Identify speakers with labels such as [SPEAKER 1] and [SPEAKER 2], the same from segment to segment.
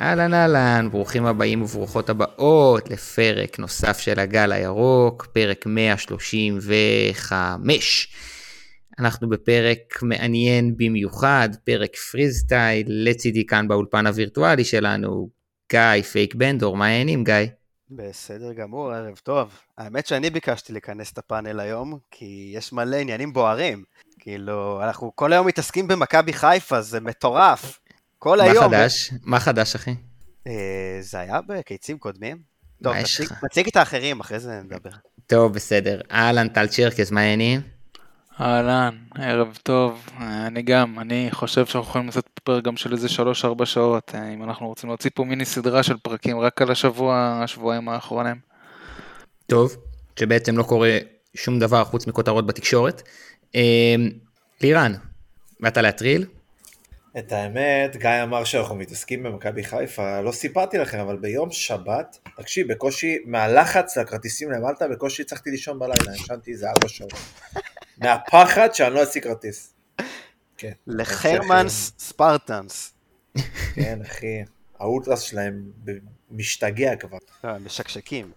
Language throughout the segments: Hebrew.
[SPEAKER 1] אהלן אהלן, ברוכים הבאים וברוכות הבאות לפרק נוסף של הגל הירוק, פרק 135. אנחנו בפרק מעניין במיוחד, פרק פרי סטייל, לצידי כאן באולפן הווירטואלי שלנו, גיא פייק בנדור, מה העניינים גיא?
[SPEAKER 2] בסדר גמור, ערב טוב. האמת שאני ביקשתי לכנס את הפאנל היום, כי יש מלא עניינים בוערים. כאילו, אנחנו כל היום מתעסקים במכבי חיפה, זה מטורף. כל
[SPEAKER 1] מה
[SPEAKER 2] היום.
[SPEAKER 1] חדש? מה חדש אחי?
[SPEAKER 2] אה, זה היה בקיצים קודמים? טוב,
[SPEAKER 1] מה יש
[SPEAKER 2] תציג-
[SPEAKER 1] לך? כן.
[SPEAKER 2] תציג את האחרים, אחרי זה נדבר.
[SPEAKER 1] טוב בסדר, אהלן טל צ'רקס, מה העניינים?
[SPEAKER 3] אהלן, ערב טוב. אה, אני גם, אני חושב שאנחנו יכולים לעשות פרק גם של איזה 3-4 שעות, אה, אם אנחנו רוצים להוציא פה מיני סדרה של פרקים רק על השבוע, השבועיים האחרונים.
[SPEAKER 1] טוב, שבעצם לא קורה שום דבר חוץ מכותרות בתקשורת. אה, לירן, באת להטריל?
[SPEAKER 4] את האמת, גיא אמר שאנחנו מתעסקים במכבי חיפה, לא סיפרתי לכם, אבל ביום שבת, תקשיב, בקושי, מהלחץ לכרטיסים למטה, בקושי הצלחתי לישון בלילה, ישנתי איזה ארבע שעות. מהפחד שאני לא אשיג כרטיס. כן,
[SPEAKER 2] לחרמנס ספרטנס.
[SPEAKER 4] כן, אחי, האולטרס שלהם ב- משתגע כבר.
[SPEAKER 2] אה, משקשקים.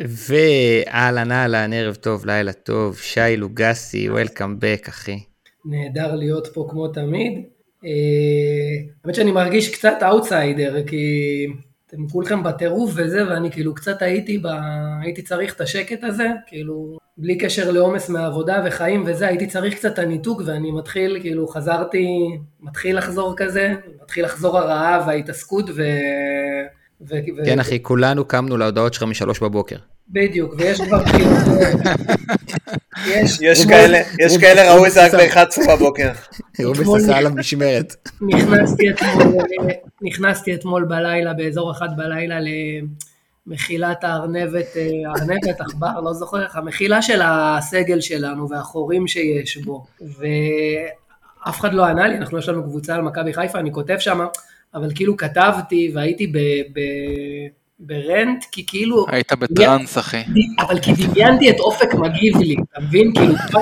[SPEAKER 1] ואהלן אהלן, ערב טוב, לילה טוב, שי לוגסי, וולקאם בק אחי.
[SPEAKER 5] נהדר להיות פה כמו תמיד. אה, האמת שאני מרגיש קצת אאוטסיידר, כי אתם כולכם בטירוף וזה, ואני כאילו קצת הייתי, ב... הייתי צריך את השקט הזה, כאילו, בלי קשר לעומס מהעבודה וחיים וזה, הייתי צריך קצת את הניתוק, ואני מתחיל, כאילו, חזרתי, מתחיל לחזור כזה, מתחיל לחזור הרעב וההתעסקות, ו... ו... ו-
[SPEAKER 1] כן אחי, כולנו קמנו להודעות שלך משלוש בבוקר.
[SPEAKER 5] בדיוק, ויש כבר כאילו... יש,
[SPEAKER 4] יש כאלה, יש
[SPEAKER 1] הוא- הוא
[SPEAKER 4] כאלה ראו את זה רק
[SPEAKER 1] בסדר.
[SPEAKER 4] ב-11 בבוקר.
[SPEAKER 1] הוא
[SPEAKER 5] אתמול-
[SPEAKER 1] בססה על המשמרת.
[SPEAKER 5] נכנסתי אתמול, נכנסתי אתמול בלילה, באזור אחת בלילה, למחילת הארנבת, אה, ארנבת, עכבר, לא זוכר איך, המחילה של הסגל שלנו והחורים שיש בו. ואף אחד לא ענה לי, אנחנו יש לנו קבוצה על מכבי חיפה, אני כותב שם, אבל כאילו כתבתי והייתי ב... ב... ברנט, כי כאילו,
[SPEAKER 3] היית בטראנס, אחי.
[SPEAKER 5] אבל כי דמיינתי את אופק מגיב לי, אתה מבין? כאילו,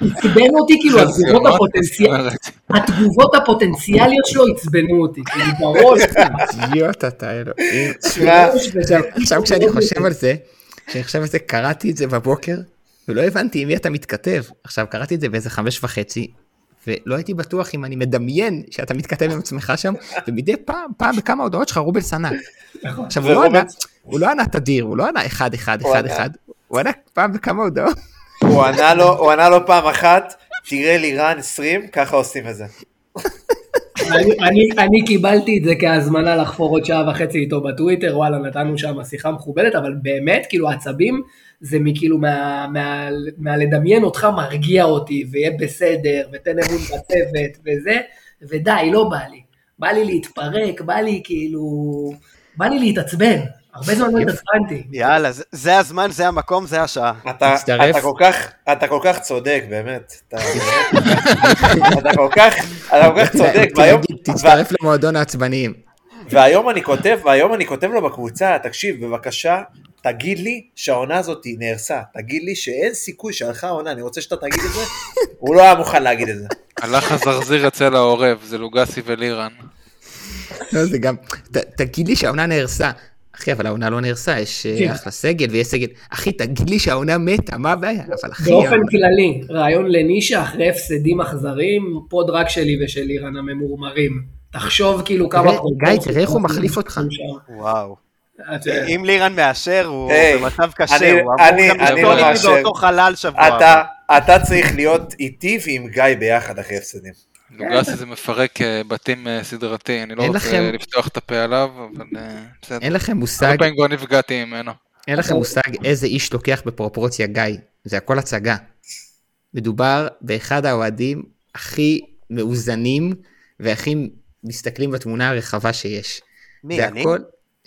[SPEAKER 5] עצבן אותי כאילו התגובות
[SPEAKER 3] חזיונות,
[SPEAKER 5] הפוטנציאל,
[SPEAKER 3] זאת אומרת.
[SPEAKER 5] התגובות הפוטנציאליות שלו עצבנו אותי, כאילו בראש,
[SPEAKER 1] אידיוט אתה אלוהים.
[SPEAKER 4] תשמע,
[SPEAKER 1] עכשיו- עכשיו כשאני חושב על זה, כשאני חושב על זה, קראתי את זה בבוקר, ולא הבנתי עם מי אתה מתכתב. עכשיו, קראתי את זה באיזה חמש וחצי, ולא הייתי בטוח אם אני מדמיין שאתה מתכתב עם עצמך שם, ומדי פעם, פעם בכמה הודעות שלך רובל סנק. עכשיו, הוא לא ענה,
[SPEAKER 4] ורובן-
[SPEAKER 1] הוא לא ענה תדיר, הוא לא ענה אחד, אחד,
[SPEAKER 4] נכון. הוא
[SPEAKER 1] אחד,
[SPEAKER 4] ענה.
[SPEAKER 1] אחד, הוא ענה פעם בכמה הודעות.
[SPEAKER 4] הוא ענה לו- הוא ענה לו פעם אחת, תראה לירן 20, ככה עושים את זה.
[SPEAKER 5] אני- אני- אני קיבלתי את זה כהזמנה לחפור עוד שעה וחצי איתו בטוויטר, וואלה, נתנו שם שיחה מכובדת, אבל באמת, כאילו, העצבים זה מכאילו, מה- מה- מהלדמיין אותך מרגיע אותי, ויהיה בסדר, ותן אמון בצוות, וזה, ודי, לא בא לי. בא לי להתפרק, בא לי כאילו, בא לי להתעצבן. הרבה זמן לא התעצבנתי.
[SPEAKER 2] יאללה, זה- זה הזמן, זה המקום, זה השעה.
[SPEAKER 4] אתה,
[SPEAKER 1] מצטרף.
[SPEAKER 4] אתה כל כך, אתה כל כך צודק, באמת. אתה, אתה כל כך, אתה כל כך צודק, והיום,
[SPEAKER 1] תגיד, תצטרף למועדון העצבניים.
[SPEAKER 4] והיום אני כותב, והיום אני כותב לו בקבוצה, תקשיב, בבקשה, תגיד לי שהעונה הזאת היא נהרסה, תגיד לי שאין סיכוי שהלכה העונה, אני רוצה שאתה תגיד את זה, הוא לא היה מוכן להגיד את זה.
[SPEAKER 3] הלך הזרזיר אצל העורב, זה לוגסי ולירן.
[SPEAKER 1] לא, זה גם, ת, תגיד לי שהעונה נהרסה. אחי, אבל העונה לא נהרסה, יש אה,
[SPEAKER 5] כן.
[SPEAKER 1] אחלה סגל ויש סגל. אחי, תגיד לי שהעונה מתה, מה הבעיה? אבל אחי,
[SPEAKER 5] באופן
[SPEAKER 1] העונה-
[SPEAKER 5] כללי, רעיון לנישה אחרי הפסדים אכזריים, פוד רק שלי ושל איראן הממורמרים. תחשוב כאילו כמה...
[SPEAKER 1] תראה, גיא, תראה איך הוא מחליף אותך.
[SPEAKER 2] וואו.
[SPEAKER 5] אתה-
[SPEAKER 3] אה,
[SPEAKER 2] אם לירן מאשר, הוא
[SPEAKER 4] היי,
[SPEAKER 2] במצב קשה,
[SPEAKER 4] אני-
[SPEAKER 2] הוא אמור
[SPEAKER 4] אני-
[SPEAKER 2] גם
[SPEAKER 4] אני
[SPEAKER 2] לסתור
[SPEAKER 3] לא
[SPEAKER 2] איתי
[SPEAKER 4] מאשר.
[SPEAKER 2] באותו חלל שבוע.
[SPEAKER 4] אתה, אתה צריך להיות איתי ועם גיא ביחד אחרי הפסדים.
[SPEAKER 3] לוגסי זה מפרק אה, בתים אה, סדרתי, אני לא
[SPEAKER 1] אין
[SPEAKER 3] רוצה
[SPEAKER 1] לכם-
[SPEAKER 3] לפתוח את הפה עליו, אבל אה, בסדר.
[SPEAKER 1] אין לכם מושג,
[SPEAKER 3] הרבה פעמים כבר נפגעתי ממנו.
[SPEAKER 1] אין לכם מושג איזה איש לוקח בפרופורציה גיא. זה הכל הצגה. מדובר באחד האוהדים הכי מאוזנים והכי מסתכלים בתמונה הרחבה שיש.
[SPEAKER 2] מי,
[SPEAKER 1] זה
[SPEAKER 2] אני?
[SPEAKER 1] הכל...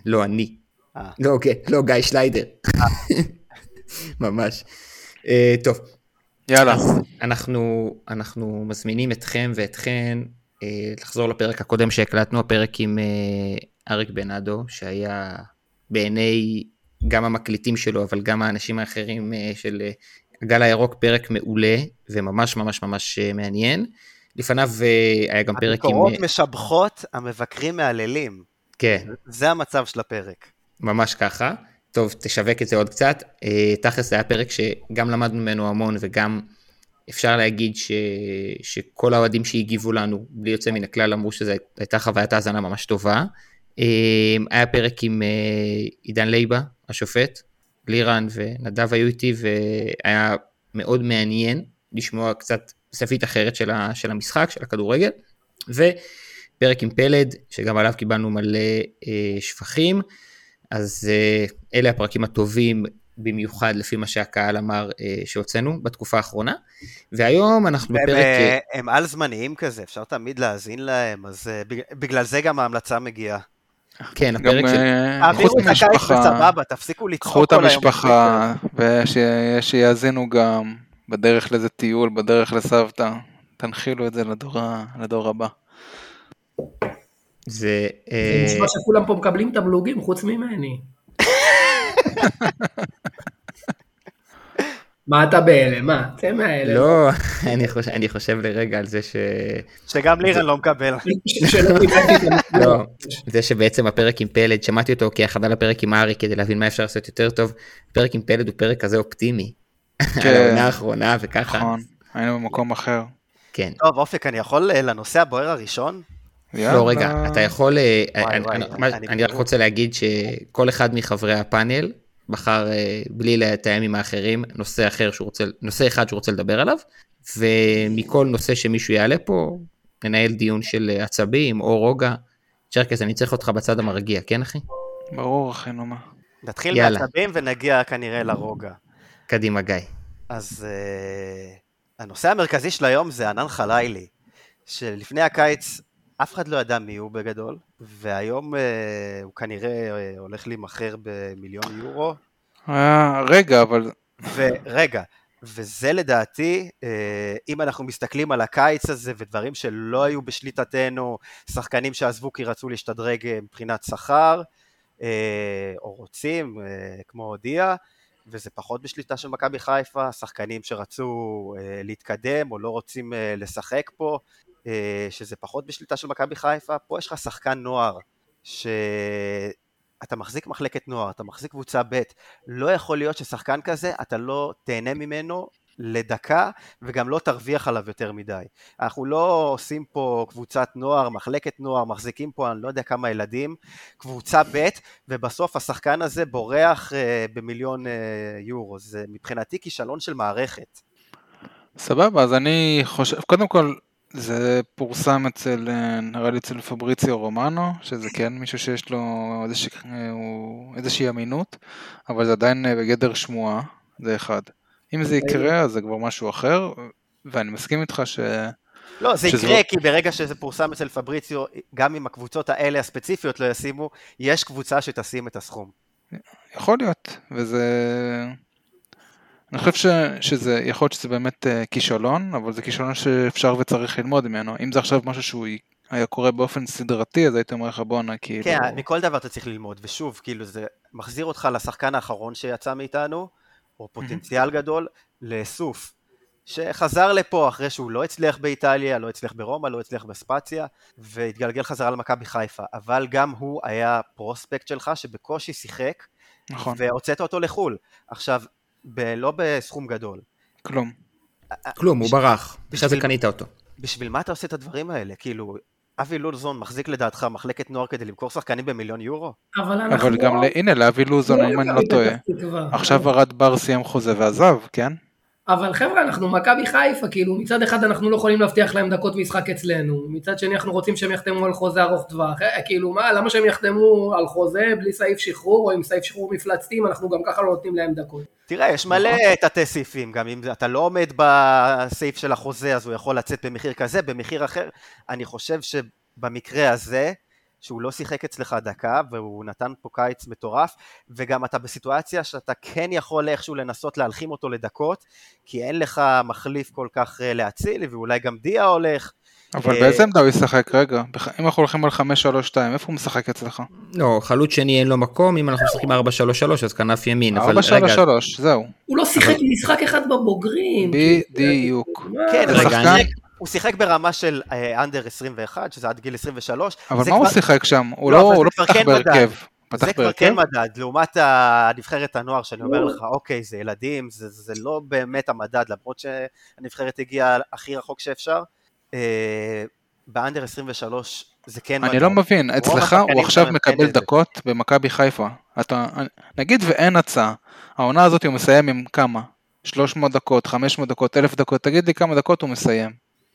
[SPEAKER 1] לא, אני.
[SPEAKER 2] אה.
[SPEAKER 1] לא, אוקיי, לא, גיא שליידר. ממש. אה, טוב,
[SPEAKER 3] יאללה,
[SPEAKER 1] אז אנחנו, אנחנו מזמינים אתכם ואתכן אה, לחזור לפרק הקודם שהקלטנו, הפרק עם אה, אריק בנאדו, שהיה בעיני גם המקליטים שלו, אבל גם האנשים האחרים אה, של אה, הגל הירוק, פרק מעולה וממש ממש ממש אה, מעניין. לפניו אה, היה גם פרק עם...
[SPEAKER 2] הביקורות
[SPEAKER 1] אה,
[SPEAKER 2] משבחות, המבקרים מהללים.
[SPEAKER 1] כן,
[SPEAKER 2] זה המצב של הפרק.
[SPEAKER 1] ממש ככה. טוב, תשווק את זה עוד קצת. אה, תכלס זה היה פרק שגם למדנו ממנו המון וגם אפשר להגיד ש... שכל האוהדים שהגיבו לנו, בלי יוצא מן הכלל, אמרו שזו הייתה חוויית האזנה ממש טובה. אה, היה פרק עם אה, עידן לייבה, השופט, לירן ונדב היו איתי, והיה מאוד מעניין לשמוע קצת זווית אחרת של, ה... של המשחק, של הכדורגל. ופרק עם פלד, שגם עליו קיבלנו מלא אה, שבחים. אז אה, אלה הפרקים הטובים במיוחד לפי מה שהקהל אמר אה, שהוצאנו בתקופה האחרונה. והיום אנחנו
[SPEAKER 2] הם,
[SPEAKER 1] בפרק...
[SPEAKER 2] אה,
[SPEAKER 1] אה,
[SPEAKER 2] הם על זמניים כזה, אפשר תמיד להאזין להם, אז אה, בג- בגלל זה גם ההמלצה מגיעה.
[SPEAKER 1] כן,
[SPEAKER 3] גם
[SPEAKER 1] הפרק של...
[SPEAKER 3] אה,
[SPEAKER 2] תעבירו
[SPEAKER 3] קחו
[SPEAKER 2] את
[SPEAKER 3] את
[SPEAKER 2] הקיץ
[SPEAKER 3] המשפחה,
[SPEAKER 2] בסבבה, תפסיקו לצחוק
[SPEAKER 3] קחו את
[SPEAKER 2] כל היום.
[SPEAKER 3] המשפחה, ושיאזינו גם בדרך לאיזה טיול, בדרך לסבתא. תנחילו את זה לדור, ה- לדור הבא.
[SPEAKER 1] זה...
[SPEAKER 5] זה
[SPEAKER 1] אה,
[SPEAKER 5] נשמע שכולם פה מקבלים תמלוגים חוץ ממני. מה אתה בהלם? מה? צא מההלם.
[SPEAKER 1] לא, אני חושב- אני חושב לרגע על זה ש...
[SPEAKER 2] שגם לירן לא מקבל.
[SPEAKER 5] ש- שלא קיבלתי את המלוגים.
[SPEAKER 1] לא, זה שבעצם הפרק עם פלד, שמעתי אותו כהכנה לפרק עם ארי כדי להבין מה אפשר לעשות יותר טוב, פרק עם פלד הוא פרק כזה אופטימי. על העונה האחרונה וככה.
[SPEAKER 3] נכון, היינו במקום אחר.
[SPEAKER 1] כן.
[SPEAKER 2] טוב, אופק, אני יכול אה, לנושא הבוער הראשון?
[SPEAKER 1] לא, רגע, אתה יכול... אה,
[SPEAKER 2] וואי,
[SPEAKER 1] אני-
[SPEAKER 2] וואי,
[SPEAKER 1] אני-
[SPEAKER 2] וואי,
[SPEAKER 1] מה-
[SPEAKER 2] אני
[SPEAKER 1] אני רק
[SPEAKER 2] בטירוף.
[SPEAKER 1] רוצה להגיד שכל אחד מחברי הפאנל בחר, אה, בלי לתאם עם האחרים, נושא אחר שהוא רוצה, נושא אחד שהוא רוצה לדבר עליו, ומכל נושא שמישהו יעלה פה, ננהל דיון של אה, עצבים או רוגע. צ'רקס, אני צריך אותך בצד המרגיע, כן אחי?
[SPEAKER 3] ברור, אחי, נו מה.
[SPEAKER 2] נתחיל
[SPEAKER 1] יאללה.
[SPEAKER 2] מעצבים ונגיע כנראה לרוגע.
[SPEAKER 1] קדימה, גיא.
[SPEAKER 2] אז אה, הנושא המרכזי של היום זה ענן חלילי, שלפני הקיץ אף אחד לא ידע מי הוא בגדול, והיום אה, הוא כנראה אה, הולך להימכר במיליון יורו,
[SPEAKER 3] אה, רגע, אבל
[SPEAKER 2] ורגע, וזה לדעתי, אה, אם אנחנו מסתכלים על הקיץ הזה ודברים שלא היו בשליטתנו, שחקנים שעזבו כי רצו להשתדרג אה, מבחינת שכר, אה, או רוצים, אה, כמו הודיע, וזה פחות בשליטה של מכבי חיפה, שחקנים שרצו אה, להתקדם או לא רוצים אה, לשחק פה, אה, שזה פחות בשליטה של מכבי חיפה, פה יש לך שחקן נוער, שאתה מחזיק מחלקת נוער, אתה מחזיק קבוצה ב', לא יכול להיות ששחקן כזה, אתה לא תהנה ממנו לדקה, וגם לא תרוויח עליו יותר מדי. אנחנו לא עושים פה קבוצת נוער, מחלקת נוער, מחזיקים פה אני לא יודע כמה ילדים, קבוצה ב', ובסוף השחקן הזה בורח אה, במיליון אה, יורו. זה מבחינתי כישלון של מערכת.
[SPEAKER 3] סבבה, אז אני חושב, קודם כל, זה פורסם אצל, אה, נראה לי אצל פבריציו רומנו, שזה כן מישהו שיש לו איזושה, אה, הוא- איזושהי אמינות, אבל זה עדיין אה, בגדר שמועה, זה אחד. אם זה יקרה, אז זה כבר משהו אחר, ואני מסכים איתך ש...
[SPEAKER 2] לא, זה
[SPEAKER 3] שזה
[SPEAKER 2] יקרה,
[SPEAKER 3] לא-
[SPEAKER 2] כי ברגע שזה פורסם אצל פבריציו, גם אם הקבוצות האלה הספציפיות לא ישימו, יש קבוצה שתשים את הסכום.
[SPEAKER 3] יכול להיות, וזה... אני חושב ש... שזה, יכול להיות שזה באמת אה, כישלון, אבל זה כישלון שאפשר וצריך ללמוד ממנו. אם זה עכשיו משהו שהוא היה קורה באופן סדרתי, אז הייתי אומר לך בואנה, כאילו...
[SPEAKER 2] כן, מכל דבר אתה צריך ללמוד, ושוב, כאילו זה מחזיר אותך לשחקן האחרון שיצא מאיתנו, או פוטנציאל גדול, לאסוף, שחזר לפה אחרי שהוא לא הצליח באיטליה, לא הצליח ברומא, לא הצליח בספציה, והתגלגל חזרה למכבי חיפה, אבל גם הוא היה פרוספקט שלך שבקושי שיחק,
[SPEAKER 3] נכון,
[SPEAKER 2] והוצאת אותו לחו"ל. עכשיו, ב- לא בסכום גדול.
[SPEAKER 3] כלום.
[SPEAKER 1] כלום, הוא ברח. עכשיו זה
[SPEAKER 2] בשביל-
[SPEAKER 1] קנית אותו.
[SPEAKER 2] בשביל מה אתה עושה את הדברים האלה? כאילו, אבי לולזון מחזיק לדעתך מחלקת נוער כדי למכור שחקנים במיליון יורו?
[SPEAKER 5] אבל אנחנו...
[SPEAKER 3] אבל גם,
[SPEAKER 5] לא-
[SPEAKER 3] ל- הנה, לאבי לוזון, אם אני לא טועה.
[SPEAKER 5] תקווה.
[SPEAKER 3] עכשיו ארד בר סיים חוזה ועזב, כן?
[SPEAKER 5] אבל חבר'ה, אנחנו מכבי חיפה, כאילו, מצד אחד אנחנו לא יכולים להבטיח להם דקות משחק אצלנו, מצד שני אנחנו רוצים שהם יחתמו על חוזה ארוך טווח, אה, כאילו, מה, למה שהם יחתמו על חוזה בלי סעיף שחרור, או עם סעיף שחרור מפלצתי, אם אנחנו גם ככה לא נותנים להם דקות.
[SPEAKER 2] תראה, יש מלא תתי סעיפים, גם אם אתה לא עומד בסעיף של החוזה, אז הוא יכול לצאת במחיר כזה, במחיר אחר. אני חושב שבמקרה הזה, שהוא לא שיחק אצלך דקה, והוא נתן פה קיץ מטורף, וגם אתה בסיטואציה שאתה כן יכול איכשהו לנסות להלחים אותו לדקות, כי אין לך מחליף כל כך אה, להציל, ואולי גם דיה הולך. אה,
[SPEAKER 3] אבל באיזה עמדה הוא ישחק? רגע, בח- אם אנחנו הולכים על 5-3-2, איפה הוא משחק אצלך?
[SPEAKER 1] לא, חלוץ שני אין לו מקום, אם אנחנו משחקים 4-3-3 אז כנף ימין, אבל רגע,
[SPEAKER 3] 4-3-3, זהו.
[SPEAKER 5] הוא לא שיחק משחק אחד בבוגרים.
[SPEAKER 3] בדיוק.
[SPEAKER 5] מה?
[SPEAKER 2] כן,
[SPEAKER 1] רגע,
[SPEAKER 3] שחקן-
[SPEAKER 1] אני-
[SPEAKER 2] הוא שיחק ברמה של אה, אנדר 21, שזה עד גיל 23.
[SPEAKER 3] אבל
[SPEAKER 2] זה
[SPEAKER 3] מה הוא
[SPEAKER 2] כבר-
[SPEAKER 3] שיחק שם? הוא
[SPEAKER 2] לא,
[SPEAKER 3] לא
[SPEAKER 2] אבל
[SPEAKER 3] הוא
[SPEAKER 2] זה
[SPEAKER 3] לא
[SPEAKER 2] כבר
[SPEAKER 3] פתח
[SPEAKER 2] כן
[SPEAKER 3] בהרכב. פתח
[SPEAKER 2] זה כבר
[SPEAKER 3] בהרכב?
[SPEAKER 2] כן מדד, לעומת הנבחרת הנוער, שאני אומר לך, אוקיי, זה ילדים, זה, זה לא באמת המדד, למרות שהנבחרת הגיעה הכי רחוק שאפשר. אה, באנדר 23 זה כן מדד.
[SPEAKER 3] אני לא מבין,
[SPEAKER 2] רוב
[SPEAKER 3] אצלך הוא
[SPEAKER 2] השחקנים
[SPEAKER 3] עכשיו
[SPEAKER 2] שלהם אין
[SPEAKER 3] מקבל
[SPEAKER 2] כן את זה.
[SPEAKER 3] דקות במכבי חיפה. אתה, נגיד ואין הצעה, העונה הזאת הוא מסיים עם כמה? 300 דקות, 500 דקות, 1,000 דקות, תגיד לי כמה דקות הוא מסיים.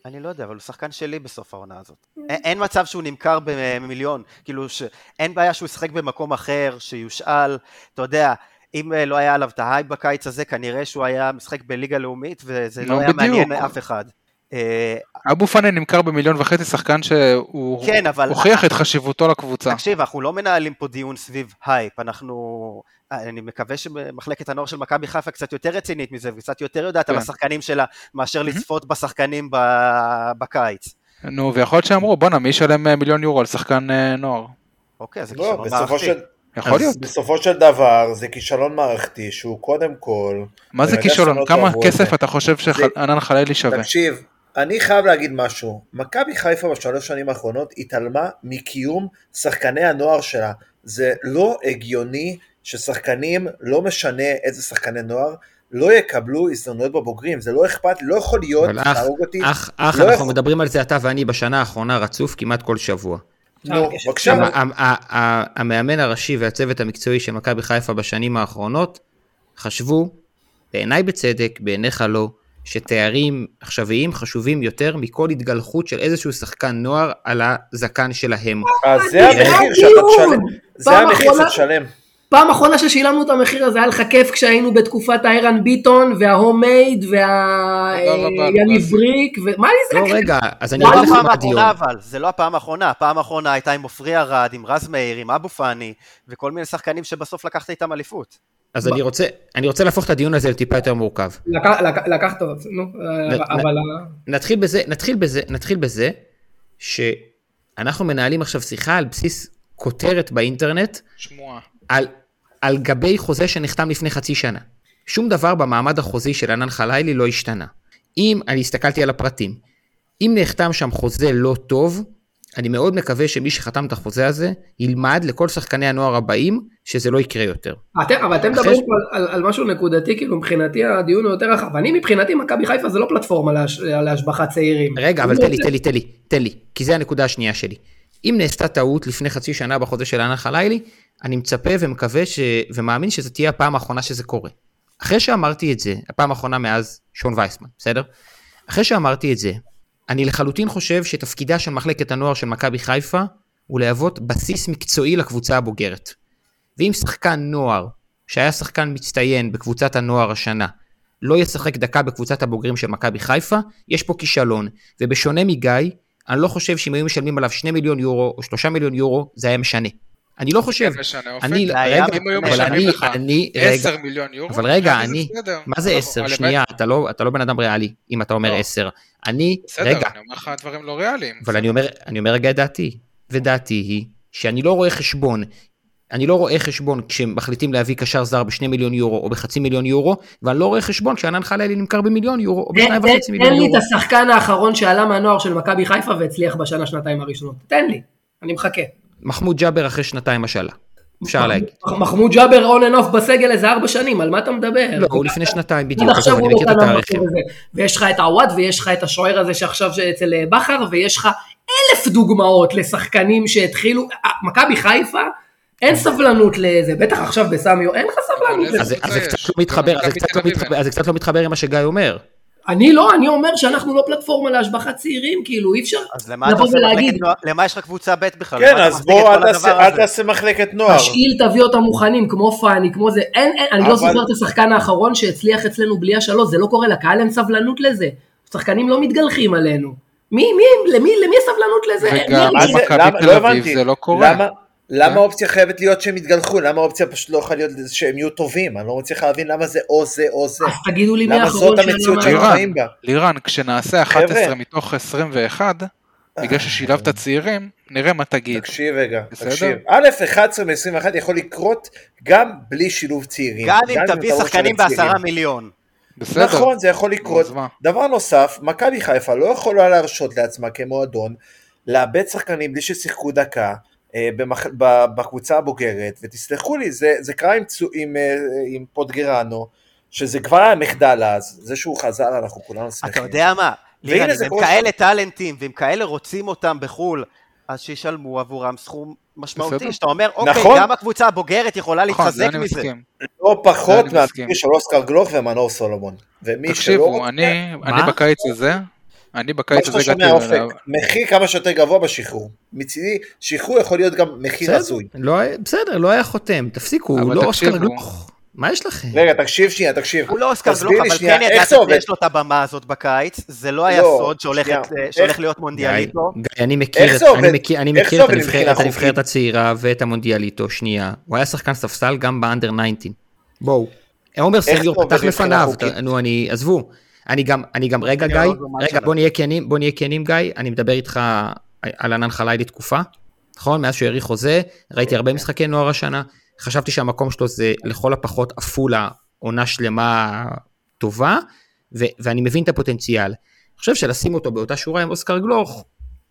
[SPEAKER 2] אני לא יודע, אבל הוא שחקן שלי בסוף העונה הזאת. א- אין מצב שהוא נמכר במיליון, כאילו, ש... אין בעיה שהוא ישחק במקום אחר, שיושאל, אתה יודע, אם אה, לא היה עליו את ההייפ בקיץ הזה, כנראה שהוא היה משחק בליגה לאומית, וזה
[SPEAKER 3] נו,
[SPEAKER 2] לא היה
[SPEAKER 3] בדיוק.
[SPEAKER 2] מעניין אף אחד. אה,
[SPEAKER 3] אבו פאני נמכר במיליון וחצי, שחקן שהוא
[SPEAKER 2] כן, אבל...
[SPEAKER 3] הוכיח את חשיבותו לקבוצה.
[SPEAKER 2] תקשיב, אנחנו לא מנהלים פה דיון סביב הייפ, אנחנו... אני מקווה שמחלקת הנוער של מכבי חיפה קצת יותר רצינית מזה, וקצת יותר יודעת על
[SPEAKER 3] כן.
[SPEAKER 2] השחקנים שלה, מאשר
[SPEAKER 3] מהמם.
[SPEAKER 2] לצפות בשחקנים ב- בקיץ.
[SPEAKER 3] נו, ויכול להיות שאמרו, בואנה, מי ישלם אה, מיליון יורו על שחקן אה, נוער?
[SPEAKER 2] אוקיי, אז זה
[SPEAKER 4] לא,
[SPEAKER 2] כישרון
[SPEAKER 4] בסופו
[SPEAKER 2] מערכתי.
[SPEAKER 4] של,
[SPEAKER 3] יכול להיות.
[SPEAKER 4] בסופו של דבר זה כישלון מערכתי שהוא קודם כל,
[SPEAKER 3] מה זה
[SPEAKER 4] אני יודע שהם
[SPEAKER 3] כישלון?
[SPEAKER 4] לא
[SPEAKER 3] כמה
[SPEAKER 4] תאהבו את
[SPEAKER 3] כסף
[SPEAKER 4] זה.
[SPEAKER 3] אתה חושב שענן חלילי שווה?
[SPEAKER 4] תקשיב, אני חייב להגיד משהו, מכבי חיפה בשלוש שנים האחרונות התעלמה מקיום שחקני הנוער שלה, זה לא הגיוני ששחקנים, לא משנה איזה שחקני נוער, לא יקבלו הזדמנויות בבוגרים, זה לא אכפת, לא יכול להיות,
[SPEAKER 1] אבל אח,
[SPEAKER 4] תהרוג אותי,
[SPEAKER 1] אח, אח,
[SPEAKER 4] לא
[SPEAKER 1] אנחנו
[SPEAKER 4] יכול-
[SPEAKER 1] מדברים על זה אתה ואני בשנה האחרונה רצוף כמעט כל שבוע.
[SPEAKER 4] נו,
[SPEAKER 5] יש-
[SPEAKER 4] בבקשה,
[SPEAKER 1] ה- ה- ה- ה- המאמן הראשי והצוות המקצועי של מכבי חיפה בשנים האחרונות חשבו, בעיניי בצדק, בעיניך לא, שתארים עכשוויים חשובים יותר מכל התגלחות של איזשהו שחקן נוער על הזקן שלהם.
[SPEAKER 4] אז אה, זה
[SPEAKER 1] אה,
[SPEAKER 4] המחיר שאתה
[SPEAKER 5] דיון.
[SPEAKER 4] תשלם, זה
[SPEAKER 5] פעם
[SPEAKER 4] המחיר שאתה
[SPEAKER 5] אחרונה-
[SPEAKER 4] תשלם.
[SPEAKER 5] פעם אחרונה ששילמנו את המחיר הזה היה לך כיף כשהיינו בתקופת איירן ביטון וההומייד
[SPEAKER 3] תודה רבה,
[SPEAKER 5] והיניב
[SPEAKER 3] לוקאס.
[SPEAKER 5] בריק ומה
[SPEAKER 1] לא,
[SPEAKER 5] אני זה?
[SPEAKER 1] רגע, אז אני
[SPEAKER 2] זה
[SPEAKER 1] אגיד
[SPEAKER 2] לא
[SPEAKER 1] לך
[SPEAKER 2] הפעם
[SPEAKER 1] מה הדיון.
[SPEAKER 2] האחרונה אבל, זה לא הפעם האחרונה, הפעם האחרונה הייתה עם עופרי ארד, עם רז מאיר, עם אבו פאני, וכל מיני שחקנים שבסוף לקחת איתם אליפות.
[SPEAKER 1] אז אני רוצה- אני רוצה להפוך את הדיון הזה לטיפה יותר מורכב.
[SPEAKER 5] לקח- לקח- לקחת אותו, נו, אה,
[SPEAKER 1] ל-
[SPEAKER 5] אבל...
[SPEAKER 1] נתחיל בזה, נתחיל בזה, נתחיל בזה, שאנחנו מנהלים עכשיו שיחה על בסיס כותרת באינטרנט,
[SPEAKER 3] שמועה.
[SPEAKER 1] על, על גבי חוזה שנחתם לפני חצי שנה. שום דבר במעמד החוזי של ענן חלילי לא השתנה. אם, אני הסתכלתי על הפרטים, אם נחתם שם חוזה לא טוב, אני מאוד מקווה שמי שחתם את החוזה הזה, ילמד לכל שחקני הנוער הבאים, שזה לא יקרה יותר.
[SPEAKER 5] אתם, אבל אתם
[SPEAKER 1] אחרי
[SPEAKER 5] מדברים
[SPEAKER 1] ש-
[SPEAKER 5] פה על, על, על משהו נקודתי, כאילו מבחינתי הדיון הוא יותר רחב. אני מבחינתי, מכבי חיפה זה לא פלטפורמה להש, להשבחת צעירים.
[SPEAKER 1] רגע, אבל
[SPEAKER 5] אני
[SPEAKER 1] תן לי,
[SPEAKER 5] רוצה-
[SPEAKER 1] תן לי, תן לי, תן לי, כי זה הנקודה השנייה שלי. אם נעשתה טעות לפני חצי שנה בחוזה של ענן חלילי, אני מצפה ומקווה ש... ומאמין שזו תהיה הפעם האחרונה שזה קורה. אחרי שאמרתי את זה, הפעם האחרונה מאז שון וייסמן, בסדר? אחרי שאמרתי את זה, אני לחלוטין חושב שתפקידה של מחלקת הנוער של מכבי חיפה הוא להוות בסיס מקצועי לקבוצה הבוגרת. ואם שחקן נוער, שהיה שחקן מצטיין בקבוצת הנוער השנה, לא ישחק דקה בקבוצת הבוגרים של מכבי חיפה, יש פה כישלון. ובשונה מגיא, אני לא חושב שאם היו משלמים עליו 2 מיליון יורו או 3 מיליון יורו, זה היה משנה. אני לא חושב, אני,
[SPEAKER 2] זה היה
[SPEAKER 1] רגע,
[SPEAKER 3] אם היו
[SPEAKER 1] אבל
[SPEAKER 3] משלמים
[SPEAKER 1] אני,
[SPEAKER 3] לך
[SPEAKER 1] אני, רגע,
[SPEAKER 3] 10 מיליון יורו?
[SPEAKER 1] אבל רגע,
[SPEAKER 3] אז זה
[SPEAKER 1] אני-
[SPEAKER 3] בסדר.
[SPEAKER 1] מה זה
[SPEAKER 3] לא,
[SPEAKER 1] 10?
[SPEAKER 3] הלוואי-
[SPEAKER 1] שנייה, אתה לא, אתה לא בן אדם ריאלי, אם אתה אומר
[SPEAKER 3] לא.
[SPEAKER 1] 10. אני,
[SPEAKER 3] בסדר,
[SPEAKER 1] רגע,
[SPEAKER 3] אני אומר לך דברים לא ריאליים.
[SPEAKER 1] אבל אני אומר, אני אומר רגע את דעתי, ודעתי היא שאני לא רואה חשבון, אני לא רואה חשבון כשמחליטים להביא קשר זר בשני מיליון יורו או בחצי מיליון יורו, ואני לא רואה חשבון כשענן חלילי נמכר במיליון יורו או
[SPEAKER 5] תן-
[SPEAKER 1] בשניים וחצי
[SPEAKER 5] תן- תן
[SPEAKER 1] מיליון
[SPEAKER 5] לי את
[SPEAKER 1] יורו.
[SPEAKER 5] השחקן האחרון שעלה מהנוער של מכבי חיפה והצליח בשנה, שנתיים הראשונות. תן לי, אני מחכה.
[SPEAKER 1] מחמוד ג'אבר אחרי שנתיים השאלה, אפשר להגיד.
[SPEAKER 5] מח- מחמוד ג'אבר און אנ אוף בסגל איזה ארבע שנים, על מה אתה מדבר?
[SPEAKER 1] לא, הוא לפני שנתיים
[SPEAKER 5] עד
[SPEAKER 1] בדיוק,
[SPEAKER 5] כן. עכשיו
[SPEAKER 1] עזוב, אני
[SPEAKER 5] הוא
[SPEAKER 1] מכיר
[SPEAKER 5] לא
[SPEAKER 1] את
[SPEAKER 5] קנה
[SPEAKER 1] התאריכים.
[SPEAKER 5] משהו וזה. ויש לך את עוואד, ויש לך את השוער הזה שעכשיו אצל אה, בכר, ויש לך אלף דוגמאות לשחקנים שהתחילו, אה, מכבי חיפה, אין סבלנות לזה, בטח עכשיו בסמיו, אין לך סבלנות
[SPEAKER 3] אבל
[SPEAKER 5] לזה.
[SPEAKER 1] אז זה
[SPEAKER 3] קבוצה
[SPEAKER 1] אז זה
[SPEAKER 3] יש?
[SPEAKER 1] קצת לא מתחבר, אז זה
[SPEAKER 3] מכבי
[SPEAKER 1] קצת
[SPEAKER 3] תל
[SPEAKER 1] לא
[SPEAKER 3] אביב
[SPEAKER 1] מתחבר-
[SPEAKER 3] אין.
[SPEAKER 1] אז זה קצת לא מתחבר עם מה שגיא אומר.
[SPEAKER 5] אני לא, אני אומר שאנחנו לא פלטפורמה להשבחת צעירים, כאילו אי אפשר
[SPEAKER 1] לא,
[SPEAKER 2] אז למה אתה
[SPEAKER 5] לבוא
[SPEAKER 2] עושה מחלקת
[SPEAKER 5] ולהגיד,
[SPEAKER 2] נוער, למה יש לך קבוצה ב' בכלל?
[SPEAKER 4] כן,
[SPEAKER 2] למה אתה
[SPEAKER 4] אז
[SPEAKER 2] מחזיק את
[SPEAKER 4] בוא,
[SPEAKER 2] כל
[SPEAKER 4] אל תעשה-
[SPEAKER 2] הדבר
[SPEAKER 4] אל
[SPEAKER 2] הזה?
[SPEAKER 4] תעשה מחלקת נוער.
[SPEAKER 5] תשאיל תביא אותם מוכנים, כמו פאני, כמו זה, אין, אין, אני לא
[SPEAKER 4] אבל-
[SPEAKER 5] זוכר את השחקן האחרון שהצליח אצלנו בלי השלוש, זה לא קורה לקהל, אין סבלנות לזה. שחקנים לא מתגלחים עלינו. מי, מי, למי, למי הסבלנות לזה?
[SPEAKER 3] וגם-
[SPEAKER 5] מי
[SPEAKER 3] מה
[SPEAKER 4] מה
[SPEAKER 5] אני?
[SPEAKER 4] זה?
[SPEAKER 3] מכבי
[SPEAKER 4] למה-
[SPEAKER 3] תל
[SPEAKER 4] לא
[SPEAKER 3] אביב,
[SPEAKER 4] הבנתי.
[SPEAKER 3] זה לא קורה.
[SPEAKER 4] למה- למה
[SPEAKER 3] כן.
[SPEAKER 4] האופציה חייבת להיות שהם יתגלחו? למה האופציה פשוט לא יכולה להיות שהם יהיו טובים? אני לא מצליח להבין למה זה או זה או זה.
[SPEAKER 5] אז תגידו לי מי
[SPEAKER 4] כן. למה
[SPEAKER 5] האחרון
[SPEAKER 4] זאת
[SPEAKER 5] שעלה
[SPEAKER 4] המציאות
[SPEAKER 5] מהנוער.
[SPEAKER 4] שאנחנו
[SPEAKER 3] לירן.
[SPEAKER 4] חיים בה?
[SPEAKER 3] לירן, כשנעשה 11
[SPEAKER 4] חבר'ה. אה.
[SPEAKER 3] מתוך 21, בגלל ששילבת צעירים, נראה מה תגיד.
[SPEAKER 4] תקשיב רגע,
[SPEAKER 3] בסדר?
[SPEAKER 4] תקשיב. א', 11 מ-21 יכול לקרות גם בלי שילוב צעירים.
[SPEAKER 2] גם אם
[SPEAKER 4] אתה
[SPEAKER 2] תביא
[SPEAKER 4] לא משלם
[SPEAKER 2] שחקנים
[SPEAKER 4] צעירים.
[SPEAKER 2] בעשרה מיליון.
[SPEAKER 3] בסדר.
[SPEAKER 4] נכון, זה יכול לקרות.
[SPEAKER 3] אז מה?
[SPEAKER 4] דבר נוסף, מכבי חיפה לא יכולה להרשות לעצמה כמועדון לאבד שחקנים בלי ששיחקו דקה אה, במח... ב- בקבוצה הבוגרת, ותסלחו לי, זה, זה קרה עם, צו... עם, אה, עם פוטגרנו, שזה כבר היה מחדל אז, זה שהוא חזר אנחנו כולנו
[SPEAKER 2] אתה
[SPEAKER 4] שמחים.
[SPEAKER 2] יודע מה,
[SPEAKER 4] והנה
[SPEAKER 2] לירן,
[SPEAKER 4] זה
[SPEAKER 2] אם הם
[SPEAKER 4] קורה
[SPEAKER 2] כאלה טאלנטים, ואם כאלה רוצים אותם בחו"ל, אז שישלמו עבורם סכום משמעותי,
[SPEAKER 3] בסדר.
[SPEAKER 2] שאתה אומר, אוקיי,
[SPEAKER 4] נכון.
[SPEAKER 2] גם הקבוצה הבוגרת יכולה
[SPEAKER 3] נכון, זה
[SPEAKER 2] להתחזק
[SPEAKER 3] אני
[SPEAKER 2] מזה.
[SPEAKER 3] מסכים.
[SPEAKER 4] לא
[SPEAKER 3] זה
[SPEAKER 4] פחות
[SPEAKER 3] אני מסכים.
[SPEAKER 4] מהמקרה של אוסקר גלוך ומנור סולומון. ומי שלא
[SPEAKER 3] תקשיבו,
[SPEAKER 4] רוצה,
[SPEAKER 3] אני אני
[SPEAKER 6] מה?
[SPEAKER 3] בקיץ הזה, אני
[SPEAKER 4] מה
[SPEAKER 3] בקיץ
[SPEAKER 4] שאתה
[SPEAKER 3] הזה
[SPEAKER 4] שומע
[SPEAKER 3] הגעתי
[SPEAKER 4] אופק,
[SPEAKER 3] אליו.
[SPEAKER 4] מחיר כמה שיותר גבוה בשחרור. מצידי, שחרור יכול להיות גם מחיר
[SPEAKER 1] בסדר,
[SPEAKER 4] הזוי.
[SPEAKER 1] לא היה- בסדר, לא היה חותם, תפסיקו, הוא
[SPEAKER 3] אבל
[SPEAKER 1] לא
[SPEAKER 3] תקשיבו.
[SPEAKER 1] אוסקר גלוך. מה יש לכם?
[SPEAKER 4] רגע, תקשיב שנייה, תקשיב.
[SPEAKER 2] הוא לא אוסקר
[SPEAKER 4] תסביר
[SPEAKER 2] גלוך,
[SPEAKER 4] לי
[SPEAKER 2] אבל
[SPEAKER 4] שנייה,
[SPEAKER 2] כן
[SPEAKER 4] איך
[SPEAKER 2] ידעת
[SPEAKER 4] זה עובד?
[SPEAKER 2] שיש לו את הבמה הזאת בקיץ, זה לא היה
[SPEAKER 4] לא,
[SPEAKER 2] סוד שהולכת-
[SPEAKER 4] שנייה,
[SPEAKER 2] שהולך
[SPEAKER 4] איך-
[SPEAKER 2] להיות
[SPEAKER 1] גיא,
[SPEAKER 2] מונדיאליטו.
[SPEAKER 1] גיא, אני מכיר,
[SPEAKER 4] איך
[SPEAKER 1] את,
[SPEAKER 4] זה עובד?
[SPEAKER 1] אני מכיר, אני
[SPEAKER 4] איך זה
[SPEAKER 1] מכיר את,
[SPEAKER 4] עובד מבחינה
[SPEAKER 1] הנבחרת, את
[SPEAKER 4] חוקית?
[SPEAKER 1] הנבחרת הצעירה ואת המונדיאליטו, שנייה. הוא היה שחקן ספסל גם באנדר 19. בואו. עומר
[SPEAKER 4] זה
[SPEAKER 1] סניור
[SPEAKER 4] עובד
[SPEAKER 1] פתח
[SPEAKER 4] מבחינה
[SPEAKER 1] לפניו,
[SPEAKER 4] חוקית?
[SPEAKER 1] ת- נו אני, עזבו. אני גם, אני גם, רגע
[SPEAKER 2] אני
[SPEAKER 1] גיא,
[SPEAKER 2] עוד לא מעט
[SPEAKER 1] רגע
[SPEAKER 2] שלנו.
[SPEAKER 1] בוא נהיה כנים, בוא נהיה כנים גיא, אני מדבר איתך על ענן חלילי תקופה, נכון? מאז שהוא האריך חוזה,
[SPEAKER 4] כן,
[SPEAKER 1] ראיתי הרבה משחקי נוער השנה, חשבתי שהמקום שלו זה לכל הפחות עפולה עונה שלמה טובה, ו- ואני מבין את הפוטנציאל. אני חושב שלשים אותו באותה שורה עם אוסקר גלוך,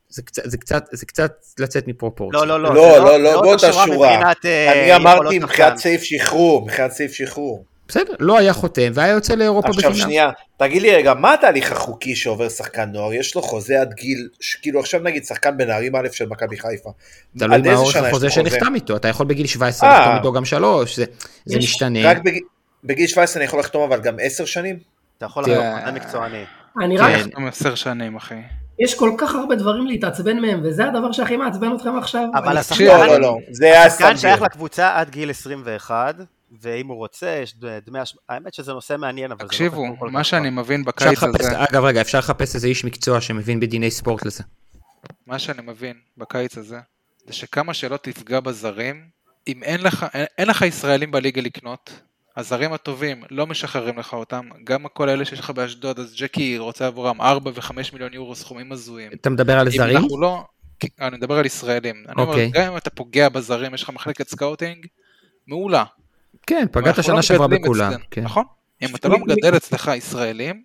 [SPEAKER 1] זה קצת, זה קצת, זה קצת לצאת מפרופורציה.
[SPEAKER 2] לא, לא, לא,
[SPEAKER 4] לא,
[SPEAKER 2] זה
[SPEAKER 4] לא, לא,
[SPEAKER 2] זה
[SPEAKER 4] בוא
[SPEAKER 2] אותה
[SPEAKER 4] את השורה.
[SPEAKER 2] מבחינת, אה,
[SPEAKER 4] אני אמרתי
[SPEAKER 2] יכולות
[SPEAKER 4] מבחינת
[SPEAKER 2] שחקן.
[SPEAKER 4] סעיף שחרור, מבחינת סעיף שחרור.
[SPEAKER 1] בסדר, לא היה חותם, והיה יוצא לאירופה
[SPEAKER 4] עכשיו שנייה, תגיד לי רגע, מה התהליך החוקי שעובר שחקן נוער? יש לו חוזה עד גיל, ש- כאילו עכשיו נגיד שחקן בנערים א' של מכבי חיפה.
[SPEAKER 1] תלוי
[SPEAKER 4] עד
[SPEAKER 1] מה
[SPEAKER 4] איזה
[SPEAKER 1] אורך
[SPEAKER 4] שנה יש
[SPEAKER 1] החוזה
[SPEAKER 4] לו חוזה?
[SPEAKER 1] שנחתם איתו, אתה יכול בגיל 17
[SPEAKER 4] אה.
[SPEAKER 1] לחתום איתו גם 3, זה, זה
[SPEAKER 5] יש-
[SPEAKER 1] משתנה.
[SPEAKER 4] רק בגיל- בגיל 17 אני יכול לחתום אבל גם 10 שנים?
[SPEAKER 2] אתה יכול
[SPEAKER 3] כן.
[SPEAKER 2] לחתום חוזה מקצועני.
[SPEAKER 5] אני רק,
[SPEAKER 1] כן.
[SPEAKER 3] אנחנו עשר שנים, אחי.
[SPEAKER 5] יש כל כך הרבה דברים להתעצבן מהם, וזה הדבר שהכי מעצבן אתכם עכשיו.
[SPEAKER 2] אבל
[SPEAKER 5] אני-
[SPEAKER 2] השחקן,
[SPEAKER 3] תקשיב,
[SPEAKER 4] לא, לא, לא, זה היה
[SPEAKER 2] השחקן
[SPEAKER 4] סביר.
[SPEAKER 2] שייך לקבוצה עד גיל 21, ואם הוא רוצה, יש דמי השמ... האמת שזה נושא מעניין, אבל זה לא
[SPEAKER 3] תקשיבו,
[SPEAKER 2] קשור כל
[SPEAKER 3] מה
[SPEAKER 2] כך.
[SPEAKER 3] שאני מבין
[SPEAKER 1] אפשר
[SPEAKER 3] בקיץ
[SPEAKER 1] לחפש,
[SPEAKER 3] הזה,
[SPEAKER 1] אגב רגע, אפשר לחפש איזה איש מקצוע שמבין בדיני ספורט לזה.
[SPEAKER 3] מה שאני מבין בקיץ הזה, זה שכמה שלא תפגע בזרים, אם אין לך, אין, אין לך ישראלים בליגה לקנות, הזרים הטובים לא משחררים לך אותם, גם כל אלה שיש לך באשדוד, אז ג'קי רוצה עבורם 4 ו-5 מיליון יורו סכומים הזויים.
[SPEAKER 1] אתה מדבר על
[SPEAKER 3] אם
[SPEAKER 1] זרים?
[SPEAKER 3] אנחנו לא... אני מדבר על ישראלים. אני אומר,
[SPEAKER 1] אוקיי.
[SPEAKER 3] גם אם אתה פוגע בזרים, יש לך מחלקת סקאוטינג, מעולה.
[SPEAKER 1] כן,
[SPEAKER 3] אבל
[SPEAKER 1] פגעת
[SPEAKER 3] אנחנו לא
[SPEAKER 1] שנה שעברה
[SPEAKER 3] מגדלים
[SPEAKER 1] בכולם.
[SPEAKER 3] אצלנו,
[SPEAKER 1] כן.
[SPEAKER 3] נכון? אם אתה לא מגדל אצלך ישראלים,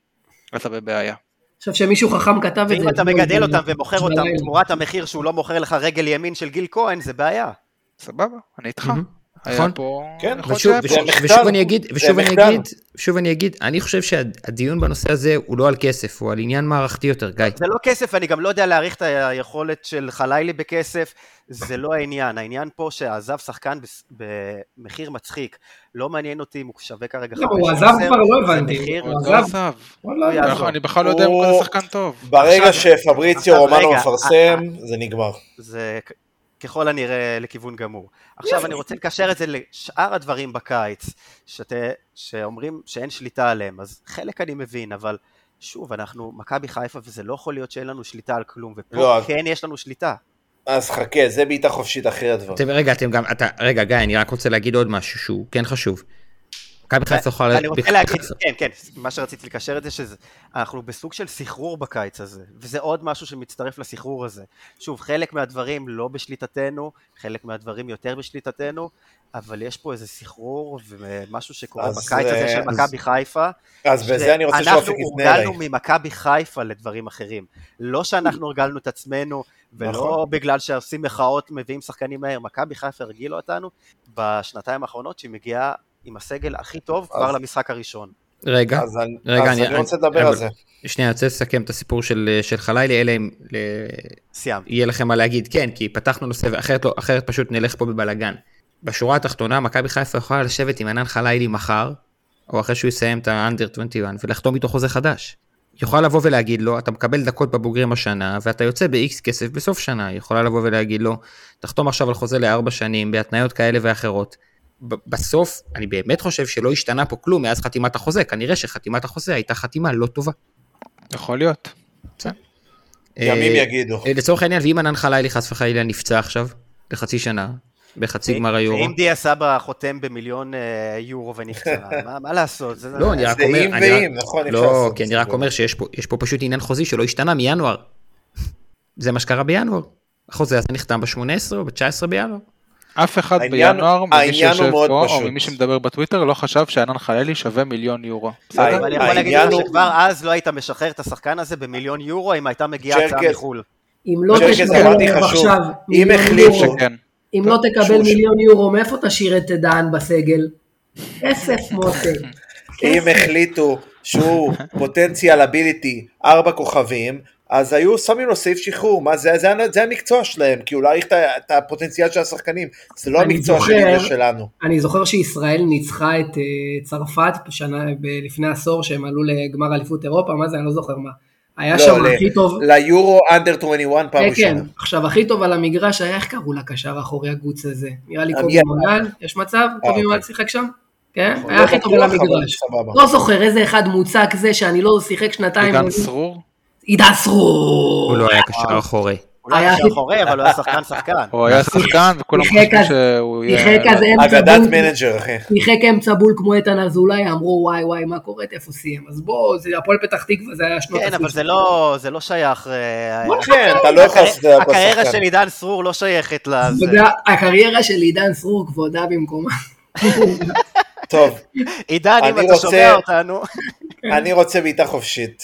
[SPEAKER 3] אתה בבעיה.
[SPEAKER 5] עכשיו שמישהו חכם כתב את זה. לא
[SPEAKER 2] ואם אתה
[SPEAKER 5] אתמול
[SPEAKER 2] מגדל
[SPEAKER 5] ב-
[SPEAKER 2] אותם ומוכר אותם
[SPEAKER 5] בלילה.
[SPEAKER 2] תמורת המחיר שהוא לא מוכר לך רגל ימין של גיל כהן, זה בעיה.
[SPEAKER 3] סבבה, אני איתך.
[SPEAKER 1] מהמם.
[SPEAKER 3] היה
[SPEAKER 1] נכון.
[SPEAKER 3] פה...
[SPEAKER 4] כן,
[SPEAKER 3] יכול להיות
[SPEAKER 1] ושוב,
[SPEAKER 3] שהיה
[SPEAKER 4] זה
[SPEAKER 1] ושוב,
[SPEAKER 4] מחדל.
[SPEAKER 1] ושוב אני אגיד, ושוב אני
[SPEAKER 4] מחדל.
[SPEAKER 1] אגיד, ושוב אני אגיד, אני חושב שהדיון בנושא הזה הוא לא על כסף, הוא על עניין מערכתי יותר, גיא.
[SPEAKER 2] זה לא כסף, אני גם לא יודע להעריך את היכולת של חלילי בכסף, זה לא העניין. העניין פה שעזב שחקן בס- במחיר מצחיק. לא מעניין אותי אם הוא שווה כרגע
[SPEAKER 5] לא,
[SPEAKER 2] חמש
[SPEAKER 5] הוא
[SPEAKER 2] או
[SPEAKER 5] עזב
[SPEAKER 2] עשר,
[SPEAKER 5] כבר, לא
[SPEAKER 2] זה
[SPEAKER 5] הבנתי.
[SPEAKER 2] מחיר-
[SPEAKER 3] פה-
[SPEAKER 5] הוא
[SPEAKER 3] לא
[SPEAKER 5] עזב.
[SPEAKER 3] עזב.
[SPEAKER 5] וואלה,
[SPEAKER 2] הוא יעזוב.
[SPEAKER 3] נכון, אני בכלל לא יודע אם
[SPEAKER 4] הוא-
[SPEAKER 3] הוא כזה שחקן טוב.
[SPEAKER 4] ברגע
[SPEAKER 2] עכשיו-
[SPEAKER 4] שפבריציו
[SPEAKER 2] עכשיו,
[SPEAKER 4] רומנו
[SPEAKER 2] רגע, אה,
[SPEAKER 4] מפרסם, זה נגמר.
[SPEAKER 2] זה כ- ככל הנראה לכיוון גמור. עכשיו אני רוצה לקשר את זה לשאר הדברים בקיץ, שאת, שאומרים שאין שליטה עליהם, אז חלק אני מבין, אבל שוב, אנחנו מכבי חיפה, וזה לא יכול להיות שאין לנו שליטה על כלום, ופה
[SPEAKER 4] לא, אז-
[SPEAKER 2] כן יש לנו שליטה.
[SPEAKER 4] אז חכה, זה בעיטה חופשית אחרי הדבר.
[SPEAKER 1] אתם, רגע, אתם גם, אתה, רגע, גיא, אני רק רוצה להגיד עוד משהו שהוא כן חשוב. מכבי חיפה יכולה...
[SPEAKER 2] אני רוצה
[SPEAKER 1] בכ-
[SPEAKER 2] להגיד,
[SPEAKER 1] חיפה-
[SPEAKER 2] כן, כן, מה שרציתי לקשר את זה, שאנחנו בסוג של סחרור בקיץ הזה, וזה עוד משהו שמצטרף לסחרור הזה. שוב, חלק מהדברים לא בשליטתנו, חלק מהדברים יותר בשליטתנו, אבל יש פה איזה סחרור ומשהו שקורה
[SPEAKER 4] אז,
[SPEAKER 2] בקיץ הזה
[SPEAKER 4] אה,
[SPEAKER 2] של
[SPEAKER 4] אז-
[SPEAKER 2] מכבי חיפה.
[SPEAKER 4] אז בזה אני רוצה
[SPEAKER 2] שאנחנו
[SPEAKER 4] שאופק יפנה אליי.
[SPEAKER 2] הורגלנו ממכבי חיפה לדברים אחרים. לא שאנחנו הורגלנו את עצמנו, ולא
[SPEAKER 4] נכון.
[SPEAKER 2] בגלל שעושים מחאות מביאים שחקנים מהר. מכבי חיפה הרגילה אותנו בשנתיים האחרונות שהיא מגיעה עם הסגל הכי טוב כבר
[SPEAKER 4] אז-
[SPEAKER 2] למשחק הראשון.
[SPEAKER 1] רגע,
[SPEAKER 4] אז אני-
[SPEAKER 1] רגע,
[SPEAKER 4] אז
[SPEAKER 1] אני-
[SPEAKER 4] אני רוצה
[SPEAKER 1] אני-
[SPEAKER 4] לדבר
[SPEAKER 1] אבל-
[SPEAKER 4] על זה.
[SPEAKER 1] שנייה, אני רוצה לסכם את הסיפור של של חלילי, אלא אם ל-
[SPEAKER 2] סיימתי.
[SPEAKER 1] יהיה לכם מה להגיד, כן, כי פתחנו נושא, ואחרת לא, אחרת פשוט נלך פה בבלאגן. בשורה התחתונה, מכבי חיפה יכולה לשבת עם ענן חלילי מחר, או אחרי שהוא יסיים את האנדר 21, ולחתום איתו חוזה חדש. היא יכולה לבוא ולהגיד לו, אתה מקבל דקות בבוגרים השנה, ואתה יוצא ב-X כסף בסוף שנה. היא יכולה לבוא ולהגיד לו, תחתום עכשיו על חוזה לארבע שנים, בהתניות כאלה ואחרות. ב- בסוף, אני באמת חושב שלא השתנה פה כלום מאז חתימת החוזה, כנראה שחתימת החוזה הייתה חתימה לא טובה.
[SPEAKER 3] יכול להיות.
[SPEAKER 4] ימים
[SPEAKER 1] אה,
[SPEAKER 4] יגידו.
[SPEAKER 1] אה, לצורך העניין, ואם ענן חלילי חס וחלילה נפצע עכשיו, לחצי שנה, בחצי גמר היורו.
[SPEAKER 2] אם דיה סבא חותם במיליון אה, יורו ונפצע, מה- מה לעשות? זה-
[SPEAKER 1] לא, אני רק
[SPEAKER 4] זה
[SPEAKER 1] אומר,
[SPEAKER 4] אם
[SPEAKER 1] אני רק-
[SPEAKER 4] ואם, נכון, אפשר
[SPEAKER 1] לא,
[SPEAKER 4] לעשות
[SPEAKER 1] כי
[SPEAKER 4] את
[SPEAKER 1] אני
[SPEAKER 4] זה.
[SPEAKER 1] רק אומר שיש פה, יש פה פשוט עניין חוזי שלא השתנה מינואר. זה מה שקרה בינואר. החוזה הזה נחתם ב-18 או ב-19 בינואר.
[SPEAKER 3] אף אחד
[SPEAKER 4] העניין-
[SPEAKER 3] בינואר, ממי
[SPEAKER 4] העניין הוא
[SPEAKER 3] שיושב
[SPEAKER 4] מאוד
[SPEAKER 3] פה,
[SPEAKER 4] פשוט.
[SPEAKER 3] או ממי שמדבר בטוויטר, לא חשב שענן חללי שווה מיליון יורו.
[SPEAKER 4] העניין-
[SPEAKER 3] בסדר?
[SPEAKER 2] אבל אני יכול להגיד
[SPEAKER 4] העניין
[SPEAKER 2] לך
[SPEAKER 4] הוא-
[SPEAKER 2] שכבר אז לא היית משחרר את השחקן הזה במיליון יורו אם הייתה מגיעה הצעה
[SPEAKER 4] צ'רקס.
[SPEAKER 2] מחו"ל.
[SPEAKER 5] אם לא
[SPEAKER 4] אני חושב שזה אמרתי
[SPEAKER 5] תקבל
[SPEAKER 4] חשוב.
[SPEAKER 5] עכשיו
[SPEAKER 4] אם
[SPEAKER 5] מיליון
[SPEAKER 4] החליפו-
[SPEAKER 5] יורו,
[SPEAKER 3] שכן.
[SPEAKER 5] אם לא תקבל
[SPEAKER 4] שוב, שוב.
[SPEAKER 5] מיליון יורו, מאיפה תשאיר את דן בסגל? כסף מותק.
[SPEAKER 4] אם החליטו שהוא פוטנציאל אביליטי ארבע כוכבים, אז היו שמים לו סעיף שחרור, מה זה, זה, זה המקצוע שלהם, כאילו להעריך את, ה- את הפוטנציאל של השחקנים, זה לא
[SPEAKER 5] אני
[SPEAKER 4] המקצוע שלי,
[SPEAKER 5] זוכר-
[SPEAKER 4] זה שלנו.
[SPEAKER 5] אני זוכר שישראל ניצחה את אה, צרפת בשנה, ב- לפני עשור שהם עלו לגמר אליפות אירופה, מה זה, אני לא זוכר מה. היה
[SPEAKER 4] לא,
[SPEAKER 5] שם
[SPEAKER 4] ל-
[SPEAKER 5] הכי טוב,
[SPEAKER 4] ליורו אנדר 21 פעם
[SPEAKER 5] כן, כן,
[SPEAKER 4] ראשונה.
[SPEAKER 5] עכשיו הכי טוב על המגרש היה, איך קראו לקשר האחורי הגוץ הזה? נראה לי
[SPEAKER 4] עמיאל.
[SPEAKER 5] קובי מגל, יש מצב? קובי
[SPEAKER 4] אוקיי.
[SPEAKER 5] מגל שיחק שם? כן,
[SPEAKER 4] לא
[SPEAKER 5] היה הכי טוב על
[SPEAKER 4] בטוח, אבל
[SPEAKER 5] המגרש.
[SPEAKER 4] סבבה.
[SPEAKER 5] לא זוכר איזה אחד מוצק זה שאני לא שיחק שנתיים.
[SPEAKER 3] עידן סרור,
[SPEAKER 2] לא
[SPEAKER 5] עידן סרור.
[SPEAKER 1] הוא לא היה קשר אחורי.
[SPEAKER 2] הוא לא היה
[SPEAKER 5] היה-
[SPEAKER 2] קשר אחורי, אבל הוא היה שחקן שחקן.
[SPEAKER 3] הוא היה שחקן וכולם
[SPEAKER 5] שיחק
[SPEAKER 3] חשבו
[SPEAKER 5] אז-
[SPEAKER 3] שהוא
[SPEAKER 5] שיחק
[SPEAKER 3] יהיה...
[SPEAKER 5] אז אמצע
[SPEAKER 4] אגדת
[SPEAKER 5] כן, בול,
[SPEAKER 4] מנג'ר, אחי.
[SPEAKER 5] שיחק אמצע בול כמו איתן אזולאי, אמרו וואי וואי מה קורה, איפה סיים? אז בוא, זה הפועל פתח תקווה, זה היה שנות
[SPEAKER 2] כן, אבל
[SPEAKER 5] ה-60.
[SPEAKER 2] זה לא- זה לא שייך... אה,
[SPEAKER 4] כן, אתה לא יכול לעשות את זה על כל
[SPEAKER 2] הקריירה
[SPEAKER 4] שחקן.
[SPEAKER 2] של עידן סרור לא שייכת לזה.
[SPEAKER 5] וגם הקריירה של עידן סרור כבודה במקומה.
[SPEAKER 4] טוב,
[SPEAKER 2] עידן, אם
[SPEAKER 4] אני
[SPEAKER 2] אתה
[SPEAKER 4] רוצה-
[SPEAKER 2] שומע אותנו...
[SPEAKER 4] אני רוצה בעיטה חופשית.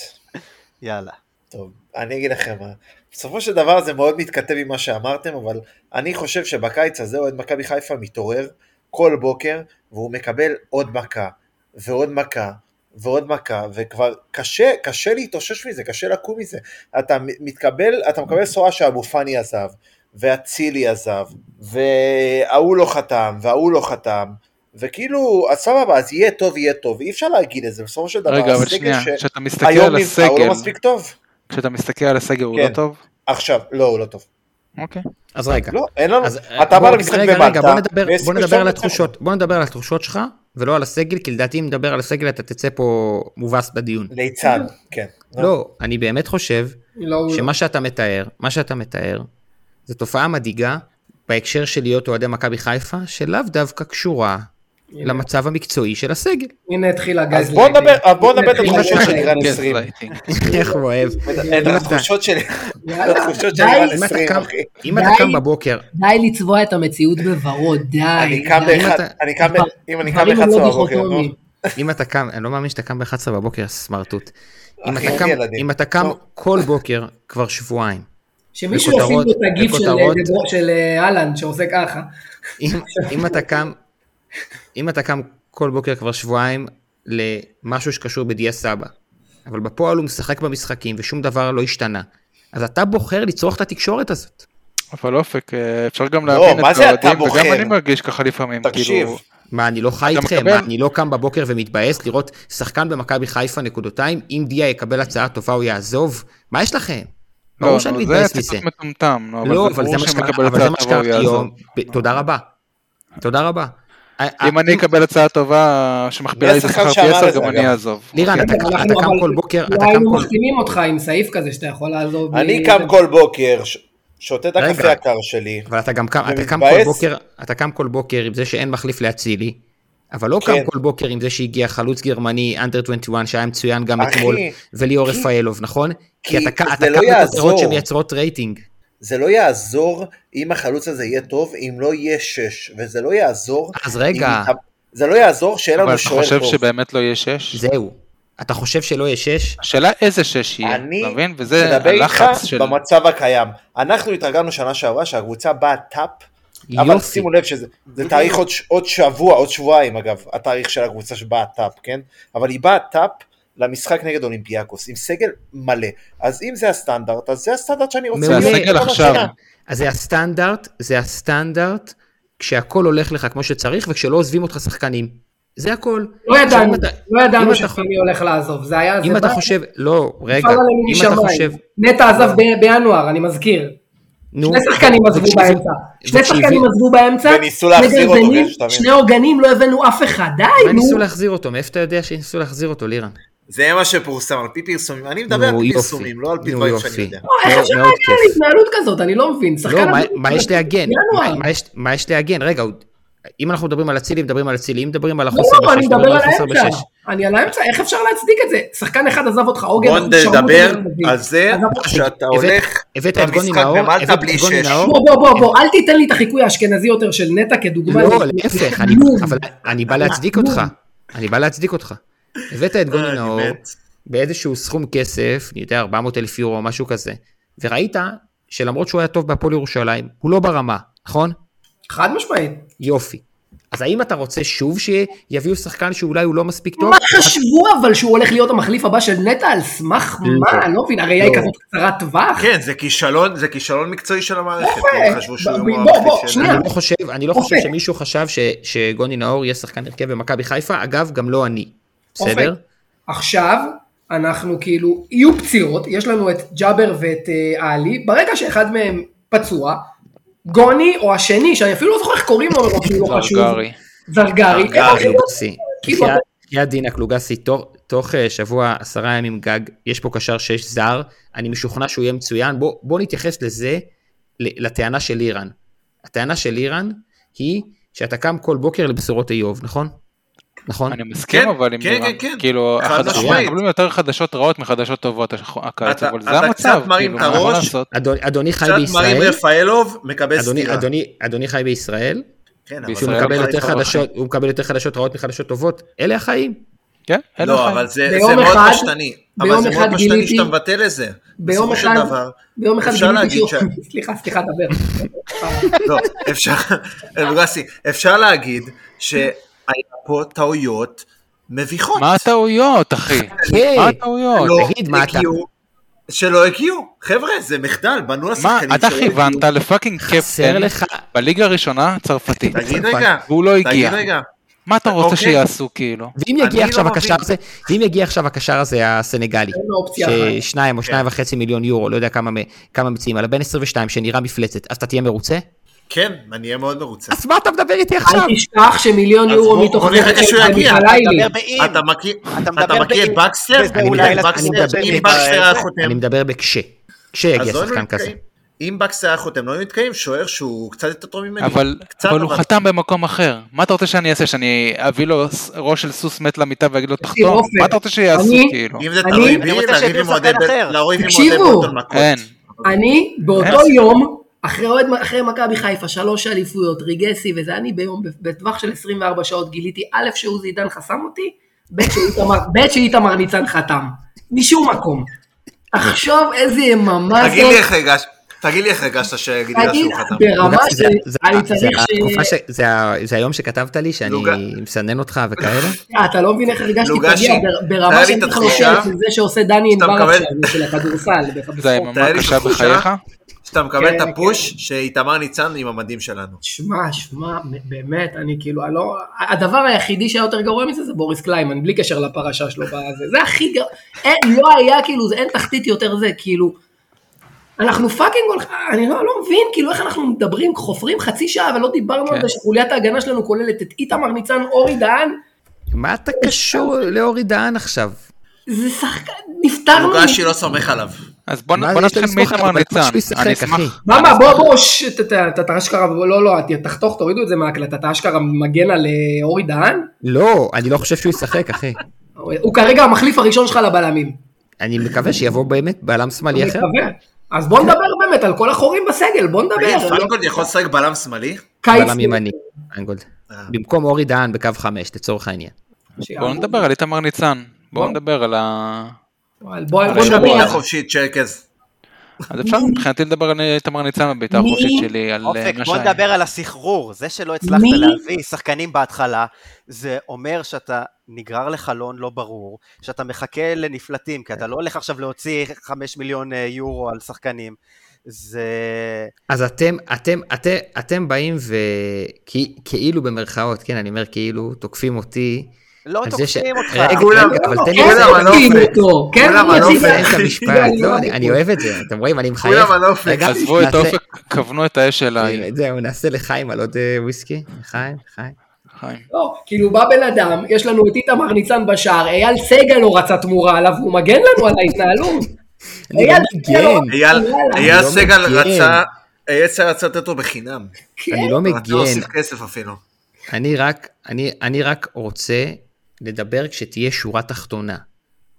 [SPEAKER 2] יאללה.
[SPEAKER 4] טוב, אני אגיד לכם מה. בסופו של דבר זה מאוד מתכתב עם מה שאמרתם, אבל אני חושב שבקיץ הזה אוהד מכבי חיפה מתעורר כל בוקר, והוא מקבל עוד מכה, ועוד מכה, ועוד מכה, וכבר קשה, קשה להתאושש מזה, קשה לקום מזה. אתה מתקבל, אתה מקבל בשורה שאבו פאני עזב, ואצילי עזב, וההוא לא חתם, וההוא לא חתם. וכאילו, אז סבבה, אז יהיה טוב, יהיה טוב, אי אפשר להגיד את זה, בסופו של דבר,
[SPEAKER 3] רגע, אבל
[SPEAKER 4] הסגל
[SPEAKER 3] שנייה,
[SPEAKER 4] שהיום
[SPEAKER 3] כשאתה מסתכל על
[SPEAKER 4] נבחר הוא לא
[SPEAKER 3] הסגל,
[SPEAKER 4] מספיק טוב.
[SPEAKER 3] כשאתה מסתכל על הסגל הוא
[SPEAKER 4] כן.
[SPEAKER 3] לא טוב?
[SPEAKER 4] עכשיו, לא, הוא לא טוב.
[SPEAKER 3] אוקיי.
[SPEAKER 1] אז רגע.
[SPEAKER 4] לא, אין לנו,
[SPEAKER 1] כן. אז אה,
[SPEAKER 4] אתה
[SPEAKER 1] בוא-
[SPEAKER 4] בא למשחק
[SPEAKER 1] רגע, רגע,
[SPEAKER 4] במלטה,
[SPEAKER 1] בוא נדבר-
[SPEAKER 4] ויש
[SPEAKER 1] בוא
[SPEAKER 4] סיכוי
[SPEAKER 1] נדבר על
[SPEAKER 4] שאתה
[SPEAKER 1] התחושות, בוא נדבר על התחושות שלך, ולא על הסגל, כי לדעתי אם נדבר על הסגל אתה תצא פה מובס בדיון.
[SPEAKER 4] מנצח. ליצן, כן. נו,
[SPEAKER 1] לא, אני באמת חושב
[SPEAKER 5] לא,
[SPEAKER 1] שמה שאתה מתאר, מה שאתה מתאר, זו תופעה מדאיגה בהקשר של להיות אוהדי מכבי חיפה, שלאו דווקא קשורה
[SPEAKER 5] הנה,
[SPEAKER 1] למצב המקצועי של הסגל.
[SPEAKER 5] הנה התחיל הגז.
[SPEAKER 4] אז בוא נדבר, אז בוא נדבר את
[SPEAKER 5] אם
[SPEAKER 4] התחושות
[SPEAKER 1] אוקיי.
[SPEAKER 5] אתה-
[SPEAKER 4] של איראן
[SPEAKER 3] Gaslighting.
[SPEAKER 4] 20.
[SPEAKER 1] איך הוא אוהב.
[SPEAKER 4] את
[SPEAKER 1] אה,
[SPEAKER 4] התחושות של את התחושות של איראן
[SPEAKER 5] די,
[SPEAKER 1] אם אתה
[SPEAKER 4] 20,
[SPEAKER 1] קם-
[SPEAKER 4] אחי.
[SPEAKER 1] אם אתה
[SPEAKER 5] די.
[SPEAKER 1] קם בבבוקר,
[SPEAKER 5] די לצבוע את המציאות בוורוד, די.
[SPEAKER 4] אני קם
[SPEAKER 5] די.
[SPEAKER 4] באחד,
[SPEAKER 1] אה, אתה- נכון.
[SPEAKER 4] אני קם, ב- אם אני קם
[SPEAKER 5] דברים הם
[SPEAKER 4] באחד
[SPEAKER 5] לא
[SPEAKER 4] עשרה בבוקר, נו.
[SPEAKER 5] דיכוטומיים.
[SPEAKER 1] אם אתה קם, אני לא מאמין שאתה קם ב-11 בבוקר, סמרטוט. אם
[SPEAKER 4] אחי,
[SPEAKER 1] אתה
[SPEAKER 4] אין
[SPEAKER 1] קם-
[SPEAKER 4] ילדים.
[SPEAKER 1] אם אתה קם
[SPEAKER 4] טוב.
[SPEAKER 1] כל בוקר כבר שבועיים,
[SPEAKER 5] שמישהו ישים לו
[SPEAKER 1] בכותרות-
[SPEAKER 5] את הגיף של,
[SPEAKER 1] בכותרות.
[SPEAKER 5] אה, של אה, אהלן שעושה ככה.
[SPEAKER 1] אם, אם אתה קם, אם אתה קם כל בוקר כבר שבועיים למשהו שקשור בדיה סבא, אבל בפועל הוא משחק במשחקים ושום דבר לא השתנה, אז אתה בוחר לצרוך את התקשורת הזאת.
[SPEAKER 3] אבל אופק, אה, אפשר גם להבין
[SPEAKER 4] לא, מה
[SPEAKER 3] את
[SPEAKER 4] זה אתה
[SPEAKER 3] האוהדים, וגם
[SPEAKER 4] בוחר?
[SPEAKER 3] אני מרגיש ככה לפעמים,
[SPEAKER 4] תקשיב,
[SPEAKER 3] כאילו...
[SPEAKER 1] מה, אני לא חי
[SPEAKER 3] אתה
[SPEAKER 1] איתכם?
[SPEAKER 3] מקבל-
[SPEAKER 1] מה, אני לא קם בבוקר ומתבאס לראות שחקן במכבי חיפה נקודותיים, אם דיה יקבל הצעה טובה הוא יעזוב? מה יש לכם? ברור
[SPEAKER 3] לא,
[SPEAKER 1] שאני
[SPEAKER 3] נו,
[SPEAKER 1] מתבאס
[SPEAKER 3] זה
[SPEAKER 1] מזה.
[SPEAKER 3] ציטוט מטומטם, נו,
[SPEAKER 1] לא,
[SPEAKER 3] אבל זה
[SPEAKER 1] אבל זה מה
[SPEAKER 3] ברור שאם
[SPEAKER 1] שקרה-
[SPEAKER 3] יקבל
[SPEAKER 1] אבל זה
[SPEAKER 3] הצעה
[SPEAKER 1] מה
[SPEAKER 3] טובה הוא
[SPEAKER 1] שקראתי
[SPEAKER 3] יעזוב.
[SPEAKER 1] היום. ב- תודה רבה. תודה רבה. אה,
[SPEAKER 3] אם
[SPEAKER 1] כאילו-
[SPEAKER 3] אני אקבל הצעה טובה שמכפילה
[SPEAKER 4] מי
[SPEAKER 3] לי את
[SPEAKER 4] השחקן
[SPEAKER 3] השכר פי
[SPEAKER 4] שאמר את
[SPEAKER 3] עשר,
[SPEAKER 4] זה,
[SPEAKER 3] גם אני
[SPEAKER 4] אגב?
[SPEAKER 3] אעזוב.
[SPEAKER 1] לירן,
[SPEAKER 3] אוקיי?
[SPEAKER 1] אתה
[SPEAKER 5] אנחנו-
[SPEAKER 1] אתה קם
[SPEAKER 5] אבל
[SPEAKER 1] כל בוקר, אתה
[SPEAKER 5] לא
[SPEAKER 1] קם
[SPEAKER 5] היינו
[SPEAKER 1] כל...
[SPEAKER 5] מחתימים אותך עם סעיף כזה שאתה יכול לעזוב. בלי-
[SPEAKER 4] אני קם כל בוקר, ש- שותה את
[SPEAKER 1] אה, רגע.
[SPEAKER 4] הקפה הקר שלי,
[SPEAKER 1] אבל אתה גם קם, אתה קם כל
[SPEAKER 4] ומתבאס.
[SPEAKER 1] בוקר, אתה קם כל בוקר עם זה שאין מחליף לאצילי, אבל לא
[SPEAKER 4] כן.
[SPEAKER 1] קם כל בוקר עם זה שהגיע חלוץ גרמני, אנדר 21, שהיה מצוין גם
[SPEAKER 4] אחי,
[SPEAKER 1] אתמול, וליאור
[SPEAKER 4] כי-
[SPEAKER 1] רפאלוב, נכון? כי אתה קם
[SPEAKER 4] זה
[SPEAKER 1] אתה
[SPEAKER 4] לא
[SPEAKER 1] קם לכותרות
[SPEAKER 4] יעזור.
[SPEAKER 1] שמייצרות רייטינג.
[SPEAKER 4] זה לא יעזור אם החלוץ הזה יהיה טוב, אם לא יהיה שש, וזה לא יעזור,
[SPEAKER 1] אז
[SPEAKER 4] אם
[SPEAKER 1] רגע,
[SPEAKER 4] אתה- זה לא יעזור שיהיה
[SPEAKER 3] אבל
[SPEAKER 4] לנו
[SPEAKER 3] אתה
[SPEAKER 4] שוער
[SPEAKER 3] חושב
[SPEAKER 4] טוב.
[SPEAKER 3] שבאמת לא יהיה שש?
[SPEAKER 1] זהו. אתה חושב שלא יהיה שש?
[SPEAKER 3] השאלה איזה שש יהיה,
[SPEAKER 4] אני
[SPEAKER 3] אתה מבין? וזה
[SPEAKER 4] מדבר איתך
[SPEAKER 3] הלחץ של...
[SPEAKER 4] במצב הקיים. אנחנו התרגלנו שנה שעברה שהקבוצה באה טאפ, אבל
[SPEAKER 1] יופי.
[SPEAKER 4] שימו לב שזה זה תאריך עוד, ש- עוד שבוע, עוד שבועיים אגב, התאריך של הקבוצה שבאה טאפ, כן? אבל היא באה טאפ למשחק נגד אולימפיאקוס, עם סגל מלא. אז אם זה הסטנדרט, אז זה הסטנדרט שאני רוצה.
[SPEAKER 1] מעולה.
[SPEAKER 4] לראות
[SPEAKER 1] זה הסגל
[SPEAKER 4] כל
[SPEAKER 3] עכשיו.
[SPEAKER 4] השנה.
[SPEAKER 1] אז זה הסטנדרט, זה הסטנדרט, כשהכל הולך לך כמו שצריך, וכשלא עוזבים אותך שחקנים. זה הכל.
[SPEAKER 5] לא
[SPEAKER 1] עכשיו,
[SPEAKER 5] ידענו,
[SPEAKER 1] אם אתה-
[SPEAKER 5] לא
[SPEAKER 1] אם
[SPEAKER 5] ידענו
[SPEAKER 1] אתה-
[SPEAKER 5] שפני הולך לעזוב. זה היה, זה
[SPEAKER 1] אם
[SPEAKER 5] בא-
[SPEAKER 1] אתה חושב, לא, רגע,
[SPEAKER 5] נפל עלינו
[SPEAKER 1] אם אתה
[SPEAKER 5] משמיים.
[SPEAKER 1] חושב,
[SPEAKER 5] נטע עזב ב- בינואר, אני מזכיר.
[SPEAKER 1] נו,
[SPEAKER 5] שני שחקנים עזבו
[SPEAKER 1] וכשזה-
[SPEAKER 5] באמצע. שני
[SPEAKER 1] וכשהביא-
[SPEAKER 5] שחקנים עזבו באמצע.
[SPEAKER 4] וניסו להחזיר אותו,
[SPEAKER 5] מגרזנים,
[SPEAKER 4] כן, שתבין.
[SPEAKER 5] שני עוגנים, לא הבאנו אף אחד. די,
[SPEAKER 1] מה ניסו
[SPEAKER 5] נו.
[SPEAKER 1] להחזיר אותו? מאיפה אתה יודע שניסו להחזיר אותו, לירן?
[SPEAKER 4] זה מה שפורסם, על פי פרסומים. אני מדבר על
[SPEAKER 1] נו,
[SPEAKER 4] פי
[SPEAKER 1] יופי.
[SPEAKER 4] פרסומים, לא על פי
[SPEAKER 1] נו,
[SPEAKER 4] דברים
[SPEAKER 1] יופי.
[SPEAKER 4] שאני יודע.
[SPEAKER 5] לא, איך
[SPEAKER 1] מאוד-
[SPEAKER 5] אפשר
[SPEAKER 1] מאוד
[SPEAKER 5] להגיע
[SPEAKER 1] כיף.
[SPEAKER 5] להתנהלות כזאת? אני לא מבין. שחקן
[SPEAKER 1] אה, לא, מה-
[SPEAKER 5] עזב
[SPEAKER 1] מה יש להגן?
[SPEAKER 5] בינואר.
[SPEAKER 1] מה- מה יש- מה יש להגן? רגע, הוא- אם אנחנו מדברים על אצילי, מדברים על אצילי, אם מדברים על החוסר
[SPEAKER 5] לא, אני
[SPEAKER 1] בשש,
[SPEAKER 5] מדבר
[SPEAKER 1] מדברים
[SPEAKER 5] על
[SPEAKER 1] על החוסר
[SPEAKER 5] האמצע.
[SPEAKER 1] בשש.
[SPEAKER 5] אני על האמצע, איך אפשר להצדיק את זה? שחקן אחד עזב אותך, אוקיי, עוגן,
[SPEAKER 4] בוא
[SPEAKER 5] שרמוט
[SPEAKER 4] נדבר
[SPEAKER 5] עוגן רביעי.
[SPEAKER 4] על זה
[SPEAKER 5] עזב אותך.
[SPEAKER 4] שאתה
[SPEAKER 1] הבאת-
[SPEAKER 4] הולך
[SPEAKER 1] הבאת את גוני
[SPEAKER 4] למשחק
[SPEAKER 1] נאור,
[SPEAKER 4] במלטה
[SPEAKER 1] הבאת
[SPEAKER 4] בלי
[SPEAKER 1] את גוני
[SPEAKER 4] שש.
[SPEAKER 1] נאור,
[SPEAKER 5] בוא, בוא, בוא, בוא, אל תיתן לי את החיקוי האשכנזי יותר של נטע כדוגמה.
[SPEAKER 1] לא,
[SPEAKER 5] אני-
[SPEAKER 1] להפך, אני- אבל אני בא להצדיק אותך. אני בא להצדיק אותך. הבאת את גוני
[SPEAKER 4] אה, אני
[SPEAKER 1] נאור
[SPEAKER 4] מת.
[SPEAKER 1] באיזשהו סכום כסף, אני יודע, 400 אלף יורו או משהו כזה, וראית שלמרות שהוא היה טוב בהפועל ירושלים, הוא לא ברמה, נכון?
[SPEAKER 5] חד משמעית.
[SPEAKER 1] יופי. אז האם אתה רוצה שוב שיביאו שחקן שאולי הוא לא מספיק טוב?
[SPEAKER 5] מה חשבו אבל שהוא הולך להיות המחליף הבא של נטע על סמך מה? אני לא מבין, הראייה היא
[SPEAKER 1] לא.
[SPEAKER 5] כזאת קצרת טווח.
[SPEAKER 4] כן, זה כישלון, זה כישלון מקצועי של המערכת.
[SPEAKER 5] יפה.
[SPEAKER 4] הם חשבו שהוא
[SPEAKER 5] ב-
[SPEAKER 4] יום
[SPEAKER 5] בוא,
[SPEAKER 4] המחליף
[SPEAKER 5] בוא,
[SPEAKER 4] של-
[SPEAKER 5] שנייה.
[SPEAKER 1] אני לא חושב, אני לא חושב
[SPEAKER 5] אופק.
[SPEAKER 1] שמישהו חשב ש, שגוני נאור יהיה שחקן הרכב במכבי חיפה, אגב, גם לא אני. בסדר?
[SPEAKER 5] אופק, עכשיו אנחנו כאילו, יהיו פציעות, יש לנו את ג'אבר ואת אה, עלי, ברגע שאחד מהם פצוע, גוני או השני, שאני אפילו לא זוכר איך קוראים לו, אבל אפילו לא חשוב,
[SPEAKER 3] זרגרי.
[SPEAKER 5] זרגרי, הם
[SPEAKER 4] זרגרי.
[SPEAKER 5] הולכים להיות-
[SPEAKER 1] קלוגסי.
[SPEAKER 5] כאילו-
[SPEAKER 1] יא דינה קלוגסי, תוך- תוך אה, שבוע, עשרה ימים גג, יש פה קשר שש זר, אני משוכנע שהוא יהיה מצוין. בוא- בוא נתייחס לזה, ל- לטענה של איראן. הטענה של איראן היא שאתה קם כל בוקר לבשורות איוב, נכון? נכון?
[SPEAKER 3] אני מסכים
[SPEAKER 4] כן,
[SPEAKER 3] אבל עם
[SPEAKER 4] כן,
[SPEAKER 3] איראן.
[SPEAKER 4] כן, כן.
[SPEAKER 3] כאילו,
[SPEAKER 4] חד
[SPEAKER 3] החדשות-
[SPEAKER 1] משמעית.
[SPEAKER 3] מקבלים יותר חדשות רעות מחדשות טובות הח- הקיץ,
[SPEAKER 4] אתה-
[SPEAKER 3] אבל זה
[SPEAKER 4] אתה
[SPEAKER 3] המצב.
[SPEAKER 4] קצת מרים
[SPEAKER 3] כאילו,
[SPEAKER 4] את
[SPEAKER 3] מה יכול
[SPEAKER 4] הראש,
[SPEAKER 3] לעשות?
[SPEAKER 1] אדון- אדוני חי
[SPEAKER 4] קצת מרים
[SPEAKER 1] בישראל,
[SPEAKER 4] רפאלוב, מקבל
[SPEAKER 1] אדוני-
[SPEAKER 4] סטירה.
[SPEAKER 1] אדוני- אדוני חי בישראל,
[SPEAKER 4] כן, אבל
[SPEAKER 1] ושהוא
[SPEAKER 4] זה
[SPEAKER 1] מקבל
[SPEAKER 4] גם
[SPEAKER 1] יותר
[SPEAKER 4] חיפה,
[SPEAKER 1] חדשות, הוא מקבל יותר חדשות רעות מחדשות טובות, אלה החיים.
[SPEAKER 3] כן,
[SPEAKER 4] אבל-
[SPEAKER 3] אין
[SPEAKER 4] לא,
[SPEAKER 3] לך.
[SPEAKER 4] אבל זה
[SPEAKER 5] ביום
[SPEAKER 4] זה מאוד
[SPEAKER 5] אחד-
[SPEAKER 4] פשטני. אבל
[SPEAKER 5] ביום
[SPEAKER 4] זה
[SPEAKER 5] אחד
[SPEAKER 4] מאוד פשטני
[SPEAKER 5] גיליתי-
[SPEAKER 4] שאתה מבטל את זה.
[SPEAKER 5] ביום
[SPEAKER 4] בסופו של
[SPEAKER 5] אחד-
[SPEAKER 4] דבר.
[SPEAKER 5] ביום אחד
[SPEAKER 4] אפשר
[SPEAKER 5] גיליתי
[SPEAKER 4] להגיד
[SPEAKER 5] שהוא- סליחה, סליחה, דבר.
[SPEAKER 4] לא, אפשר, אלגסי, אפשר להגיד שהיה פה טעויות מביכות.
[SPEAKER 3] מה הטעויות, אחי?
[SPEAKER 1] כן.
[SPEAKER 3] מה הטעויות?
[SPEAKER 4] לא
[SPEAKER 1] תגיד, מה אתה-
[SPEAKER 4] הגיעו- שלא הגיעו. חבר'ה, זה מחדל, בנו
[SPEAKER 3] מה,
[SPEAKER 4] השחקנים
[SPEAKER 3] אתה
[SPEAKER 4] שלא
[SPEAKER 3] כיוונת
[SPEAKER 4] הגיעו.
[SPEAKER 3] לפאקינג
[SPEAKER 1] חסר
[SPEAKER 3] קפטן
[SPEAKER 1] לך,
[SPEAKER 3] בליגה הראשונה הצרפתית.
[SPEAKER 4] תגיד רגע,
[SPEAKER 3] והוא לא
[SPEAKER 4] תגיד
[SPEAKER 3] הגיע.
[SPEAKER 4] רגע.
[SPEAKER 3] מה אתה רוצה
[SPEAKER 4] אוקיי.
[SPEAKER 3] שיעשו כאילו?
[SPEAKER 1] ואם
[SPEAKER 4] אני
[SPEAKER 1] יגיע
[SPEAKER 4] לא
[SPEAKER 1] עכשיו
[SPEAKER 4] מבין.
[SPEAKER 1] הקשר הזה, ואם יגיע עכשיו הקשר הזה הסנגלי,
[SPEAKER 5] אין לו אופציה אחת.
[SPEAKER 1] ששניים או
[SPEAKER 4] כן.
[SPEAKER 1] שניים וחצי מיליון יורו, לא יודע כמה מ- כמה מציעים, על הבן 22 שנראה מפלצת, אז אתה תהיה מרוצה?
[SPEAKER 4] כן, אני אהיה מאוד מרוצה.
[SPEAKER 1] אז מה אתה מדבר איתי עכשיו?
[SPEAKER 5] אל תשכח שמיליון
[SPEAKER 4] אז
[SPEAKER 5] יורו
[SPEAKER 4] בוא-
[SPEAKER 5] מתוך
[SPEAKER 4] בוא נראה
[SPEAKER 5] זה
[SPEAKER 4] שהוא
[SPEAKER 5] זה
[SPEAKER 4] יגיע.
[SPEAKER 5] מיכאלי.
[SPEAKER 6] מדבר באם.
[SPEAKER 4] אתה מכיר-
[SPEAKER 6] אתה
[SPEAKER 4] אתה
[SPEAKER 6] מדבר
[SPEAKER 4] מכיר את
[SPEAKER 6] באם.
[SPEAKER 4] bakster?
[SPEAKER 6] וזה
[SPEAKER 1] אני
[SPEAKER 4] אולי
[SPEAKER 1] מדבר-
[SPEAKER 4] bakster-
[SPEAKER 1] אני מדבר-
[SPEAKER 4] אם bakster היה חותם,
[SPEAKER 1] אני מדבר בכש,
[SPEAKER 4] אז
[SPEAKER 1] כשיגיע
[SPEAKER 4] לא היינו
[SPEAKER 1] שחקן
[SPEAKER 4] נתקעים.
[SPEAKER 1] כזה.
[SPEAKER 4] אם בקסטר היה חותם, לא היינו נתקעים, שוער שהוא קצת יותר טוב ממני.
[SPEAKER 3] אבל,
[SPEAKER 4] קצת,
[SPEAKER 3] אבל הוא חתם במקום אחר. מה אתה רוצה שאני אעשה? שאני אביא לו ס- ראש של סוס מת למיטה ואגיד לו תחתום?
[SPEAKER 5] אופק,
[SPEAKER 3] מה אתה רוצה שיעשו
[SPEAKER 5] אני-
[SPEAKER 3] כאילו?
[SPEAKER 4] אם זה
[SPEAKER 5] אני-
[SPEAKER 4] תלוי
[SPEAKER 6] אני
[SPEAKER 4] בי,
[SPEAKER 6] רוצה
[SPEAKER 4] לריב
[SPEAKER 6] שיביאו
[SPEAKER 4] עם אוהדי
[SPEAKER 6] שחקן
[SPEAKER 4] ב-
[SPEAKER 6] אחר.
[SPEAKER 4] לריב עם
[SPEAKER 5] תקשיבו.
[SPEAKER 4] אוהדי בוטון מכות.
[SPEAKER 3] אין.
[SPEAKER 4] אוקיי.
[SPEAKER 5] אני באותו
[SPEAKER 3] אין.
[SPEAKER 5] יום, אחרי אוהד- אחרי מכבי חיפה, שלוש אליפויות, ריגסי וזה, אני ביום, בטווח של 24 שעות גיליתי, א', שעוזי עידן חסם אותי, ב', שאיתמר- ב', שאיתמר ניצן חתם. משום מקום. תחשוב איזה יממה זאת.
[SPEAKER 4] תגיד לי איך הרגשת, תגיד לי איך הרגשת שהגדילה
[SPEAKER 5] תגיד, כן.
[SPEAKER 4] שהוא חתם.
[SPEAKER 5] ברמה
[SPEAKER 1] זה- זה- זה-
[SPEAKER 5] שאני
[SPEAKER 1] זה
[SPEAKER 5] צריך
[SPEAKER 1] התקופה
[SPEAKER 5] ש...
[SPEAKER 1] ש- זה ה- זה היום שכתבת לי שאני
[SPEAKER 4] לוגה-
[SPEAKER 1] מסנן אותך וכאלה?
[SPEAKER 5] אתה לא מבין איך הרגשתי,
[SPEAKER 4] לוגשי,
[SPEAKER 5] תגיע, בר-
[SPEAKER 4] זה
[SPEAKER 5] ברמה
[SPEAKER 4] היה לי את
[SPEAKER 5] שאני
[SPEAKER 4] התחושה
[SPEAKER 5] חושב שזה שעושה דני
[SPEAKER 4] שאתה
[SPEAKER 5] ענבר
[SPEAKER 4] מקבל-
[SPEAKER 5] עכשיו, של הכדורסל.
[SPEAKER 3] זה
[SPEAKER 5] בחפשו.
[SPEAKER 3] היממה
[SPEAKER 4] תאר לי
[SPEAKER 3] קשה
[SPEAKER 4] תחושה.
[SPEAKER 3] בחייך?
[SPEAKER 4] שאתה מקבל
[SPEAKER 5] כן,
[SPEAKER 4] את הפוש שאיתמר ניצן עם המדים שלנו.
[SPEAKER 5] שמע, שמע, באמת, אני כאילו, אני לא, הדבר היחידי שהיה יותר גרוע מזה זה בוריס קליימן, בלי קשר לפרשה שלו בזה, זה הכי גרוע, אין, לא היה כאילו, זה אין תחתית יותר זה, כאילו, אנחנו פאקינג, הולכ- אני לא, לא מבין, כאילו, איך אנחנו מדברים, חופרים חצי שעה ולא דיברנו
[SPEAKER 3] כן.
[SPEAKER 5] על זה שחוליית ההגנה שלנו כוללת את איתמר ניצן, אורי דהן,
[SPEAKER 1] מה אתה קשור לאורי דהן עכשיו?
[SPEAKER 5] זה שחקן, נפטרנו,
[SPEAKER 4] לוגשי לא סומך עליו.
[SPEAKER 3] אז בוא
[SPEAKER 1] מה
[SPEAKER 3] בוא
[SPEAKER 1] יש לו
[SPEAKER 3] נתחיל
[SPEAKER 1] לסמוך
[SPEAKER 3] מאיתמר
[SPEAKER 1] עליו? אבל
[SPEAKER 3] ניצן.
[SPEAKER 1] שהוא ישחק,
[SPEAKER 3] אני
[SPEAKER 1] אחי.
[SPEAKER 3] אשמח.
[SPEAKER 5] ממא, בוא, בוא, ש- ת- ת- ת- אתה אשכרה, לא, לא, ת- תחתוך, תורידו את זה מההקלטה, אתה אשכרה מגן על אה, אורי דהן?
[SPEAKER 1] לא, אני לא חושב שהוא ישחק, אחי.
[SPEAKER 5] הוא כרגע המחליף הראשון שלך לבלמים.
[SPEAKER 1] אני מקווה שיבוא באמת בלם שמאלי אחר.
[SPEAKER 5] מקווה. אז בוא נדבר באמת על כל החורים בסגל, בוא
[SPEAKER 4] תגיד,
[SPEAKER 5] נדבר.
[SPEAKER 4] פרנקולד יכול לשחק בלם שמאלי?
[SPEAKER 5] קיץ-
[SPEAKER 1] בלם ימני, אנגולד.
[SPEAKER 4] אה.
[SPEAKER 1] במקום אורי דהן בקו חמש, לצורך העניין.
[SPEAKER 3] בואו נדבר על איתמר ניצן.
[SPEAKER 5] בוא.
[SPEAKER 3] בואו נדבר על ה...
[SPEAKER 5] בוא בוא
[SPEAKER 3] על
[SPEAKER 5] נדבר
[SPEAKER 3] האירוע
[SPEAKER 4] בעיטה
[SPEAKER 5] על-
[SPEAKER 3] הזה.
[SPEAKER 4] חופשית, צ'רקז.
[SPEAKER 3] אז אפשר מבחינתי לדבר על איתמר ניצן בביתה
[SPEAKER 5] מי?
[SPEAKER 3] החופשית שלי, על אה,
[SPEAKER 6] אופק,
[SPEAKER 3] מה
[SPEAKER 6] בוא
[SPEAKER 3] שהיה.
[SPEAKER 6] נדבר על הסחרור. זה שלא הצלחת
[SPEAKER 5] מי?
[SPEAKER 6] להביא שחקנים בהתחלה, זה אומר שאתה נגרר לחלון לא ברור, שאתה מחכה לנפלטים, כי אתה לא הולך עכשיו להוציא 5 מיליון אה, יורו על שחקנים. זה...
[SPEAKER 1] אז אתם, אתם, אתם, אתם באים וכאילו במרכאות, כן, אני אומר כאילו, תוקפים אותי.
[SPEAKER 6] לא
[SPEAKER 1] על זה ש-
[SPEAKER 6] תוקפים אותך.
[SPEAKER 1] רגע,
[SPEAKER 2] אה,
[SPEAKER 4] כולם-
[SPEAKER 1] רגע, אבל
[SPEAKER 5] לא,
[SPEAKER 1] תן לי
[SPEAKER 5] כן,
[SPEAKER 4] כולם
[SPEAKER 1] לסיים
[SPEAKER 4] על
[SPEAKER 5] מוציאים
[SPEAKER 4] אופק.
[SPEAKER 5] אותו, כן,
[SPEAKER 4] כולם על
[SPEAKER 5] מוציאים
[SPEAKER 4] אופק.
[SPEAKER 1] לסיים לא את המשפט. לא, אני- אני אוהב את זה, אתם רואים, אני מחייך.
[SPEAKER 4] כולם על לא אופק.
[SPEAKER 1] רגע,
[SPEAKER 3] עזבו את
[SPEAKER 1] נעשה-
[SPEAKER 3] אופק, כוונו את האש אליי.
[SPEAKER 1] זהו, נעשה לחיים על עוד אה, וויסקי. לחיים, לחיים.
[SPEAKER 3] חיים.
[SPEAKER 5] לא, כאילו בא בן אדם, יש לנו את איתמר ניצן בשער, אייל סגל לא רצה תמורה עליו, הוא מגן לנו על ההתנהלות.
[SPEAKER 1] אני לא
[SPEAKER 5] אייל,
[SPEAKER 1] מגן,
[SPEAKER 4] אייל-
[SPEAKER 5] יאללה.
[SPEAKER 4] אייל
[SPEAKER 1] לא
[SPEAKER 4] סגל
[SPEAKER 1] מגן.
[SPEAKER 4] רצה, אייל סגל רצה לתת לו בחינם.
[SPEAKER 5] כן,
[SPEAKER 1] אני לא
[SPEAKER 4] רצה
[SPEAKER 1] מגן.
[SPEAKER 4] להוסיף כסף אפילו.
[SPEAKER 1] אני רק, אני, אני רק רוצה לדבר כשתהיה שורה תחתונה.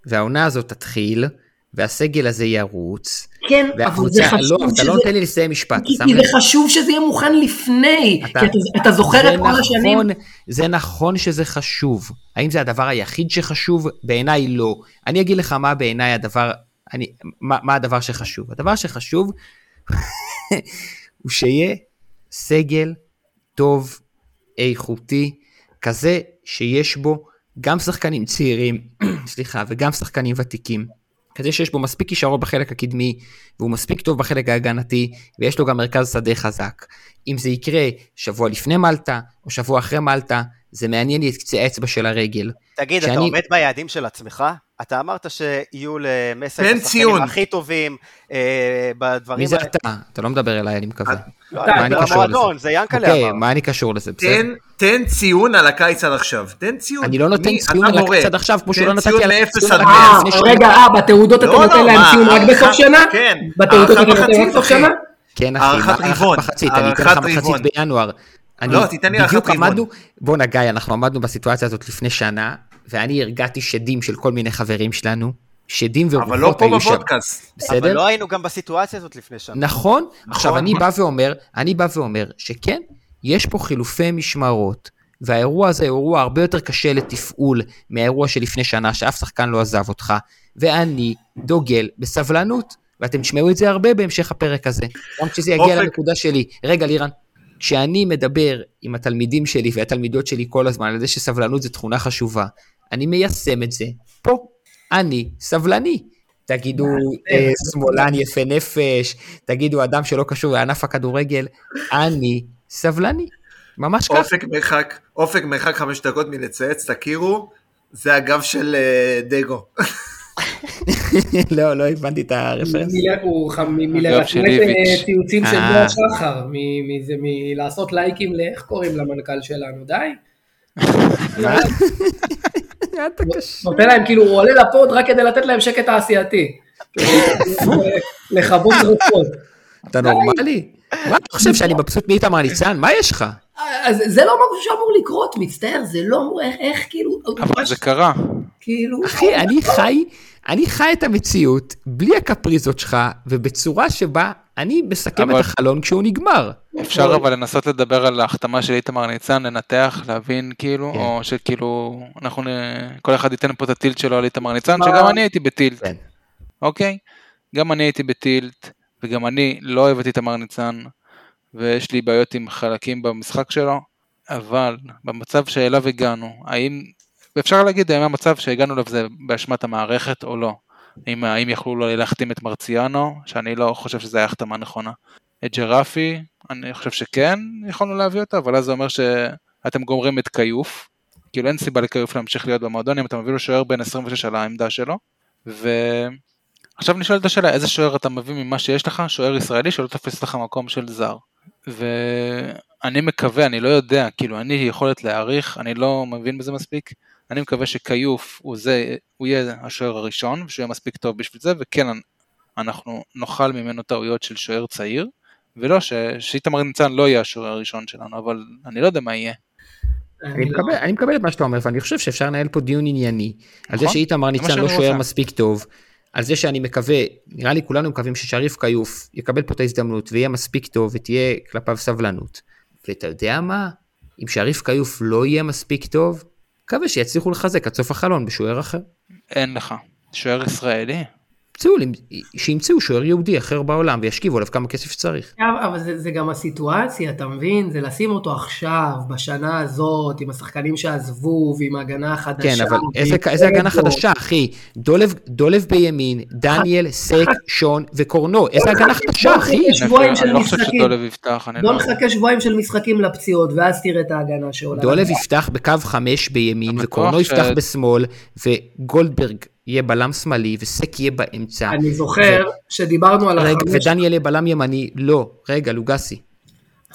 [SPEAKER 1] והעונה הזאת תתחיל, והסגל הזה ירוץ.
[SPEAKER 5] כן, אבל זה
[SPEAKER 1] והקבוצה-
[SPEAKER 5] חשוב
[SPEAKER 1] לא, אתה
[SPEAKER 5] שזה...
[SPEAKER 1] לא נותן לי לסיים משפט.
[SPEAKER 5] כי-
[SPEAKER 1] שם
[SPEAKER 5] כי זה
[SPEAKER 1] לב?
[SPEAKER 5] חשוב שזה יהיה מוכן לפני,
[SPEAKER 1] אתה-
[SPEAKER 5] כי אתה- אתה זוכר
[SPEAKER 1] זה
[SPEAKER 5] את כל השנים.
[SPEAKER 1] נכון- זה נכון שזה חשוב. האם זה הדבר היחיד שחשוב? בעיניי לא. אני אגיד לך מה בעיניי הדבר, אני, מה, מה הדבר שחשוב. הדבר שחשוב הוא שיהיה סגל טוב, איכותי, כזה שיש בו גם שחקנים צעירים, סליחה, וגם שחקנים ותיקים. כזה שיש בו מספיק כישרון בחלק הקדמי, והוא מספיק טוב בחלק ההגנתי, ויש לו גם מרכז שדה חזק. אם זה יקרה שבוע לפני מלטה, או שבוע אחרי מלטה, זה מעניין לי את קצה האצבע של הרגל.
[SPEAKER 2] תגיד, אתה
[SPEAKER 1] שאני-
[SPEAKER 2] עומד ביעדים של עצמך? אתה אמרת שיהיו למסע את
[SPEAKER 7] בן
[SPEAKER 2] השחקנים
[SPEAKER 7] ציון.
[SPEAKER 2] הכי טובים אה,
[SPEAKER 1] מי
[SPEAKER 2] בדברים
[SPEAKER 1] זה
[SPEAKER 2] האלה.
[SPEAKER 1] אתה? אתה לא מדבר אליי, אני מקווה.
[SPEAKER 2] לא,
[SPEAKER 5] אתה?
[SPEAKER 2] אני
[SPEAKER 1] מה אני
[SPEAKER 2] מדבר על
[SPEAKER 1] קשור לזה?
[SPEAKER 2] המועדון, זה ינקלה
[SPEAKER 1] אוקיי,
[SPEAKER 2] אמר.
[SPEAKER 1] מה אני קשור לזה? בסדר.
[SPEAKER 7] תן, תן ציון על הקיץ עד עכשיו. תן ציון.
[SPEAKER 1] אני לא נותן
[SPEAKER 7] מי-
[SPEAKER 1] ציון
[SPEAKER 7] אתה
[SPEAKER 1] על
[SPEAKER 7] מורה.
[SPEAKER 1] הקצת עכשיו, כמו שלא
[SPEAKER 7] תן
[SPEAKER 1] נתתי
[SPEAKER 7] ציון
[SPEAKER 1] על
[SPEAKER 7] מאפס
[SPEAKER 1] הציון
[SPEAKER 7] עד
[SPEAKER 1] על
[SPEAKER 7] מאה.
[SPEAKER 1] הקצת
[SPEAKER 5] אה,
[SPEAKER 1] לפני שנה.
[SPEAKER 5] רגע, אה, בתעודות אתה
[SPEAKER 7] לא,
[SPEAKER 5] נותן
[SPEAKER 7] לא,
[SPEAKER 5] להם
[SPEAKER 7] מה,
[SPEAKER 5] ציון רק
[SPEAKER 7] הערכת-
[SPEAKER 5] בסוף שנה?
[SPEAKER 7] כן,
[SPEAKER 5] בתעודות אתה
[SPEAKER 7] הערכת
[SPEAKER 5] נותן רק
[SPEAKER 7] מחצית,
[SPEAKER 5] בסוף
[SPEAKER 7] אחי.
[SPEAKER 5] שנה?
[SPEAKER 1] כן, אחי,
[SPEAKER 7] הערכת
[SPEAKER 1] מה- הערכת
[SPEAKER 7] רבעון,
[SPEAKER 1] מחצית, אני אתן לך
[SPEAKER 7] הערכת
[SPEAKER 1] מחצית
[SPEAKER 7] רבעון.
[SPEAKER 1] בינואר. אני-
[SPEAKER 7] לא, תיתן לי הערכת
[SPEAKER 1] בדיוק
[SPEAKER 7] רבעון.
[SPEAKER 1] עמדנו, בואנה גיא, אנחנו עמדנו בסיטואציה הזאת לפני שנה, ואני הרגעתי שדים של כל מיני חברים שלנו, שדים
[SPEAKER 7] אבל לא
[SPEAKER 1] ורוחות
[SPEAKER 7] פה
[SPEAKER 1] היו שם,
[SPEAKER 7] בפודקאסט.
[SPEAKER 2] אבל
[SPEAKER 1] בסדר?
[SPEAKER 2] לא היינו גם בסיטואציה הזאת לפני שנה.
[SPEAKER 1] נכון, עכשיו
[SPEAKER 7] נכון.
[SPEAKER 1] אני בא ואומר, אני בא ואומר שכן, יש פה חילופי משמרות, והאירוע הזה הוא אירוע הרבה יותר קשה לתפעול מהאירוע שלפני שנה, שאף שחקן לא עזב אותך, ואני דוגל בסבלנות, ואתם תשמעו את זה הרבה בהמשך הפרק הזה. גם כשזה יגיע
[SPEAKER 7] אופק.
[SPEAKER 1] לנקודה שלי, רגע לירן, כשאני מדבר עם התלמידים שלי והתלמידות שלי כל הזמן על זה שסבלנות זו תכונה חשובה, אני מיישם את זה פה. אני סבלני. תגידו אה, שמאלן יפה נפש, תגידו אדם שלא קשור לענף הכדורגל, אני סבלני. ממש ככה.
[SPEAKER 7] אופק מרחק, אופק מרחק חמש דקות מלצייץ, תכירו, זה הגב של אה, דגו.
[SPEAKER 1] לא, לא הבנתי את הרפרנס.
[SPEAKER 5] מילה- הוא ח- מ-
[SPEAKER 3] אגב,
[SPEAKER 5] מלרסמס
[SPEAKER 3] שליביץ'.
[SPEAKER 5] ציוצים של
[SPEAKER 1] אה.
[SPEAKER 5] בועז שחר, מ- מ- זה מלעשות לייקים לאיך קוראים למנכ"ל שלנו, די.
[SPEAKER 1] אתה קשור.
[SPEAKER 5] נותן להם, כאילו, הוא עולה לפוד רק כדי לתת להם שקט תעשייתי. כאילו, לכבות רפות.
[SPEAKER 1] אתה נורמלי? מה אתה חושב שאני מבסוט מאיתמר ניצן? מה יש לך?
[SPEAKER 5] אז זה לא משהו שאמור לקרות, מצטער, זה לא אמור, איך- איך כאילו,
[SPEAKER 3] אבל זה קרה.
[SPEAKER 5] כאילו,
[SPEAKER 1] אחי, אני חי, אני חי את המציאות בלי הקפריזות שלך, ובצורה שבה אני מסכם את
[SPEAKER 3] אבל-
[SPEAKER 1] החלון כשהוא נגמר.
[SPEAKER 3] אפשר אבל לנסות לדבר על ההחתמה של איתמר ניצן, לנתח, להבין כאילו,
[SPEAKER 1] כן.
[SPEAKER 3] או שכאילו, אנחנו, נ... כל אחד ייתן פה את הטילט שלו על איתמר ניצן,
[SPEAKER 5] מה?
[SPEAKER 3] שגם אני הייתי בטילט,
[SPEAKER 1] כן.
[SPEAKER 3] אוקיי? גם אני הייתי בטילט, וגם אני לא אוהב את איתמר ניצן, ויש לי בעיות עם חלקים במשחק שלו, אבל במצב שאליו הגענו, האם, ואפשר להגיד האם המצב שהגענו אליו זה באשמת המערכת או לא. האם, האם יכלו לו להחתים את מרציאנו, שאני לא חושב שזו הייתה החתמה נכונה. את ג'רפי, אני חושב שכן יכולנו להביא אותו, אבל אז זה אומר שאתם גומרים את כיוף, כאילו אין סיבה לכיוף להמשיך להיות במועדון אם אתה מביא לו שוער בן 26 על העמדה שלו, ועכשיו נשאלת השאלה איזה שוער אתה מביא ממה שיש לך, שוער ישראלי שלא תופס לך מקום של זר. ואני מקווה, אני לא יודע, כאילו אין לי יכולת להעריך, אני לא מבין בזה מספיק, אני מקווה שכיוף הוא זה, הוא יהיה השוער הראשון, ושהוא יהיה מספיק טוב בשביל זה, וכן אנחנו נאכל ממנו טעויות של שוער צעיר, ולא ש... שאיתמר ניצן לא יהיה השוער הראשון שלנו, אבל אני לא יודע מה יהיה.
[SPEAKER 1] אני
[SPEAKER 5] לא-
[SPEAKER 1] מקבל,
[SPEAKER 3] לא-
[SPEAKER 1] אני מקבל את מה שאתה אומר, ואני חושב שאפשר לנהל פה דיון ענייני, על זה
[SPEAKER 3] נכון.
[SPEAKER 1] שאיתמר
[SPEAKER 3] זה מה
[SPEAKER 1] ניצן לא
[SPEAKER 3] שאני
[SPEAKER 1] שוער
[SPEAKER 3] רוצה.
[SPEAKER 1] מספיק טוב, על זה שאני מקווה, נראה לי כולנו מקווים ששריף כיוף יקבל פה את ההזדמנות ויהיה מספיק טוב ותהיה כלפיו סבלנות. ואתה יודע מה? אם שריף כיוף לא יהיה מספיק טוב, מקווה שיצליחו לחזק עד סוף החלון בשוער אחר.
[SPEAKER 3] אין לך. שוער ישראלי?
[SPEAKER 1] ימצאו, לי- שימצאו שוער יהודי אחר בעולם וישכיבו עליו כמה כסף שצריך.
[SPEAKER 5] עכשיו, אבל זה, זה גם הסיטואציה, אתה מבין? זה לשים אותו עכשיו, בשנה הזאת, עם השחקנים שעזבו, ועם ההגנה החדשה.
[SPEAKER 1] כן, אבל
[SPEAKER 5] ועם
[SPEAKER 1] איזה, איזה הגנה
[SPEAKER 5] פרדו.
[SPEAKER 1] חדשה, אחי? דולב, דולב בימין, דניאל, סק, שון וקורנו. איזה הגנה חדשה, אחי?
[SPEAKER 5] שבועיים
[SPEAKER 3] אני
[SPEAKER 5] של
[SPEAKER 3] לא חושב
[SPEAKER 5] משחקים.
[SPEAKER 3] שדולב יפתח, אני
[SPEAKER 5] בוא
[SPEAKER 3] לא...
[SPEAKER 5] נחכה שבועיים של משחקים לפציעות, ואז תראה את ההגנה שעולה.
[SPEAKER 1] דולב יפתח בקו חמש בימין,
[SPEAKER 3] אתה בטוח
[SPEAKER 1] וקורנו
[SPEAKER 3] ש-
[SPEAKER 1] יפתח בשמאל, וגולדברג יהיה בלם שמאלי, וסק יהיה באמצע.
[SPEAKER 5] אני זוכר שדיברנו על
[SPEAKER 1] רגע,
[SPEAKER 5] החמש...
[SPEAKER 1] ודניאל יהיה בלם ימני, לא, רגע, לוגסי.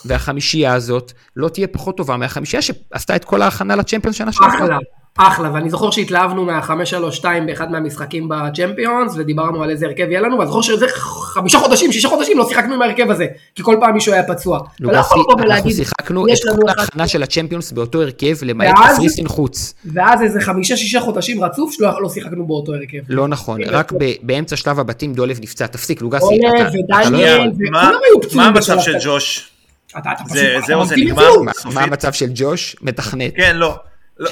[SPEAKER 1] והחמישייה הזאת לא תהיה פחות טובה מהחמישייה שעשתה את כל ההכנה לצ'מפיונס שנה שעברה.
[SPEAKER 5] אחלה, אחלה, ואני זוכר שהתלהבנו מה-532 באחד מהמשחקים בצ'מפיונס, ודיברנו על איזה הרכב יהיה לנו, ואני זוכר שזה חמישה חודשים, שישה חודשים לא שיחקנו עם ההרכב הזה, כי כל פעם מישהו היה פצוע. אתה לא יכול לבוא
[SPEAKER 1] אנחנו
[SPEAKER 5] ולהגיד,
[SPEAKER 1] שיחקנו את
[SPEAKER 5] "יש לנו
[SPEAKER 1] כל
[SPEAKER 5] אחד
[SPEAKER 1] ההכנה של הצ'מפיונס באותו הרכב, למעט
[SPEAKER 5] ואז?
[SPEAKER 1] קפריסין חוץ.
[SPEAKER 5] ואז איזה חמישה שישה חודשים רצוף שלא לא שיחקנו באותו הרכב.
[SPEAKER 1] לא נכון, רק ב- באמצע שלב הבתים דולב נפצע, תפסיק, לוגסי.
[SPEAKER 5] אולה
[SPEAKER 1] אתה- אתה לא
[SPEAKER 5] ודניאל,
[SPEAKER 1] יכול-
[SPEAKER 4] מה-
[SPEAKER 5] וכולם היו פצועים
[SPEAKER 4] מה המצב
[SPEAKER 5] בשלב
[SPEAKER 4] של
[SPEAKER 5] הזה.
[SPEAKER 4] ג'וש?
[SPEAKER 5] אתה אתה פשוט...
[SPEAKER 4] זה-
[SPEAKER 5] אתה
[SPEAKER 4] זהו, זה
[SPEAKER 5] ממתין
[SPEAKER 4] נגמר?
[SPEAKER 5] לזיהוי.
[SPEAKER 1] מה-
[SPEAKER 4] סופית?
[SPEAKER 1] מה המצב של ג'וש? מתכנת.
[SPEAKER 4] כן, לא. לא.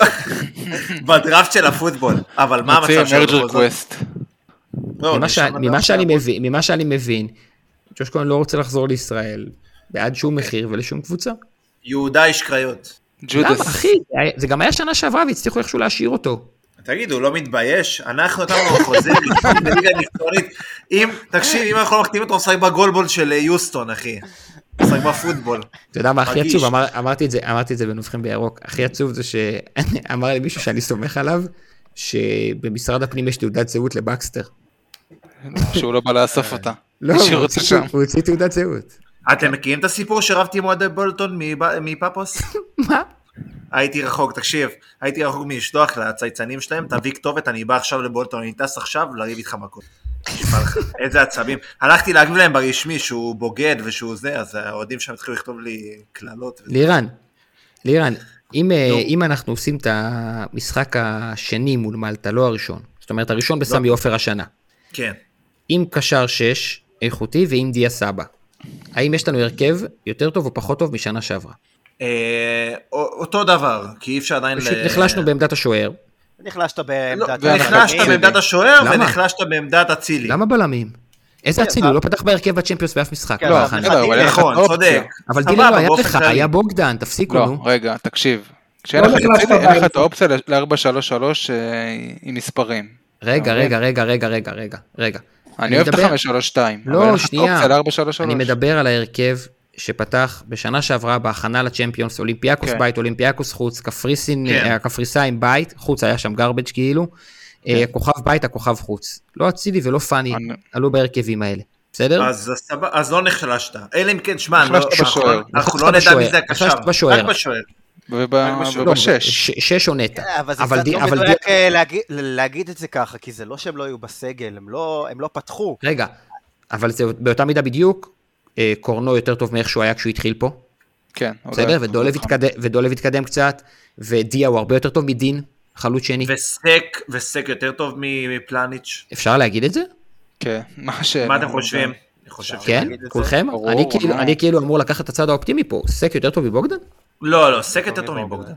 [SPEAKER 4] בדראפט של הפוטבול, אבל מה
[SPEAKER 3] מוציא
[SPEAKER 4] המצב שלו?
[SPEAKER 3] מרג'ר
[SPEAKER 4] בכל זאת?
[SPEAKER 3] קווסט.
[SPEAKER 4] לא,
[SPEAKER 1] ממה
[SPEAKER 4] יש
[SPEAKER 1] שה-
[SPEAKER 4] שם
[SPEAKER 1] ממה
[SPEAKER 4] אדם
[SPEAKER 1] שאני
[SPEAKER 4] שיעבוד.
[SPEAKER 1] מבין- ממה שאני מבין, ג'וש כהן לא רוצה לחזור לישראל, בעד שום
[SPEAKER 4] אוקיי.
[SPEAKER 1] מחיר ולשום קבוצה.
[SPEAKER 4] יהודה איש קריות.
[SPEAKER 1] למה
[SPEAKER 3] ג'ודס.
[SPEAKER 1] אחי? זה היה- זה גם היה שנה שעברה והצליחו איכשהו להשאיר אותו.
[SPEAKER 4] תגיד, הוא לא מתבייש? אנחנו נתנו לו חוזה בליגה המקצועית. אם, תקשיב, אם אנחנו לא מחתימים אותו, הוא משחק בגולבול של אה, יוסטון, אחי. הוא משחק בפוטבול.
[SPEAKER 1] אתה יודע מה הכי
[SPEAKER 4] מרגיש.
[SPEAKER 1] עצוב? אמר- אמרתי את זה, אמרתי את זה בנובחים בירוק. הכי עצוב זה שאמר לי מישהו שאני סומך עליו, שבמשרד הפנים יש תעודת זהות לבקסטר.
[SPEAKER 3] שהוא לא בא לאסוף אותה.
[SPEAKER 1] לא,
[SPEAKER 3] השאיר
[SPEAKER 1] הוא
[SPEAKER 3] אותה
[SPEAKER 1] הוציא-
[SPEAKER 3] שם.
[SPEAKER 1] הוא הוציא תעודת זהות.
[SPEAKER 4] אתם מכירים את הסיפור שרבתי עם אוהדי בולטון מב- מפאפוס?
[SPEAKER 1] מה?
[SPEAKER 4] הייתי רחוק, תקשיב, הייתי רחוק מלשלוח לצייצנים שלהם, תביא כתובת, אני בא עכשיו לבולטון, אני טס עכשיו לריב איתך מכות. נשבע לך, איזה עצבים. הלכתי להגיב להם ברשמי שהוא בוגד ושהוא זה, אז האוהדים שם התחילו לכתוב לי קללות. וזה.
[SPEAKER 1] לירן, לירן, אם, אה, אם אנחנו עושים את המשחק השני מול מלטה, לא הראשון, זאת אומרת הראשון בסמי עופר השנה,
[SPEAKER 4] כן.
[SPEAKER 1] עם קשר 6 איכותי ועם דיה סבא, האם יש לנו הרכב יותר טוב או פחות טוב משנה שעברה?
[SPEAKER 4] אה, אותו דבר, כי אי אפשר עדיין...
[SPEAKER 1] פשוט
[SPEAKER 4] ל-
[SPEAKER 1] נחלשנו בעמדת השוער,
[SPEAKER 6] נחלשת
[SPEAKER 4] לא,
[SPEAKER 6] בעמדת...
[SPEAKER 4] ונחלשת
[SPEAKER 3] ואנחנו-
[SPEAKER 4] בעמדת השוער
[SPEAKER 1] למה?
[SPEAKER 4] ונחלשת בעמדת אצילי.
[SPEAKER 1] למה בלמים? איזה אצילי, הוא לא פתח בהרכב בצ'מפיונס באף משחק,
[SPEAKER 2] כן,
[SPEAKER 1] לא
[SPEAKER 3] אבל
[SPEAKER 1] הכנו.
[SPEAKER 3] בסדר, אבל אין לך
[SPEAKER 4] נכון,
[SPEAKER 3] אופציה.
[SPEAKER 4] צודק.
[SPEAKER 1] אבל
[SPEAKER 4] סבבה,
[SPEAKER 1] גילה לא היה
[SPEAKER 4] באופן
[SPEAKER 1] לך,
[SPEAKER 4] כללי.
[SPEAKER 1] היה בוגדן, תפסיקו
[SPEAKER 3] לא,
[SPEAKER 1] נו.
[SPEAKER 3] רגע, תקשיב. כשאין
[SPEAKER 5] לא
[SPEAKER 3] לך את
[SPEAKER 5] נכנס
[SPEAKER 3] אצילי, אין לך
[SPEAKER 5] לבית.
[SPEAKER 3] את האופציה ל-433 אה, עם מספרים.
[SPEAKER 1] רגע,
[SPEAKER 3] אוקיי.
[SPEAKER 1] רגע, רגע, רגע, רגע, רגע, רגע.
[SPEAKER 3] אני אוהב את
[SPEAKER 1] מדבר-
[SPEAKER 3] ה-532.
[SPEAKER 1] לא, שנייה.
[SPEAKER 3] אבל אין לך את האופציה
[SPEAKER 1] אני
[SPEAKER 3] ל-433.
[SPEAKER 1] מדבר על ההרכב שפתח בשנה שעברה בהכנה לצ'מפיונס, אולימפיאקוס
[SPEAKER 3] כן.
[SPEAKER 1] בית, אולימפיאקוס חוץ, קפריסין,
[SPEAKER 4] כן.
[SPEAKER 1] אה, הקפריסאים בית, חוץ היה שם גרבג' כאילו, אה, הכוכב בית, הכוכב חוץ. לא אצילי ולא פאני
[SPEAKER 3] אני-
[SPEAKER 1] עלו בהרכבים האלה, בסדר?
[SPEAKER 4] אז סבבה, אז לא נחלשת, אלא אם כן, שמע, אני לא-
[SPEAKER 3] נחלשת
[SPEAKER 4] אנחנו-
[SPEAKER 3] בשוער.
[SPEAKER 4] אנחנו לא
[SPEAKER 1] נחלשת
[SPEAKER 4] נדע מי
[SPEAKER 1] בשוער.
[SPEAKER 4] זה הקשר,
[SPEAKER 1] נחלשת בשוער.
[SPEAKER 4] רק בשוער, רק בשוער.
[SPEAKER 3] וב- ובשש.
[SPEAKER 1] לא, ש- שש או נטע.
[SPEAKER 2] אבל זה
[SPEAKER 1] אבל
[SPEAKER 2] קצת
[SPEAKER 1] די-
[SPEAKER 2] לא
[SPEAKER 1] אבל
[SPEAKER 2] מדויק
[SPEAKER 1] די-
[SPEAKER 2] אה, להגיד- להגיד את זה ככה, כי זה לא שהם לא היו בסגל, הם לא הם לא פתחו.
[SPEAKER 1] רגע, אבל זה באותה מידה בדיוק, אה, קורנו יותר טוב מאיך שהוא היה כשהוא התחיל פה,
[SPEAKER 3] כן. עוד
[SPEAKER 1] בסדר?
[SPEAKER 3] לא-
[SPEAKER 1] ודולב התקדם- ודולב התקדם קצת, ודיה הוא הרבה יותר טוב מדין, חלוץ שני.
[SPEAKER 4] וסק, וסק יותר טוב מפלניץ',
[SPEAKER 1] אפשר להגיד את זה?
[SPEAKER 3] כן. מה השאלה?
[SPEAKER 4] מה אתם חושבים? אני חושב ש...
[SPEAKER 1] כן?
[SPEAKER 2] את זה?
[SPEAKER 1] כולכם?
[SPEAKER 3] ברור,
[SPEAKER 1] אני כאילו-
[SPEAKER 3] מה?
[SPEAKER 1] אני כאילו אמור לקחת את הצד האופטימי פה, סק יותר טוב מבוגדן?
[SPEAKER 4] לא, לא, סק יותר טוב מבוגדן,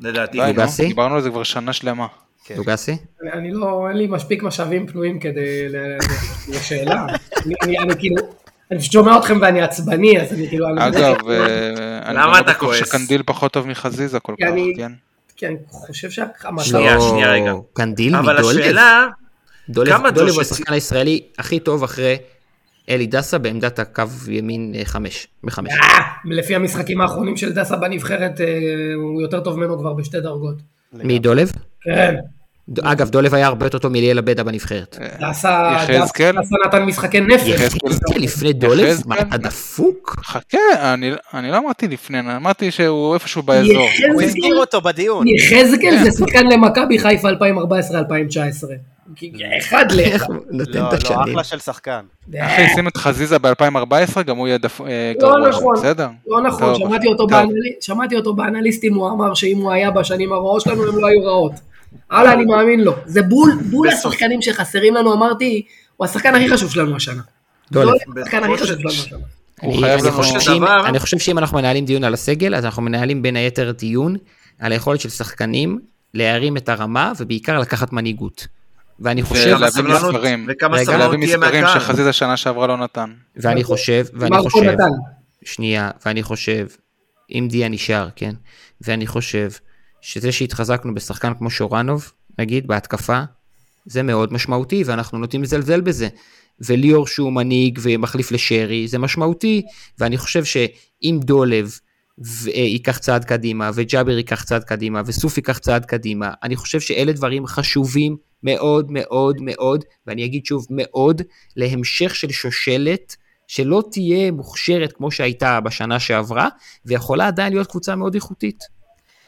[SPEAKER 4] לדעתי.
[SPEAKER 3] די, נו,
[SPEAKER 1] לוגסי?
[SPEAKER 3] דיברנו על זה כבר שנה שלמה.
[SPEAKER 1] לוגסי?
[SPEAKER 5] אני- אני לא, אין לי מספיק משאבים פנויים כדי ל- לשאלה. אני- אני אני כאילו, אני פשוט שומע אתכם ואני עצבני, אז אני כאילו... אני-
[SPEAKER 3] אגב, אה, אני
[SPEAKER 4] למה
[SPEAKER 3] לא
[SPEAKER 4] אתה
[SPEAKER 3] בטוח
[SPEAKER 4] כועס?
[SPEAKER 3] שקנדיל פחות טוב מחזיזה כל
[SPEAKER 5] כי
[SPEAKER 3] כך,
[SPEAKER 5] אני-
[SPEAKER 3] כן?
[SPEAKER 5] כי אני חושב שהמצב...
[SPEAKER 4] שנייה,
[SPEAKER 1] לא,
[SPEAKER 4] שנייה, רגע.
[SPEAKER 1] קנדיל
[SPEAKER 4] אבל
[SPEAKER 1] מדולב?
[SPEAKER 4] השאלה, כמה
[SPEAKER 1] דולב דולב הוא
[SPEAKER 4] ג'וש
[SPEAKER 1] השחקן הישראלי הכי טוב אחרי אלי דסה בעמדת הקו ימין אה, חמש, מחמש.
[SPEAKER 5] אה, לפי המשחקים האחרונים של דסה בנבחרת, אה, הוא יותר טוב ממנו כבר בשתי דרגות.
[SPEAKER 1] מדולב?
[SPEAKER 5] כן,
[SPEAKER 1] ד- אגב, דולב היה הרבה יותר טוב מליאל עבדה בנבחרת.
[SPEAKER 5] דסה
[SPEAKER 3] אה, יחזקאל?
[SPEAKER 5] דסה נתן משחקי נפש.
[SPEAKER 3] יחזקאל?
[SPEAKER 1] יחזקאל לפני דולב?
[SPEAKER 3] יחזקאל?
[SPEAKER 1] מה, אתה דפוק?
[SPEAKER 3] חכה, אני, אני לא אמרתי לפני, אני אמרתי שהוא איפשהו באזור.
[SPEAKER 5] יחזקאל?
[SPEAKER 2] הוא הזכיר אותו בדיון.
[SPEAKER 7] נכון. כן.
[SPEAKER 5] יחזקאל זה שחקן למכבי חיפה 2014-2019. כי- אחד
[SPEAKER 1] איך
[SPEAKER 5] לאחד.
[SPEAKER 1] הוא
[SPEAKER 2] לא,
[SPEAKER 1] נותן את
[SPEAKER 2] לא,
[SPEAKER 1] השנים?
[SPEAKER 2] אחלה של שחקן.
[SPEAKER 3] אחי, שים את חזיזה ב-2014, גם הוא יהיה דפ... אה,
[SPEAKER 5] לא
[SPEAKER 3] גרוע,
[SPEAKER 5] נכון.
[SPEAKER 3] בסדר?
[SPEAKER 5] לא נכון,
[SPEAKER 3] טוב,
[SPEAKER 5] שמעתי אותו,
[SPEAKER 3] טוב.
[SPEAKER 5] באנלי- שמעתי אותו באנליסטים, הוא אמר שאם הוא היה בשנים הרעות שלנו, הם לא היו רעות. הלאה, אני מאמין לו. זה בול, בול
[SPEAKER 4] בסוף.
[SPEAKER 5] השחקנים שחסרים לנו, אמרתי, הוא השחקן הכי חשוב שלנו השנה.
[SPEAKER 1] דולב.
[SPEAKER 5] הוא השחקן הכי חשוב שלנו השנה.
[SPEAKER 3] הוא
[SPEAKER 1] אני-
[SPEAKER 3] חייב
[SPEAKER 1] אני
[SPEAKER 3] לנו-
[SPEAKER 1] חושב שאם-
[SPEAKER 4] דבר-
[SPEAKER 1] אני חושב שאם אנחנו מנהלים דיון על הסגל, אז אנחנו מנהלים בין היתר דיון על היכולת של שחקנים להרים את הרמה, ובעיקר לקחת מנהיגות. ואני חושב,
[SPEAKER 4] כמה
[SPEAKER 3] ולהביא
[SPEAKER 4] סבלנות-
[SPEAKER 3] מספרים.
[SPEAKER 4] וכמה
[SPEAKER 1] רגע,
[SPEAKER 4] סבלנות
[SPEAKER 3] להביא
[SPEAKER 4] תהיה
[SPEAKER 3] מספרים
[SPEAKER 4] מהקהל.
[SPEAKER 3] שחזיזה שנה שעברה לא נתן.
[SPEAKER 1] ואני חושב, ואני
[SPEAKER 5] מרקו
[SPEAKER 1] חושב,
[SPEAKER 5] נתן.
[SPEAKER 1] שנייה, ואני חושב, אם דיה נשאר, כן, ואני חושב שזה שהתחזקנו בשחקן כמו שורנוב, נגיד, בהתקפה, זה מאוד משמעותי, ואנחנו נוטים לזלזל בזה. וליאור שהוא מנהיג ומחליף לשרי, זה משמעותי, ואני חושב שאם דולב ו- אה, ייקח צעד קדימה, וג'אבר ייקח צעד קדימה, וסוף ייקח צעד קדימה, אני חושב שאלה דברים חשובים מאוד מאוד מאוד, ואני אגיד שוב, מאוד, להמשך של שושלת שלא תהיה מוכשרת כמו שהייתה בשנה שעברה, ויכולה עדיין להיות קבוצה מאוד איכותית.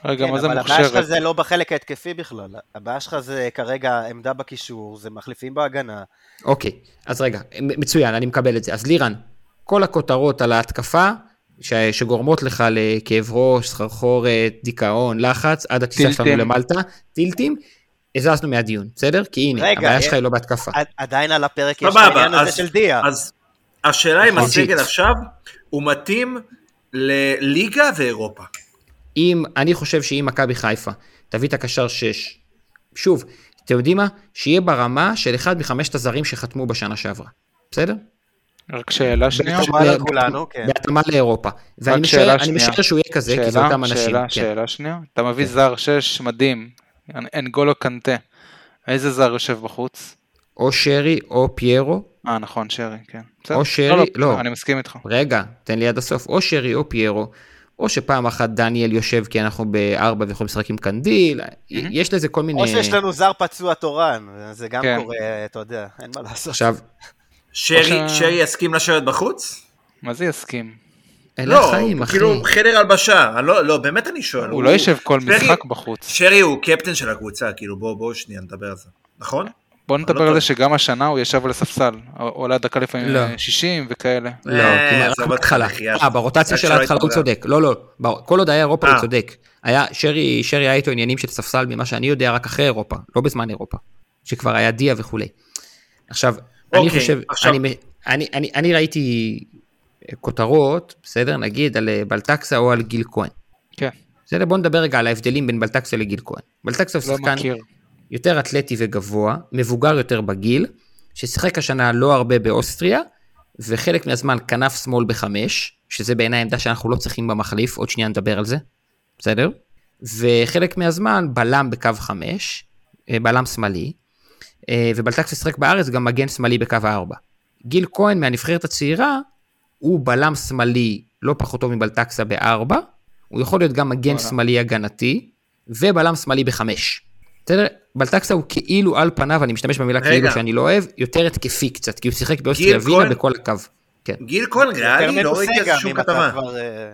[SPEAKER 3] רגע,
[SPEAKER 2] כן,
[SPEAKER 3] מה זה
[SPEAKER 2] אבל הבעיה שלך
[SPEAKER 3] מוכשרת?
[SPEAKER 2] זה לא בחלק ההתקפי בכלל, הבעיה שלך זה כרגע עמדה בקישור, זה מחליפים בהגנה.
[SPEAKER 1] אוקיי, אז רגע, מ- מצוין, אני מקבל את זה. אז לירן, כל הכותרות על ההתקפה, ש... שגורמות לך לכאב ראש, סחרחורת, דיכאון, לחץ, עד הטיסה שלנו
[SPEAKER 3] טילטים.
[SPEAKER 1] למלטה, טילטים, הזזנו מהדיון, בסדר? כי הנה,
[SPEAKER 2] רגע,
[SPEAKER 1] הבעיה
[SPEAKER 2] אה,
[SPEAKER 1] שלך היא לא בהתקפה.
[SPEAKER 2] עד- עדיין על הפרק יש את
[SPEAKER 4] סבבה,
[SPEAKER 2] העניין הזה
[SPEAKER 4] אז-
[SPEAKER 2] של דיה.
[SPEAKER 4] אז השאלה אם
[SPEAKER 1] נכון.
[SPEAKER 4] הסגל
[SPEAKER 2] אוקיי.
[SPEAKER 1] ג'יט.
[SPEAKER 4] עכשיו הוא מתאים לליגה ואירופה.
[SPEAKER 1] אם, אני חושב שאם מכבי חיפה תביא את הקשר 6, שוב, אתם יודעים מה? שיהיה ברמה של אחד מחמשת הזרים שחתמו בשנה שעברה, בסדר?
[SPEAKER 3] רק שאלה שנייה.
[SPEAKER 2] בתומה
[SPEAKER 1] ב-
[SPEAKER 2] לכולנו, כן.
[SPEAKER 1] בהתאמה לאירופה. ואני
[SPEAKER 3] רק שאלה
[SPEAKER 1] משער, אני
[SPEAKER 3] שנייה.
[SPEAKER 1] משער שהוא יהיה כזה, כי זה
[SPEAKER 3] שאלה,
[SPEAKER 1] אותם אנשים.
[SPEAKER 3] שאלה,
[SPEAKER 1] כן.
[SPEAKER 3] שאלה שנייה. אתה מביא זר שש, מדהים, אנגולו קנטה. איזה זר יושב בחוץ?
[SPEAKER 1] או שרי או פיירו,
[SPEAKER 3] אה, נכון, שרי, כן.
[SPEAKER 1] או שרי, לא.
[SPEAKER 3] אני מסכים איתך.
[SPEAKER 1] רגע, תן לי עד הסוף, או שרי או פיירו, או שפעם אחת דניאל יושב כי אנחנו בארבע ויכולים לשחק עם קנדיל, יש לזה כל מיני...
[SPEAKER 2] או שיש לנו זר פצוע תורן, זה גם
[SPEAKER 3] כן.
[SPEAKER 2] קורה, אתה יודע, אין מה לעשות.
[SPEAKER 1] עכשיו,
[SPEAKER 4] שרי
[SPEAKER 3] או ש-
[SPEAKER 4] שרי יסכים לשבת בחוץ?
[SPEAKER 3] מה זה יסכים?
[SPEAKER 1] אלה
[SPEAKER 4] לא,
[SPEAKER 1] החיים,
[SPEAKER 4] הוא
[SPEAKER 1] אחי.
[SPEAKER 4] כאילו חדר הלבשה, אני לא, לא, באמת אני שואל.
[SPEAKER 3] הוא לא יושב כל
[SPEAKER 4] שרי-
[SPEAKER 3] משחק בחוץ.
[SPEAKER 4] שרי הוא קפטן של הקבוצה, כאילו בוא, בוא שנייה נדבר על זה, נכון?
[SPEAKER 3] בוא
[SPEAKER 4] לא
[SPEAKER 3] נדבר על
[SPEAKER 4] טוב.
[SPEAKER 3] זה שגם השנה הוא ישב על הספסל. הוא עלה דקה לפעמים
[SPEAKER 1] לא.
[SPEAKER 3] אה, 60 וכאלה.
[SPEAKER 1] לא,
[SPEAKER 4] אה,
[SPEAKER 1] כמעט
[SPEAKER 4] עזוב
[SPEAKER 1] רק
[SPEAKER 4] אותך,
[SPEAKER 1] בהתחלה.
[SPEAKER 4] בחייאת.
[SPEAKER 1] אה, ברוטציה
[SPEAKER 4] רק
[SPEAKER 1] של
[SPEAKER 4] שלא
[SPEAKER 1] ההתחלה הוא
[SPEAKER 4] התמודד.
[SPEAKER 1] צודק. לא, לא, בר- כל עוד היה אירופה הוא
[SPEAKER 4] אה.
[SPEAKER 1] צודק. היה, שרי, שרי היה איתו עניינים של ספסל ממה שאני יודע רק אחרי אירופה, לא בזמן אירופה. שכבר היה דיה וכולי. עכשיו, אני
[SPEAKER 4] אוקיי,
[SPEAKER 1] חושב,
[SPEAKER 4] עכשיו-
[SPEAKER 1] אני, אני, אני, אני ראיתי כותרות, בסדר, נגיד, על אה, בלטקסה או על גיל כהן.
[SPEAKER 3] כן,
[SPEAKER 1] בסדר, בוא נדבר רגע על ההבדלים בין בלטקסה לגיל כהן. בלטקסה הוא
[SPEAKER 3] לא
[SPEAKER 1] שחקן
[SPEAKER 3] מכיר.
[SPEAKER 1] יותר אתלטי וגבוה, מבוגר יותר בגיל, ששיחק השנה לא הרבה באוסטריה, וחלק מהזמן כנף שמאל בחמש, שזה בעיניי עמדה שאנחנו לא צריכים במחליף, עוד שנייה נדבר על זה, בסדר? וחלק מהזמן בלם בקו חמש, אה, בלם שמאלי, אה, ובלטקס שיחק בארץ גם מגן שמאלי בקו הארבע. גיל כהן מהנבחרת הצעירה, הוא בלם שמאלי לא פחות טוב מבלטקסה בארבע, הוא יכול להיות גם מגן
[SPEAKER 3] וואלה.
[SPEAKER 1] שמאלי הגנתי, ובלם שמאלי בחמש. בסדר? בלטקסה הוא כאילו על פניו, אני משתמש במילה
[SPEAKER 4] רגע.
[SPEAKER 1] כאילו שאני לא אוהב, יותר התקפי קצת, כי הוא שיחק באוסטריה ווינה
[SPEAKER 4] כהן-
[SPEAKER 1] בכל הקו. כן.
[SPEAKER 4] גיל כהן ריאלי,
[SPEAKER 2] יותר
[SPEAKER 4] לא ראיתי
[SPEAKER 2] מנוסה
[SPEAKER 4] איזה
[SPEAKER 2] גם,
[SPEAKER 4] שום
[SPEAKER 2] אם אתה
[SPEAKER 4] כתבה.
[SPEAKER 2] כבר, אה,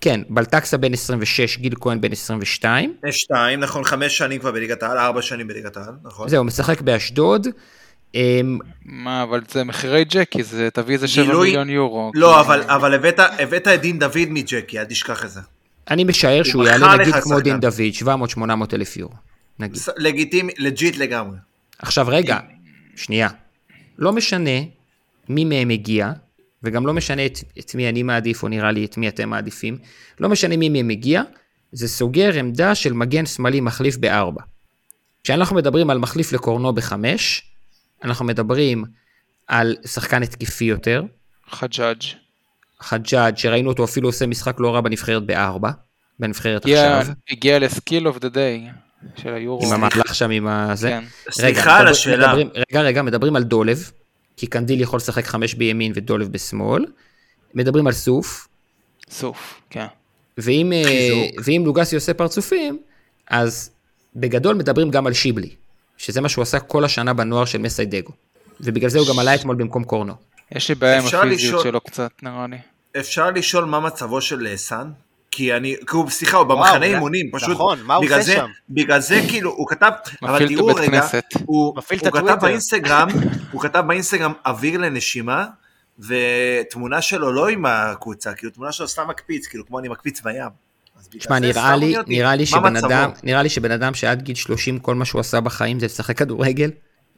[SPEAKER 1] כן, בלטקסה בן 26, גיל כהן בן 22.
[SPEAKER 4] יש שתיים, נכון, חמש שנים כבר בליגת העל, ארבע שנים בליגת העל, נכון?
[SPEAKER 1] זהו, משחק באשדוד. אמ,
[SPEAKER 3] מה, אבל זה מחירי ג'קי, זה תביא איזה 7
[SPEAKER 4] גילוי-
[SPEAKER 3] מיליון יורו. כאילו,
[SPEAKER 4] לא, אבל, אבל הבאת, הבאת את דין דוד מג'קי, אל תשכח את זה.
[SPEAKER 1] אני משער שהוא
[SPEAKER 4] מכר
[SPEAKER 1] יעלה
[SPEAKER 4] לך
[SPEAKER 1] נגיד כמו
[SPEAKER 4] שחקן.
[SPEAKER 1] דין דוד, 700-800 אלף יורו. נגיד.
[SPEAKER 4] ס- לגיטימי, לג'יט לגמרי.
[SPEAKER 1] עכשיו רגע, שנייה. לא משנה מי מהם הגיע, וגם לא משנה את, את מי אני מעדיף, או נראה לי את מי אתם מעדיפים, לא משנה מי מהם הגיע, זה סוגר עמדה של מגן שמאלי מחליף בארבע. כשאנחנו מדברים על מחליף לקורנו בחמש, אנחנו מדברים על שחקן התקפי יותר,
[SPEAKER 3] חג'אג'.
[SPEAKER 1] חג'אג' שראינו אותו אפילו עושה משחק לא רע בנבחרת בארבע, בנבחרת
[SPEAKER 3] הגיע-
[SPEAKER 1] עכשיו,
[SPEAKER 3] הגיע לסקיל אוף דה דיי של היורו.
[SPEAKER 1] עם המהלך שם עם הזה.
[SPEAKER 3] כן.
[SPEAKER 1] רגע,
[SPEAKER 4] סליחה על
[SPEAKER 1] מדבר-
[SPEAKER 4] השאלה.
[SPEAKER 1] מדברים, רגע, רגע, מדברים על דולב, כי קנדיל יכול לשחק חמש בימין ודולב בשמאל. מדברים על סוף,
[SPEAKER 3] סוף, כן.
[SPEAKER 1] ואם, אה,
[SPEAKER 4] חיזוק.
[SPEAKER 1] ואם לוגסי עושה פרצופים, אז בגדול מדברים גם על שיבלי, שזה מה שהוא עשה כל השנה בנוער של מסיידגו. ובגלל זה הוא גם עלה אתמול במקום קורנו.
[SPEAKER 3] יש לי בעיה עם
[SPEAKER 4] אפשר
[SPEAKER 3] הפיזיות
[SPEAKER 4] לשאול-
[SPEAKER 3] שלו קצת, נראה לי.
[SPEAKER 4] אפשר לשאול מה מצבו של אה, סאן? כי אני, כי הוא, סליחה, הוא במחנה
[SPEAKER 2] אולי-
[SPEAKER 4] אימונים, פשוט,
[SPEAKER 2] נכון, מה הוא
[SPEAKER 4] בגלל
[SPEAKER 2] עושה
[SPEAKER 4] זה-
[SPEAKER 2] שם?
[SPEAKER 4] בגלל זה כאילו, הוא כתב, אבל
[SPEAKER 3] מפעיל את
[SPEAKER 4] תראו
[SPEAKER 3] הבית
[SPEAKER 4] רגע,
[SPEAKER 3] כנסת.
[SPEAKER 4] הוא
[SPEAKER 2] מפעיל את
[SPEAKER 4] הוא כתב
[SPEAKER 2] הטוויטר.
[SPEAKER 4] באינסטגרם, הוא כתב באינסטגרם אוויר לנשימה, ותמונה שלו לא עם הקבוצה, כאילו תמונה שלו סתם מקפיץ, כאילו כמו אני מקפיץ בים. אז בגלל
[SPEAKER 1] תשמע,
[SPEAKER 4] זה סתם
[SPEAKER 1] נראה לי,
[SPEAKER 4] מעניין אותי,
[SPEAKER 1] נראה לי
[SPEAKER 4] מה
[SPEAKER 1] שבן
[SPEAKER 4] מצבו?
[SPEAKER 1] אדם, נראה לי שבן אדם שעד גיל 30 כל מה שהוא עשה בחיים זה לשחק כדורגל,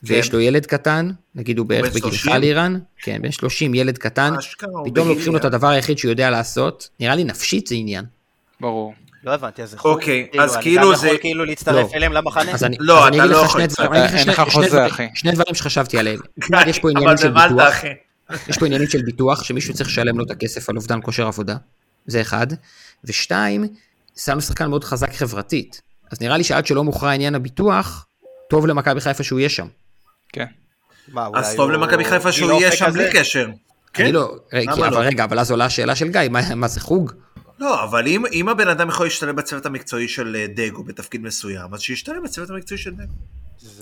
[SPEAKER 1] ויש לו ילד קטן, נגיד הוא בערך
[SPEAKER 4] כן. בן אה,
[SPEAKER 1] בגילך
[SPEAKER 4] 30?
[SPEAKER 1] לירן, כן, בן 30, ילד קטן,
[SPEAKER 4] אשכרה, הוא
[SPEAKER 1] פתאום
[SPEAKER 4] בגילי,
[SPEAKER 1] לוקחים לו את
[SPEAKER 4] אה.
[SPEAKER 1] הדבר היחיד שהוא יודע לעשות, נראה לי נפשית זה עניין.
[SPEAKER 3] ברור.
[SPEAKER 2] לא הבנתי, אז זה
[SPEAKER 4] אוקיי,
[SPEAKER 2] חו"ל?
[SPEAKER 4] אז
[SPEAKER 2] אני
[SPEAKER 4] כאילו
[SPEAKER 2] גם
[SPEAKER 4] זה-
[SPEAKER 2] יכול כאילו להצטרף
[SPEAKER 1] לא.
[SPEAKER 2] אליהם למחנה?
[SPEAKER 1] אז אני
[SPEAKER 4] לא,
[SPEAKER 1] אז אני
[SPEAKER 4] אתה
[SPEAKER 1] אגיד
[SPEAKER 4] לא
[SPEAKER 1] לך
[SPEAKER 4] יכול
[SPEAKER 1] שני
[SPEAKER 4] לצעוק.
[SPEAKER 1] דברים, אני אגיד לך
[SPEAKER 3] אין
[SPEAKER 1] שני-
[SPEAKER 3] לך
[SPEAKER 1] שני
[SPEAKER 3] חוזה,
[SPEAKER 1] דברים-
[SPEAKER 3] אחי.
[SPEAKER 1] שני דברים שחשבתי עליהם. אחד, יש פה עניינים של
[SPEAKER 4] אבל במלטה,
[SPEAKER 1] ביטוח,
[SPEAKER 4] אחי.
[SPEAKER 1] יש פה עניינים של ביטוח, שמישהו צריך לשלם לו את הכסף על אובדן כושר עבודה, זה אחד. ושתיים, שמנו שחקן מאוד חזק חברתית, אז נראה לי שעד שלא מוכרע עניין הביטוח, טוב למכבי חיפה שהוא יהיה שם.
[SPEAKER 3] כן.
[SPEAKER 2] מה, אולי
[SPEAKER 4] אז טוב
[SPEAKER 2] הוא-
[SPEAKER 4] למכבי חיפה שהוא
[SPEAKER 2] אופק
[SPEAKER 4] יהיה שם
[SPEAKER 2] כזה?
[SPEAKER 4] בלי קשר.
[SPEAKER 1] לא אני
[SPEAKER 4] כן?
[SPEAKER 1] לא, רגע,
[SPEAKER 4] למה
[SPEAKER 1] אבל
[SPEAKER 4] לא?
[SPEAKER 1] רגע, אבל אז עולה השאלה של גיא, מה- מה זה חוג?
[SPEAKER 4] לא, אבל אם, אם הבן אדם יכול להשתלב בצוות המקצועי של אה, דגו בתפקיד מסוים, אז שישתלב בצוות המקצועי של דגו.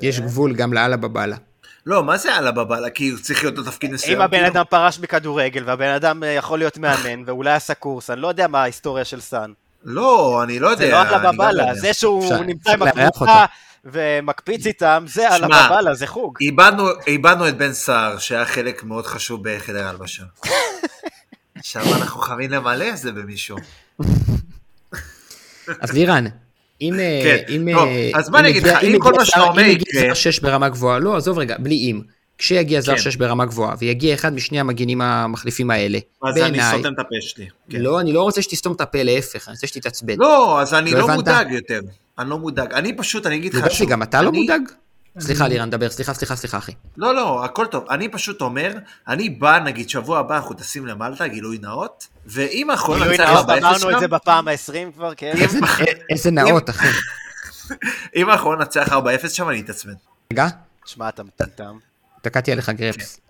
[SPEAKER 4] כן.
[SPEAKER 1] יש גבול גם לאללה בבאללה.
[SPEAKER 4] לא, מה זה עלה בבעלה? כי הוא צריך להיות לו תפקיד מסוים.
[SPEAKER 2] אם הבן
[SPEAKER 4] כאילו.
[SPEAKER 2] אדם פרש בכדורגל והבן אדם אה, יכול להיות מאמן ואולי עשה קורס, אני לא יודע מה ההיסטוריה של סאן.
[SPEAKER 7] לא, אני לא יודע.
[SPEAKER 2] זה לא
[SPEAKER 7] אני לא
[SPEAKER 2] הלבבלה,
[SPEAKER 7] יודע.
[SPEAKER 2] זה שהוא
[SPEAKER 1] אפשר-
[SPEAKER 2] נמצא עם
[SPEAKER 1] אפשר לארח
[SPEAKER 2] הקבוצה ומקפיץ איתם, זה
[SPEAKER 7] שמע,
[SPEAKER 2] הלבבלה, זה חוג.
[SPEAKER 7] איבדנו, איבדנו את בן סער, שהיה חלק מאוד חשוב בחדר ההלבשה. עכשיו אנחנו חייבים למלא את זה במישהו.
[SPEAKER 1] אז לירן, אם... אה,
[SPEAKER 7] כן,
[SPEAKER 1] אם,
[SPEAKER 7] טוב,
[SPEAKER 1] אה,
[SPEAKER 7] אז מה אני אגיד
[SPEAKER 1] הגיע-
[SPEAKER 7] לך, אם כל
[SPEAKER 1] הגיע
[SPEAKER 7] מה שאתה
[SPEAKER 1] זר-
[SPEAKER 7] אומר
[SPEAKER 1] אם הגיע
[SPEAKER 7] יקרה-
[SPEAKER 1] זר 6 ברמה גבוהה, לא, עזוב רגע, בלי אם. כשיגיע זר
[SPEAKER 7] כן.
[SPEAKER 1] 6 ברמה גבוהה, ויגיע אחד משני המגינים המחליפים האלה,
[SPEAKER 7] אז אני
[SPEAKER 1] בעיניי...
[SPEAKER 7] סותם את הפה שלי. כן.
[SPEAKER 1] לא, אני לא רוצה שתסתום את הפה, להפך, אני רוצה שתתעצבן.
[SPEAKER 7] לא, אז אני
[SPEAKER 1] לא
[SPEAKER 7] לא
[SPEAKER 1] הבנת?
[SPEAKER 7] מודאג יותר. אני לא מודאג. אני פשוט, אני אגיד לך...
[SPEAKER 1] לוגסי,
[SPEAKER 7] שוב,
[SPEAKER 1] גם אתה לא
[SPEAKER 7] אני-
[SPEAKER 1] מודאג? סליחה, לירן, דבר, סליחה, סליחה, סליחה, אחי.
[SPEAKER 7] לא, לא, הכל טוב. אני פשוט אומר, אני בא, נגיד, שבוע הבא אנחנו טסים למלטה, גילוי נאות, ואם אנחנו לא
[SPEAKER 2] גילוי
[SPEAKER 7] נצליח
[SPEAKER 2] נאות,
[SPEAKER 7] 4-0
[SPEAKER 2] אמרנו את
[SPEAKER 7] שם,
[SPEAKER 2] זה בפעם ה-20 כבר, כן?
[SPEAKER 1] איזה- איזה נאות, אחי.
[SPEAKER 7] אם אנחנו לא נצליח 4-0 שם, אני אתעצבן.
[SPEAKER 1] רגע,
[SPEAKER 2] שמע, אתה מטומטם.
[SPEAKER 1] תקעתי עליך גרפס.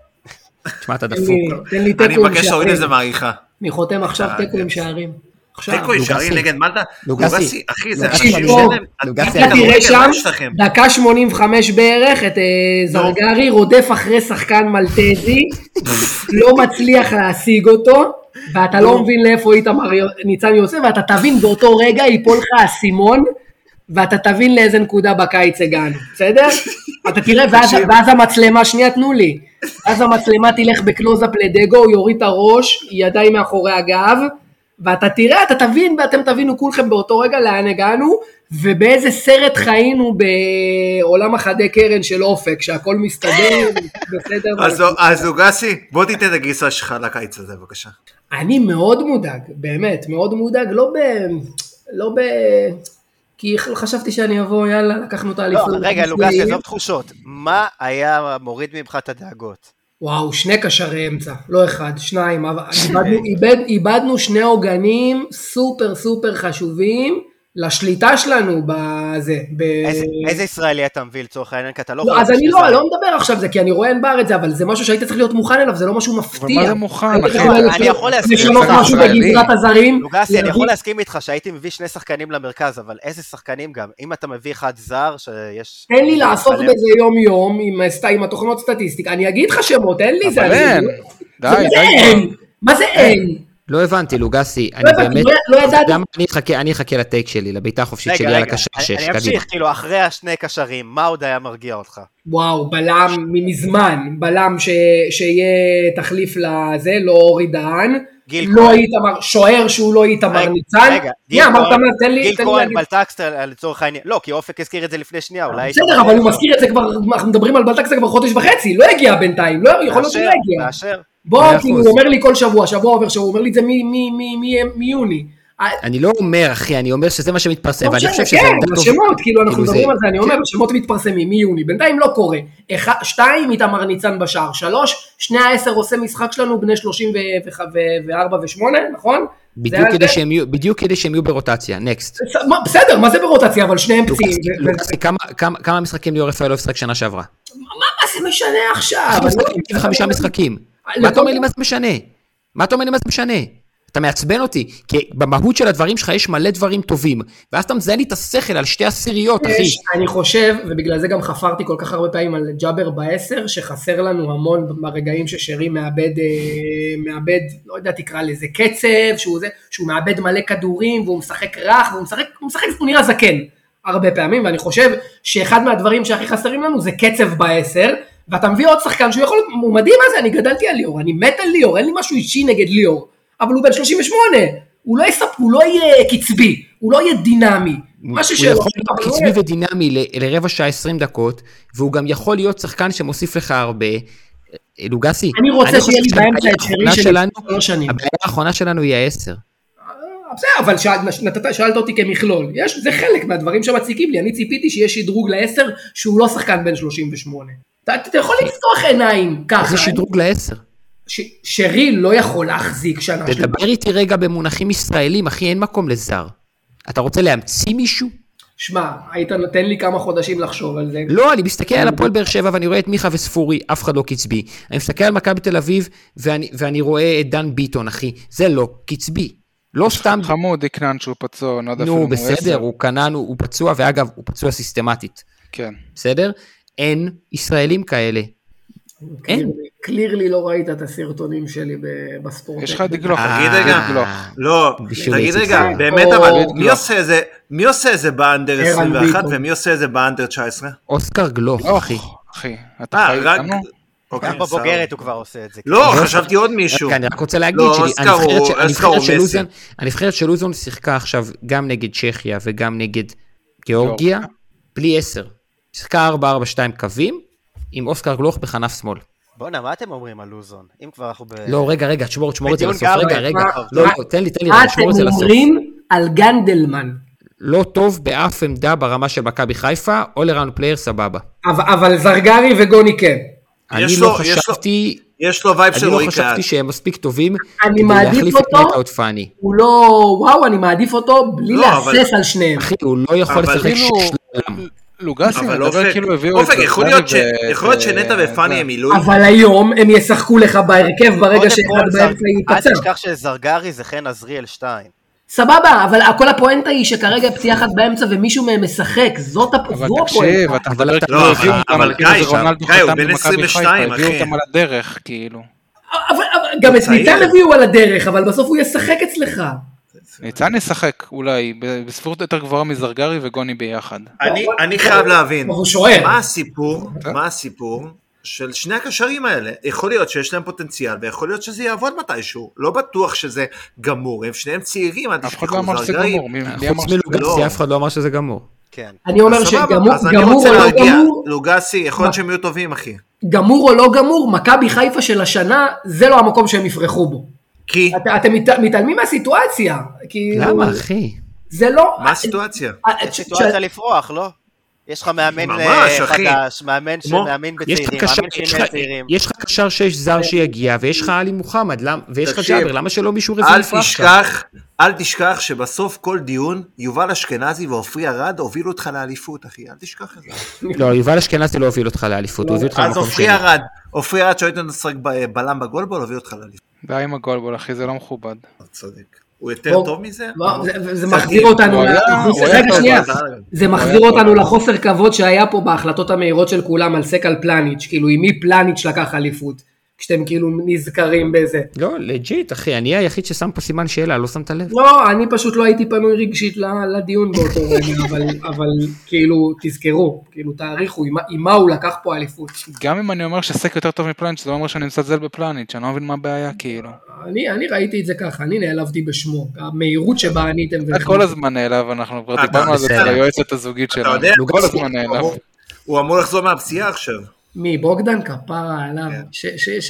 [SPEAKER 7] כן.
[SPEAKER 1] תשמע, אתה
[SPEAKER 5] תן לי-
[SPEAKER 1] דפוק.
[SPEAKER 5] תן לי תיקו
[SPEAKER 7] אני
[SPEAKER 5] עם
[SPEAKER 7] מבקש להוריד את זה
[SPEAKER 5] שערים.
[SPEAKER 7] מעריכה.
[SPEAKER 5] אני חותם עכשיו
[SPEAKER 7] אה,
[SPEAKER 5] תיקו עם
[SPEAKER 7] yes.
[SPEAKER 5] שערים. עכשיו.
[SPEAKER 7] תיקו עם שערים
[SPEAKER 1] לוגסי.
[SPEAKER 7] נגד מלטה?
[SPEAKER 1] לוגסי.
[SPEAKER 7] לוגסי, אחי, זה
[SPEAKER 1] לוגסי,
[SPEAKER 7] אנשים שאין
[SPEAKER 5] תקשיב,
[SPEAKER 7] להם...
[SPEAKER 1] לוגסי,
[SPEAKER 7] אתם
[SPEAKER 5] אתה
[SPEAKER 7] כדורגל,
[SPEAKER 5] תראה
[SPEAKER 7] מה
[SPEAKER 5] שם,
[SPEAKER 7] יש לכם?
[SPEAKER 5] דקה 85 בערך, את אה, זרגרי רודף אחרי שחקן מלטזי, לא מצליח להשיג אותו, ואתה לא מבין לאיפה איתמר יו- ניצן יוסף, ואתה תבין באותו רגע ייפול לך האסימון, ואתה תבין לאיזה נקודה בקיץ הגענו, בסדר? אתה תראה, ואז, ואז המצלמה, שנייה תנו לי, ואז המצלמה תלך בקלוזאפ לדגו, הוא יוריד את הראש, ידיים מאחורי הגב, ואתה תראה, אתה תבין, ואתם תבינו כולכם באותו רגע לאן הגענו, ובאיזה סרט חיינו בעולם החדי קרן של אופק, שהכל מסתדר, בסדר.
[SPEAKER 7] אז- אז לוגסי, בוא תיתן את הגרסה שלך לקיץ הזה, בבקשה.
[SPEAKER 5] אני מאוד מודאג, באמת, מאוד מודאג, לא ב... לא ב... כי חשבתי שאני אבוא, יאללה, לקחנו את
[SPEAKER 2] לא,
[SPEAKER 5] האליפות.
[SPEAKER 2] רגע, לוגסי, עזוב תחושות. מה היה מוריד ממך את הדאגות?
[SPEAKER 5] וואו, שני קשרי אמצע, לא אחד, שניים, אבל איבדנו, איבד, איבדנו שני עוגנים סופר סופר חשובים לשליטה שלנו בזה. ב...
[SPEAKER 2] איזה- איזה ישראלי אתה מביא לצורך העניין? כי אתה לא
[SPEAKER 5] אה, לא,
[SPEAKER 2] יכול...
[SPEAKER 5] אז אני
[SPEAKER 2] להגיד
[SPEAKER 5] לא,
[SPEAKER 2] שזה-
[SPEAKER 5] לא מדבר עכשיו זה, כי אני רואה אין בארץ זה, אבל זה משהו שהיית צריך להיות מוכן אליו, זה לא משהו
[SPEAKER 3] אבל מה
[SPEAKER 5] מפתיע.
[SPEAKER 3] זה מוכן,
[SPEAKER 5] היית
[SPEAKER 3] אחי?
[SPEAKER 5] יכול
[SPEAKER 2] אני יכול להסכים
[SPEAKER 5] לשנות
[SPEAKER 2] איתך,
[SPEAKER 5] משהו
[SPEAKER 3] ישראלי.
[SPEAKER 5] בגזרת הזרים.
[SPEAKER 2] לוגסי, אני
[SPEAKER 5] להביא-
[SPEAKER 2] יכול להסכים איתך שהייתי מביא שני שחקנים למרכז, אבל איזה שחקנים גם? אם אתה מביא אחד זר, שיש... אה,
[SPEAKER 5] תן לי לעסוק
[SPEAKER 2] מלא-
[SPEAKER 5] בזה יום יום עם, הסט- עם התוכנות סטטיסטיקה, אני אגיד לך שמות, אין לי זה.
[SPEAKER 3] אבל
[SPEAKER 5] אני-
[SPEAKER 3] אין, כן. די,
[SPEAKER 5] זה מה זה
[SPEAKER 3] די. אה,
[SPEAKER 5] אין? מה זה אין?
[SPEAKER 1] לא הבנתי, לוגסי, אני
[SPEAKER 5] לא הבנתי,
[SPEAKER 1] באמת...
[SPEAKER 5] לא- לא ידעתי.
[SPEAKER 1] למה אני אחכה, אני אחכה לטייק שלי, לבעיטה החופשית
[SPEAKER 2] רגע,
[SPEAKER 1] שלי על
[SPEAKER 2] רגע,
[SPEAKER 1] הקשר
[SPEAKER 2] אני-
[SPEAKER 1] שש,
[SPEAKER 2] אני
[SPEAKER 1] קדימה.
[SPEAKER 2] אמשיך, כאילו, אחרי השני קשרים, מה עוד היה מרגיע אותך?
[SPEAKER 5] וואו, בלם מזמן, בלם ש, שיהיה תחליף לזה, לא אורי דהן,
[SPEAKER 2] גיל
[SPEAKER 5] לא
[SPEAKER 2] כהן.
[SPEAKER 5] איתמר, שוער שהוא לא איתמר
[SPEAKER 2] רגע,
[SPEAKER 5] ניצן,
[SPEAKER 2] רגע, גיל
[SPEAKER 5] שנייה, אמרת
[SPEAKER 2] כהן-
[SPEAKER 5] מה, תן לי,
[SPEAKER 2] גיל
[SPEAKER 5] תן לי
[SPEAKER 2] כהן
[SPEAKER 5] להגיד,
[SPEAKER 2] בלטקסטר לצורך העניין, לא, כי אופק הזכיר את זה לפני שנייה, אולי...
[SPEAKER 5] בסדר, אבל הוא מזכיר את זה כבר, אנחנו מדברים על בלטקסה כבר חודש וחצי, לא הגיע בינתיים, לא, יכול להיות שלא
[SPEAKER 2] מאשר,
[SPEAKER 5] הגיע,
[SPEAKER 2] מאשר.
[SPEAKER 5] בוא,
[SPEAKER 1] מאה
[SPEAKER 5] כאילו,
[SPEAKER 1] אחוז.
[SPEAKER 5] הוא אומר לי כל שבוע, שבוע עובר שבוע, הוא אומר לי את זה מ- מ- מ- מ- מיוני, אה,
[SPEAKER 1] אני לא אומר, אחי, אני אומר שזה מה שמתפרסם,
[SPEAKER 5] לא
[SPEAKER 1] ואני
[SPEAKER 5] משנה,
[SPEAKER 1] חושב שזה
[SPEAKER 5] כן,
[SPEAKER 1] עמדה טובה.
[SPEAKER 5] השמות, כאילו אנחנו
[SPEAKER 1] כאילו, זה-
[SPEAKER 5] מדברים על זה, אני אומר, השמות מתפרסמים מיוני, בינתיים לא קורה. אחד- שתיים, איתמר ניצן בשער, שלוש, שני העשר עושה משחק שלנו, בני שלושים וארבע ושמונה, נכון?
[SPEAKER 1] בדיוק
[SPEAKER 5] זה-
[SPEAKER 1] כדי שהם יהיו- בדיוק כדי שהם יהיו ברוטציה, נקסט.
[SPEAKER 5] ס- מה- בסדר, מה זה ברוטציה, אבל שניהם פציעים. ו- ו-
[SPEAKER 1] לוגסי, כמה- כמה- כמה משחקים ליאור רפאל לא הפסק שנה שעברה?
[SPEAKER 5] מה זה משנה עכשיו?
[SPEAKER 1] חמישה
[SPEAKER 5] אני אה, לא- אה,
[SPEAKER 1] משחקים, חמישה משחקים.
[SPEAKER 5] לכל-
[SPEAKER 1] מה אתה אומר לי מה זה משנה? מה אתה אומר לי מה זה משנה? אתה מעצבן אותי, כי במהות של הדברים שלך יש מלא דברים טובים, ואז אתה מזיין לי את השכל על שתי עשיריות, אחי.
[SPEAKER 5] יש, אני חושב, ובגלל זה גם חפרתי כל כך הרבה פעמים על ג'אבר בעשר, שחסר לנו המון ברגעים ששרי מאבד, אה, מאבד, לא יודע תקרא לזה קצב, שהוא, זה, שהוא מאבד מלא כדורים, והוא משחק רך, והוא משחק, הוא משחק, הוא נראה זקן הרבה פעמים, ואני חושב שאחד מהדברים שהכי חסרים לנו זה קצב בעשר, ואתה מביא עוד שחקן שהוא יכול, הוא מדהים מה זה, אני גדלתי על ליאור, אני מת על ליאור, אין לי משהו אישי נגד ליאור, אבל הוא בן 38, הוא לא, יספ, הוא לא יהיה קצבי, הוא לא יהיה דינמי.
[SPEAKER 1] הוא
[SPEAKER 5] מה ששאלה,
[SPEAKER 1] יכול
[SPEAKER 5] אבל
[SPEAKER 1] להיות
[SPEAKER 5] הוא לא
[SPEAKER 1] קצבי
[SPEAKER 5] יהיה-
[SPEAKER 1] ודינמי ל- לרבע שעה 20 דקות, והוא גם יכול להיות שחקן שמוסיף לך הרבה. אה, לוגסי,
[SPEAKER 5] אני רוצה
[SPEAKER 1] חושב
[SPEAKER 5] שיהיה לי באמצע את
[SPEAKER 1] שהבעיה
[SPEAKER 5] שרי שלי
[SPEAKER 1] האחרונה שלנו-
[SPEAKER 5] שלוש שנים.
[SPEAKER 1] הבעיה האחרונה שלנו היא העשר.
[SPEAKER 5] לא, בסדר, אבל שאל, נתת, שאלת אותי כמכלול, יש, זה חלק מהדברים שמציקים לי, אני ציפיתי שיהיה שדרוג לעשר שהוא לא שחקן בן 38. אתה, אתה יכול לפתוח עיניים ככה,
[SPEAKER 1] זה שדרוג לעשר.
[SPEAKER 5] ש, שרי לא יכול להחזיק שנה שלמה.
[SPEAKER 1] תדבר איתי רגע במונחים ישראלים, אחי, אין מקום לזר. אתה רוצה להמציא מישהו?
[SPEAKER 5] שמע, היית נותן לי כמה חודשים לחשוב על זה.
[SPEAKER 1] לא, אני מסתכל על הפועל באר שבע ואני רואה את מיכה וספורי, אף אחד לא קצבי. אני מסתכל על מכבי תל אביב ואני, ואני רואה את דן ביטון, אחי. זה לא קצבי. לא סתם,
[SPEAKER 3] חמוד דקנן שהוא פצוע, אני לא יודע אפילו אם
[SPEAKER 1] נו,
[SPEAKER 3] הוא
[SPEAKER 1] בסדר,
[SPEAKER 3] עשר.
[SPEAKER 1] הוא קנן, הוא הוא פצוע, ואגב, הוא פצוע סיסטמטית,
[SPEAKER 3] כן.
[SPEAKER 1] בסדר? אין ישראלים כאלה. אין.
[SPEAKER 5] קלירלי לא ראית את הסרטונים שלי ב- בספורט.
[SPEAKER 3] יש לך דגלוך.
[SPEAKER 1] אה,
[SPEAKER 4] תגיד רגע,
[SPEAKER 3] דגלוך.
[SPEAKER 4] לא,
[SPEAKER 1] בישול
[SPEAKER 4] תגיד רגע,
[SPEAKER 1] יציבה.
[SPEAKER 4] באמת
[SPEAKER 5] או-
[SPEAKER 4] אבל, מי עושה את זה, מי עושה את זה באנדר
[SPEAKER 5] ערן
[SPEAKER 4] 21
[SPEAKER 5] ביטון.
[SPEAKER 4] ומי עושה את זה באנדר 19?
[SPEAKER 7] אה,
[SPEAKER 1] אוסקר גלוך,
[SPEAKER 4] לא,
[SPEAKER 3] אוח,
[SPEAKER 1] אחי.
[SPEAKER 3] אחי, אתה
[SPEAKER 4] אה,
[SPEAKER 3] חי
[SPEAKER 4] רק...
[SPEAKER 3] איתנו?
[SPEAKER 4] אוקיי,
[SPEAKER 2] גם בבוגרת הוא כבר עושה את זה. כאילו.
[SPEAKER 4] לא, חשבתי עוד מישהו.
[SPEAKER 1] רגע,
[SPEAKER 3] כן,
[SPEAKER 1] אני רק רוצה להגיד
[SPEAKER 4] לא, אוסקר הוא-
[SPEAKER 1] שהנבחרת-
[SPEAKER 4] אוסקר הוא
[SPEAKER 1] הנבחרת של
[SPEAKER 4] מסי.
[SPEAKER 1] לוזון- הנבחרת של לוזון שיחקה עכשיו גם נגד צ'כיה וגם נגד גיאורגיה, בלי 10. שיחקה 4-4-2 קווים, עם אוסקר גלוך בכנף שמאל.
[SPEAKER 4] אה.
[SPEAKER 2] בואנה, מה אתם אומרים על לוזון? אם כבר אנחנו ב...
[SPEAKER 1] לא, רגע, רגע, תשמור, תשמור את זה
[SPEAKER 2] בדיון
[SPEAKER 1] לסוף. רגע,
[SPEAKER 2] גרמן,
[SPEAKER 1] רגע,
[SPEAKER 2] מה-
[SPEAKER 1] לא,
[SPEAKER 5] מה-
[SPEAKER 1] לא, תן לי, תן לי,
[SPEAKER 5] מה
[SPEAKER 1] רגע,
[SPEAKER 5] אתם
[SPEAKER 1] תשמור את זה לסוף.
[SPEAKER 5] אומרים על גנדלמן?
[SPEAKER 1] לא טוב באף עמדה ברמה של מכבי חיפה, all around player סבבה.
[SPEAKER 5] אבל אבל זרגרי וגוני כן.
[SPEAKER 1] אני
[SPEAKER 4] יש
[SPEAKER 1] לא
[SPEAKER 4] לו- יש לו-
[SPEAKER 1] חשבתי,
[SPEAKER 4] יש לו וייב
[SPEAKER 1] אני
[SPEAKER 4] של
[SPEAKER 1] לא
[SPEAKER 4] רועי קהת.
[SPEAKER 1] חשבתי שהם מספיק טובים
[SPEAKER 5] אני
[SPEAKER 1] כדי
[SPEAKER 5] מעדיף
[SPEAKER 1] להחליף את
[SPEAKER 5] אותו.
[SPEAKER 1] נטע עוד פאני.
[SPEAKER 5] הוא לא, וואו, אני מעדיף אותו בלי
[SPEAKER 4] לא,
[SPEAKER 5] להסס
[SPEAKER 4] אבל-
[SPEAKER 5] על שניהם.
[SPEAKER 1] אחי, הוא לא יכול
[SPEAKER 4] אבל
[SPEAKER 1] לשחק
[SPEAKER 3] כאילו,
[SPEAKER 1] שלם.
[SPEAKER 3] לוגסי
[SPEAKER 4] אבל
[SPEAKER 3] מדבר
[SPEAKER 4] אופק,
[SPEAKER 3] כאילו הביאו
[SPEAKER 4] אופק, יכול להיות
[SPEAKER 3] זלאבי
[SPEAKER 4] ש-
[SPEAKER 3] ואת-
[SPEAKER 4] יכול להיות שנטע
[SPEAKER 3] אה,
[SPEAKER 4] ופאני הם עילוי.
[SPEAKER 5] אבל היום הם ישחקו לך בהרכב ברגע
[SPEAKER 2] קודם
[SPEAKER 5] שאחד
[SPEAKER 2] כל, זר-
[SPEAKER 5] באמצע
[SPEAKER 2] אל
[SPEAKER 5] ייפצע.
[SPEAKER 2] תשכח שזרגרי זה חן עזריאל 2.
[SPEAKER 5] סבבה, אבל כל הפואנטה היא שכרגע פציעה אחת באמצע ומישהו מהם משחק, זאת הפ-
[SPEAKER 3] אבל
[SPEAKER 5] זו
[SPEAKER 3] תקשיב,
[SPEAKER 5] הפואנטה.
[SPEAKER 3] אתה
[SPEAKER 1] אבל
[SPEAKER 3] מדבר
[SPEAKER 1] אתה-
[SPEAKER 3] כאילו
[SPEAKER 4] לא,
[SPEAKER 3] הביאו
[SPEAKER 4] אבל-
[SPEAKER 3] אותם,
[SPEAKER 4] אבל
[SPEAKER 3] כאילו
[SPEAKER 4] גיא,
[SPEAKER 3] זה רונלדו
[SPEAKER 4] גיא, הוא
[SPEAKER 3] חתם
[SPEAKER 4] בן
[SPEAKER 3] במכבי
[SPEAKER 4] 22,
[SPEAKER 3] חיפה, הביאו
[SPEAKER 4] אחי.
[SPEAKER 3] אותם על הדרך, כאילו.
[SPEAKER 5] אבל אבל גם את
[SPEAKER 4] צעיר.
[SPEAKER 5] ניתן הביאו על הדרך, אבל בסוף הוא ישחק אצלך.
[SPEAKER 3] ניצן ישחק אולי ב- בסבירות יותר גבוהה מזרגרי וגוני ביחד.
[SPEAKER 4] אני- אני חייב להבין,
[SPEAKER 5] הוא שוער.
[SPEAKER 4] מה הסיפור, מה הסיפור של שני הקשרים האלה? יכול להיות שיש להם פוטנציאל ויכול להיות שזה יעבוד מתישהו. לא בטוח שזה גמור, הם שניהם צעירים, אל
[SPEAKER 3] אף אחד לא אמר
[SPEAKER 4] תשכחו,
[SPEAKER 3] שזה
[SPEAKER 4] זרגרי. אה,
[SPEAKER 3] גמור. מי מי אמר
[SPEAKER 1] חוץ
[SPEAKER 3] שזה גמור?
[SPEAKER 1] מלוגסי, אף אחד לא אמר שזה גמור.
[SPEAKER 2] כן.
[SPEAKER 5] אני אומר
[SPEAKER 4] אז סבבה,
[SPEAKER 5] שגמור
[SPEAKER 4] אז אני
[SPEAKER 5] גמור
[SPEAKER 4] רוצה
[SPEAKER 5] או לא
[SPEAKER 4] להרגיע.
[SPEAKER 5] גמור,
[SPEAKER 4] לוגסי, יכול
[SPEAKER 5] מה?
[SPEAKER 4] להיות שהם יהיו טובים, אחי.
[SPEAKER 5] גמור או לא גמור, מכבי חיפה של השנה, זה לא המקום שהם יפרחו בו.
[SPEAKER 4] כי,
[SPEAKER 5] את, אתם מת, מתעלמים מהסיטואציה. כאילו,
[SPEAKER 1] למה, אחי?
[SPEAKER 5] זה לא...
[SPEAKER 4] מה הסיטואציה?
[SPEAKER 5] אה,
[SPEAKER 2] יש סיטואציה
[SPEAKER 5] ש-
[SPEAKER 2] לפרוח, לא? יש לך מאמן
[SPEAKER 4] ממש,
[SPEAKER 2] אה,
[SPEAKER 4] אחי.
[SPEAKER 2] חדש, מאמן
[SPEAKER 4] כמו-
[SPEAKER 2] שמאמן
[SPEAKER 1] יש לך
[SPEAKER 2] בצעירים,
[SPEAKER 1] קשר-
[SPEAKER 2] מאמן
[SPEAKER 1] יש
[SPEAKER 2] שמאמן
[SPEAKER 1] לך-
[SPEAKER 2] בצעירים.
[SPEAKER 1] יש לך קשר שש זר שיגיע, ויש לך עלי מוחמד, למ- ויש לך
[SPEAKER 4] תקשיב,
[SPEAKER 1] ג'אבר, למה שלא מישהו רביעי
[SPEAKER 4] אל
[SPEAKER 1] יפרח שם?
[SPEAKER 4] תשכח, אל תשכח שבסוף כל דיון, יובל אשכנזי ועופרי ארד הובילו אותך לאליפות, אחי, אל תשכח את זה.
[SPEAKER 1] לא, יובל אשכנזי לא הוביל אותך לאליפות, הוא הביא אותך
[SPEAKER 4] אז
[SPEAKER 1] למקום
[SPEAKER 4] עופרי
[SPEAKER 1] שני.
[SPEAKER 4] ארד, עופרי ארד שהיית לשחק ב- בלם בגולבול, הוביא אותך לאליפות.
[SPEAKER 3] די עם הגולבול, אחי, זה לא מכובד.
[SPEAKER 4] אתה צודק. הוא יותר
[SPEAKER 5] בוא,
[SPEAKER 4] טוב מזה?
[SPEAKER 5] לא, זה- זה- זה
[SPEAKER 4] צדיק.
[SPEAKER 5] מחזיר אותנו...
[SPEAKER 3] הוא
[SPEAKER 5] ל-
[SPEAKER 3] היה-
[SPEAKER 5] לחוסר-
[SPEAKER 3] הוא היה
[SPEAKER 5] רגע,
[SPEAKER 3] טוב,
[SPEAKER 5] שנייה.
[SPEAKER 4] אבל-
[SPEAKER 5] זה מחזיר אותנו לחוסר כבוד שהיה פה בהחלטות המהירות של כולם על סקל פלניץ', כאילו עם מי פלניץ' לקח אליפות, כשאתם כאילו נזכרים בזה.
[SPEAKER 1] לא, לג'יט, אחי, אני היחיד ששם פה סימן שאלה, לא שמת לב.
[SPEAKER 5] לא, אני פשוט לא הייתי פנוי רגשית ל- לדיון באותו רגע, אבל, אבל כאילו, תזכרו, כאילו תעריכו, עם, מה- עם מה הוא לקח פה אליפות.
[SPEAKER 3] גם אם אני אומר שסק יותר טוב מפלניץ', זה לא אומר שאני מזלזל בפלניץ', אני לא מבין מה הבעיה, כאילו.
[SPEAKER 5] אני, אני ראיתי את זה ככה, אני נעלבתי בשמו, המהירות שבה עניתם.
[SPEAKER 3] אתה כל הזמן נעלב, אנחנו כבר
[SPEAKER 4] אתה-
[SPEAKER 3] דיברנו על זה
[SPEAKER 1] בסדר.
[SPEAKER 3] אצל היועצת הזוגית
[SPEAKER 4] אה, אתה
[SPEAKER 3] שלנו.
[SPEAKER 4] יודע,
[SPEAKER 3] כל
[SPEAKER 1] לוגסי,
[SPEAKER 3] הזמן
[SPEAKER 4] הוא
[SPEAKER 3] נעלב.
[SPEAKER 4] אמור- הוא אמור לחזור מהפציעה עכשיו.
[SPEAKER 5] מי, בוגדן? כפרה עליו.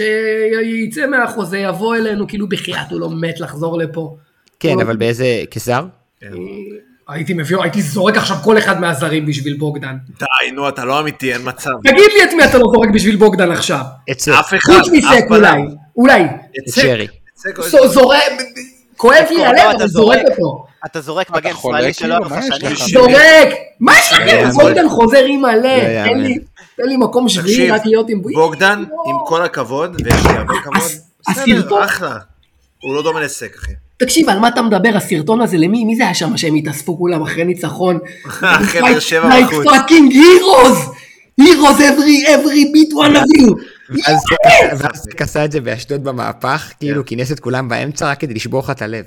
[SPEAKER 5] שיצא מהחוזה, יבוא אלינו, כאילו בחייאת הוא לא מת לחזור לפה.
[SPEAKER 1] כן,
[SPEAKER 4] לא.
[SPEAKER 5] הוא-
[SPEAKER 1] אבל באיזה, כזר?
[SPEAKER 5] הייתי מביא, הייתי זורק עכשיו כל אחד מהזרים בשביל בוגדן.
[SPEAKER 4] די, נו, אתה לא אמיתי, אין מצב.
[SPEAKER 5] תגיד לי את מי אתה לא זורק בשביל בוגדן עכשיו.
[SPEAKER 1] אצל
[SPEAKER 4] אף אחד,
[SPEAKER 5] חוץ
[SPEAKER 4] אף
[SPEAKER 5] מסק
[SPEAKER 4] בלם.
[SPEAKER 5] אולי, אולי.
[SPEAKER 4] את
[SPEAKER 1] את
[SPEAKER 4] סק,
[SPEAKER 1] שרי.
[SPEAKER 4] את סק,
[SPEAKER 5] זו- זורק, כואב לי
[SPEAKER 2] לא,
[SPEAKER 5] הלב,
[SPEAKER 2] אתה
[SPEAKER 5] אבל
[SPEAKER 2] זורק.
[SPEAKER 5] זורק אותו.
[SPEAKER 2] אתה זורק מגן
[SPEAKER 3] חולה,
[SPEAKER 2] שמאלי
[SPEAKER 3] כאילו?
[SPEAKER 2] שלא היה
[SPEAKER 3] מה
[SPEAKER 2] לך
[SPEAKER 3] יש
[SPEAKER 2] שנים.
[SPEAKER 3] לך?
[SPEAKER 5] זורק! מה יש לכם?
[SPEAKER 1] יאמן.
[SPEAKER 5] בוגדן חוזר עם הלב,
[SPEAKER 1] לא
[SPEAKER 5] תן לי-
[SPEAKER 1] יאמן.
[SPEAKER 5] תן לי מקום שביעי
[SPEAKER 4] תקשיב,
[SPEAKER 5] רק להיות עם...
[SPEAKER 4] בוגדן,
[SPEAKER 5] לא.
[SPEAKER 4] עם כל הכבוד, ויש לי הרבה כבוד,
[SPEAKER 5] הס- הסרטון-
[SPEAKER 4] בסדר, אחלה. הוא לא דומה לסק, אחי.
[SPEAKER 5] תקשיב, על מה אתה מדבר? הסרטון הזה, למי? מי זה היה שם שהם התאספו כולם אחרי ניצחון?
[SPEAKER 4] אחרי באר שבע
[SPEAKER 5] Like
[SPEAKER 4] בחוץ.
[SPEAKER 5] fucking heroes! heroes every, every bit one of you!
[SPEAKER 1] ואז ואז סק עשה את זה באשדוד במהפך, כאילו כינס את כולם באמצע רק כדי לשבור לך את הלב.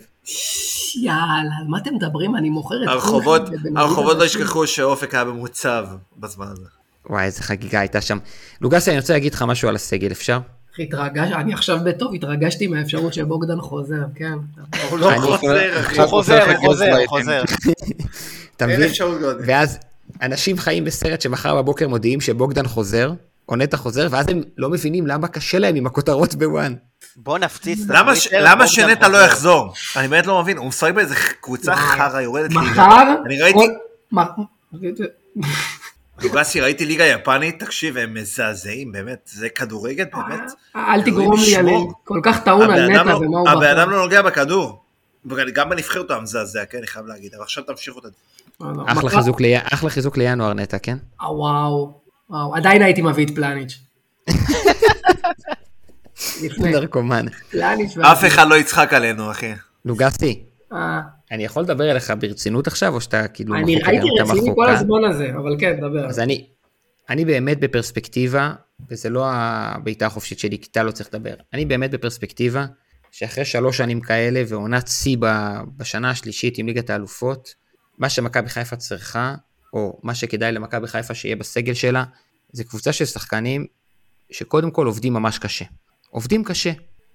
[SPEAKER 5] יאללה, על מה אתם מדברים? אני מוכר את כל
[SPEAKER 4] הרחובות,
[SPEAKER 5] אחד בבן
[SPEAKER 4] הרחובות
[SPEAKER 5] אדם.
[SPEAKER 4] לא ישכחו שאופק היה במוצב בזמן הזה.
[SPEAKER 1] וואי, איזה חגיגה הייתה שם. לוגסי, אני רוצה להגיד לך משהו על הסגל, אפשר?
[SPEAKER 5] אחי, התרגש, אני עכשיו בטוב, התרגשתי מהאפשרות שבוגדן חוזר, כן.
[SPEAKER 4] הוא לא
[SPEAKER 1] אני-
[SPEAKER 4] חוזר, אחי.
[SPEAKER 3] עכשיו
[SPEAKER 2] הוא חוזר,
[SPEAKER 3] הוא
[SPEAKER 2] הוא חוזר, הוא
[SPEAKER 3] לייטינג.
[SPEAKER 2] חוזר.
[SPEAKER 1] אתה
[SPEAKER 4] אין
[SPEAKER 1] מבין?
[SPEAKER 4] אפשרות גודל.
[SPEAKER 1] ואז אנשים חיים בסרט שמחר בבוקר מודיעים שבוגדן חוזר, או נטע חוזר, ואז הם לא מבינים למה קשה להם עם הכותרות בוואן.
[SPEAKER 2] בוא נפציץ את
[SPEAKER 4] למה ש-
[SPEAKER 2] הטוויטר,
[SPEAKER 4] למה
[SPEAKER 2] בוגדן
[SPEAKER 4] שנטע לא
[SPEAKER 2] חוזר.
[SPEAKER 4] יחזור? אני באמת לא מבין, הוא משחק באיזה קבוצה
[SPEAKER 5] וואי.
[SPEAKER 4] חרא יורדת ליגה.
[SPEAKER 5] מחר...
[SPEAKER 4] אני ראיתי-
[SPEAKER 5] כל- מה-
[SPEAKER 4] לוגסי, ראיתי ליגה יפנית, תקשיב, הם מזעזעים, באמת, זה כדורגל, באמת.
[SPEAKER 5] אל תגרום
[SPEAKER 4] אלוהים
[SPEAKER 5] לי על
[SPEAKER 4] ישמור.
[SPEAKER 5] כל כך טעון על
[SPEAKER 4] הבן אדם
[SPEAKER 5] נטע
[SPEAKER 4] לא-
[SPEAKER 5] ומה הוא
[SPEAKER 4] הבן
[SPEAKER 5] בחר.
[SPEAKER 4] אדם לא נוגע בכדור. וגם בנבחרת הוא היה מזעזע, כן, אני חייב להגיד, אבל עכשיו תמשיכו את זה.
[SPEAKER 5] לא, לא.
[SPEAKER 1] אחלה
[SPEAKER 5] מה-
[SPEAKER 1] חיזוק ליה- אחלה חיזוק לינואר, נטע, כן?
[SPEAKER 5] אה, וואו, וואו, עדיין הייתי מביא את פלניץ'. לפני,
[SPEAKER 1] נרקומן.
[SPEAKER 5] פלניץ' ו...
[SPEAKER 4] אף אחד לא יצחק עלינו, אחי.
[SPEAKER 1] לוגסי,
[SPEAKER 5] אה,
[SPEAKER 1] אני יכול לדבר אליך ברצינות עכשיו, או שאתה כאילו...
[SPEAKER 5] אני
[SPEAKER 1] מחוק
[SPEAKER 5] ראיתי
[SPEAKER 1] עלינו, אתה
[SPEAKER 5] רציני
[SPEAKER 1] מחוק,
[SPEAKER 5] כל
[SPEAKER 1] אה?
[SPEAKER 5] הזמן הזה, אבל כן, דבר.
[SPEAKER 1] אז אני, אני באמת בפרספקטיבה, וזה לא הבעיטה החופשית שלי, כיתה לא צריך לדבר, אני באמת בפרספקטיבה, שאחרי שלוש שנים כאלה ועונת שיא בשנה השלישית עם ליגת האלופות, מה שמכבי חיפה צריכה, או מה שכדאי למכבי חיפה שיהיה בסגל שלה, זה קבוצה של שחקנים שקודם כל עובדים ממש קשה. עובדים קשה,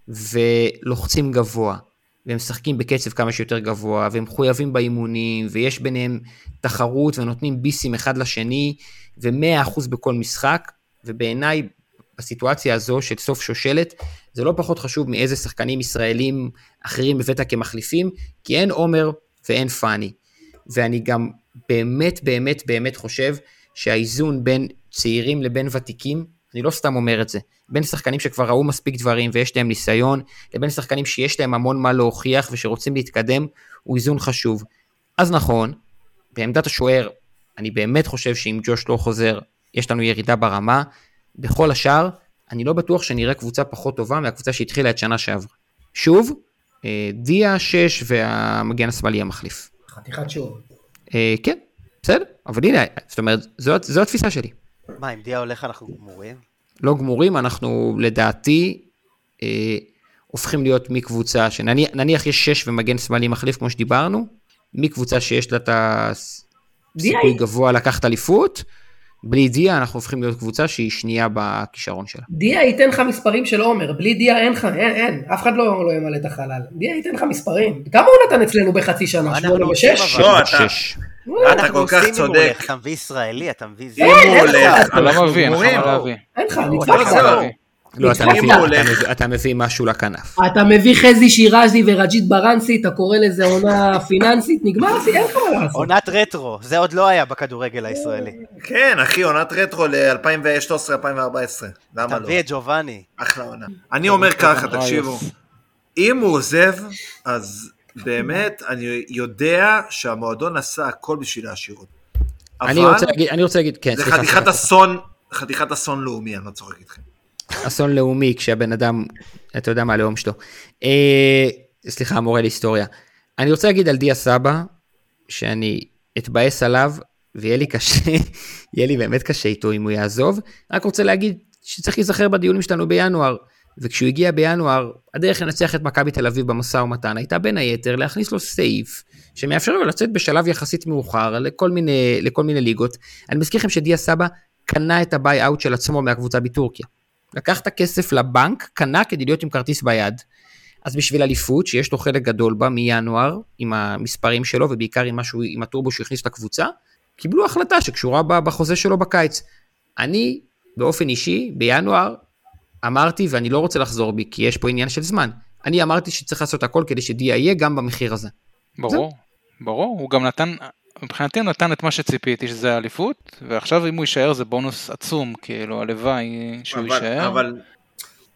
[SPEAKER 1] ולוחצים גבוה, והם משחקים בקצב כמה שיותר גבוה, והם מחויבים באימונים, ויש ביניהם תחרות, ונותנים ביסים אחד לשני, ו-100% בכל משחק, ובעיניי, בסיטואציה הזו של סוף שושלת, זה לא פחות חשוב מאיזה שחקנים ישראלים אחרים הבאת כמחליפים, כי אין עומר ואין פאני. ואני גם באמת באמת באמת חושב שהאיזון בין צעירים לבין ותיקים, אני לא סתם אומר את זה, בין שחקנים שכבר ראו מספיק דברים ויש להם ניסיון, לבין שחקנים שיש להם המון מה להוכיח ושרוצים להתקדם, הוא איזון חשוב. אז נכון, בעמדת השוער, אני באמת חושב שאם ג'וש לא חוזר, יש לנו ירידה ברמה. בכל השאר, אני לא בטוח שנראה קבוצה פחות טובה מהקבוצה שהתחילה את שנה שעברה. שוב, אה, דיה 6 והמגן השמאלי המחליף.
[SPEAKER 5] חתיכת שוב.
[SPEAKER 1] כן, בסדר, אבל הנה, זאת אומרת, זו, זו התפיסה שלי.
[SPEAKER 2] מה, אם דיה הולך אנחנו גמורים?
[SPEAKER 1] לא גמורים, אנחנו לדעתי אה, הופכים להיות מקבוצה, שנניח יש שש ומגן שמאלי מחליף כמו שדיברנו, מקבוצה שיש לה את הסיכוי גבוה לקחת אליפות, בלי דיה אנחנו הופכים להיות קבוצה שהיא שנייה בכישרון שלה.
[SPEAKER 5] דיה ייתן לך מספרים של עומר, בלי דיה אין לך, אין, אין, אף אחד לא, לא ימלא את החלל. דיה ייתן לך מספרים. כמה הוא נתן אצלנו בחצי
[SPEAKER 2] לא,
[SPEAKER 5] שנה? שמונה ושש?
[SPEAKER 4] לא, אתה... אתה כל כך צודק. כן,
[SPEAKER 2] אתה מביא ישראלי, אתה מביא זה.
[SPEAKER 4] אם הוא הולך,
[SPEAKER 3] אתה לא מבין,
[SPEAKER 4] גמורים.
[SPEAKER 3] חבל להביא.
[SPEAKER 5] אין לך,
[SPEAKER 4] לא, זה לא.
[SPEAKER 5] נצחק.
[SPEAKER 1] לא, אתה
[SPEAKER 5] נצחק.
[SPEAKER 1] מביא- אתה מביא- אתה מביא משהו לכנף.
[SPEAKER 5] אתה מביא חזי שירזי ורג'ית ברנסי, אתה קורא לזה עונה פיננסית, נגמר הסי, אין לך מה לעשות.
[SPEAKER 2] עונת רטרו, זה עוד לא היה בכדורגל הישראלי.
[SPEAKER 4] כן, אחי, עונת רטרו ל-2013-2014. למה לא?
[SPEAKER 2] תביא את ג'ובאני.
[SPEAKER 4] אחלה
[SPEAKER 1] כן,
[SPEAKER 4] עונה. אני אומר ככה,
[SPEAKER 1] אה,
[SPEAKER 4] תקשיבו, אם הוא עוזב, אז באמת, אני יודע שהמועדון עשה הכל בשביל להשאיר אותו.
[SPEAKER 1] אני
[SPEAKER 4] אבל
[SPEAKER 1] רוצה להגיד, אני רוצה להגיד, כן,
[SPEAKER 4] זה
[SPEAKER 1] סליחה,
[SPEAKER 4] חתיכת
[SPEAKER 1] סליחה.
[SPEAKER 4] אסון, חתיכת אסון לאומי, אני לא צוחק איתכם.
[SPEAKER 1] אסון לאומי כשהבן אדם, אתה יודע מה הלאום שלו. אה, סליחה, המורה להיסטוריה. אני רוצה להגיד על דיה סבא, שאני אתבאס עליו, ויהיה לי קשה, יהיה לי באמת קשה איתו אם הוא יעזוב. רק רוצה להגיד שצריך להיזכר בדיונים שלנו בינואר, וכשהוא הגיע בינואר, הדרך לנצח את מכבי תל אביב במשא ומתן הייתה בין היתר להכניס לו סעיף, שמאפשר לו לצאת בשלב יחסית מאוחר לכל מיני, לכל מיני ליגות. אני מזכיר לכם שדיה סבא קנה את הביי-אאוט של עצמו מהקבוצה בטורקיה. לקח את הכסף לבנק, קנה כדי להיות עם כרטיס ביד. אז בשביל אליפות, שיש לו חלק גדול בה מינואר, עם המספרים שלו, ובעיקר עם, משהו, עם הטורבו שהוא הכניס לקבוצה, קיבלו החלטה שקשורה ב- בחוזה שלו בקיץ. אני, באופן אישי, בינואר, אמרתי, ואני לא רוצה לחזור בי, כי יש פה עניין של זמן, אני אמרתי שצריך לעשות הכל כדי שדיה יהיה גם במחיר הזה.
[SPEAKER 3] ברור, ברור, הוא גם נתן, מבחינתי הוא נתן את מה שציפיתי, שזה האליפות, ועכשיו אם הוא יישאר זה בונוס עצום, כאילו הלוואי שהוא
[SPEAKER 4] אבל-
[SPEAKER 3] יישאר.
[SPEAKER 4] אבל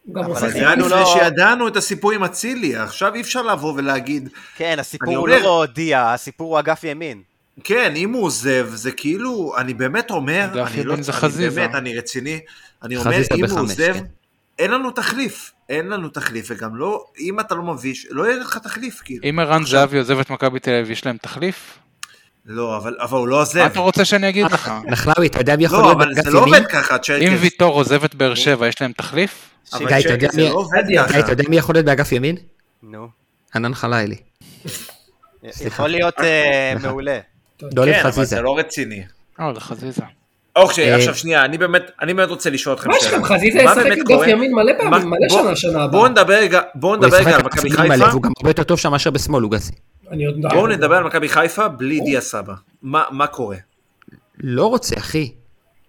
[SPEAKER 5] הוא גם
[SPEAKER 2] אבל
[SPEAKER 5] עושה
[SPEAKER 4] אבל
[SPEAKER 2] זה
[SPEAKER 5] סיבוב.
[SPEAKER 4] ידענו
[SPEAKER 2] לא-
[SPEAKER 4] שידענו את הסיפור עם אצילי, עכשיו אי אפשר לבוא ולהגיד,
[SPEAKER 2] כן, הסיפור
[SPEAKER 4] אני
[SPEAKER 2] הוא
[SPEAKER 4] אומר-
[SPEAKER 2] לא דיה, הסיפור הוא אגף ימין.
[SPEAKER 4] כן, אם הוא עוזב, זה כאילו, אני באמת אומר,
[SPEAKER 3] אגב,
[SPEAKER 4] אני לא,
[SPEAKER 3] יבין זה
[SPEAKER 4] אני
[SPEAKER 3] חזיזה.
[SPEAKER 4] באמת, אני רציני, אני אומר,
[SPEAKER 1] חזיזה
[SPEAKER 4] אם הוא
[SPEAKER 1] בחמש,
[SPEAKER 4] עוזב,
[SPEAKER 1] כן.
[SPEAKER 4] אין לנו תחליף, אין לנו תחליף, וגם לא, אם אתה לא מביא, לא יהיה לך תחליף, כאילו.
[SPEAKER 3] אם ערן זהבי עוזב את מכבי תל אביב, יש להם תחליף?
[SPEAKER 4] לא, אבל אבל הוא לא
[SPEAKER 3] מה
[SPEAKER 4] עוזב.
[SPEAKER 3] אתה רוצה שאני אגיד לך?
[SPEAKER 1] נחלאוי, אתה יודע מי יכול
[SPEAKER 4] לא,
[SPEAKER 1] להיות
[SPEAKER 4] אבל
[SPEAKER 1] באגף
[SPEAKER 4] זה לא
[SPEAKER 1] ימין?
[SPEAKER 4] עובד ככה, צ'רקס.
[SPEAKER 3] אם ויטור עוזב את באר שבע, יש להם תחליף?
[SPEAKER 4] אבל
[SPEAKER 1] גיא, אתה יודע
[SPEAKER 4] צ'רקס, זה
[SPEAKER 1] מי-
[SPEAKER 4] לא עובד
[SPEAKER 5] גיא,
[SPEAKER 1] היי, אתה
[SPEAKER 4] ככה.
[SPEAKER 1] יודע מי יכול להיות באגף ימין?
[SPEAKER 2] נו.
[SPEAKER 1] ענן חלילי.
[SPEAKER 2] יכול להיות אה, מעולה.
[SPEAKER 1] דולב
[SPEAKER 4] כן, אבל
[SPEAKER 1] חזיזה.
[SPEAKER 4] זה לא רציני.
[SPEAKER 3] אה, זה חזיזה.
[SPEAKER 4] אוקיי,
[SPEAKER 1] אה,
[SPEAKER 4] עכשיו שנייה, אני באמת, אני באמת רוצה לשאול אתכם
[SPEAKER 5] מה יש לכם, חזיזה ישחק
[SPEAKER 4] באמת
[SPEAKER 5] אגף
[SPEAKER 4] קורה?
[SPEAKER 5] ימין מלא
[SPEAKER 4] מה-
[SPEAKER 5] פעמים, מלא
[SPEAKER 4] בוא-
[SPEAKER 5] שנה שנה הבאה.
[SPEAKER 4] בואו נדבר רגע, בואו
[SPEAKER 1] הוא
[SPEAKER 4] נדבר רגע
[SPEAKER 1] ישחק
[SPEAKER 4] על מכבי
[SPEAKER 1] על
[SPEAKER 4] חיפה.
[SPEAKER 1] מלא, והוא גם הרבה יותר טוב שם מאשר בשמאל, הוא גסי.
[SPEAKER 5] אני עוד...
[SPEAKER 4] בואו נדבר על מכבי חיפה בלי דיה סבא. מה מה קורה?
[SPEAKER 1] לא רוצה, אחי.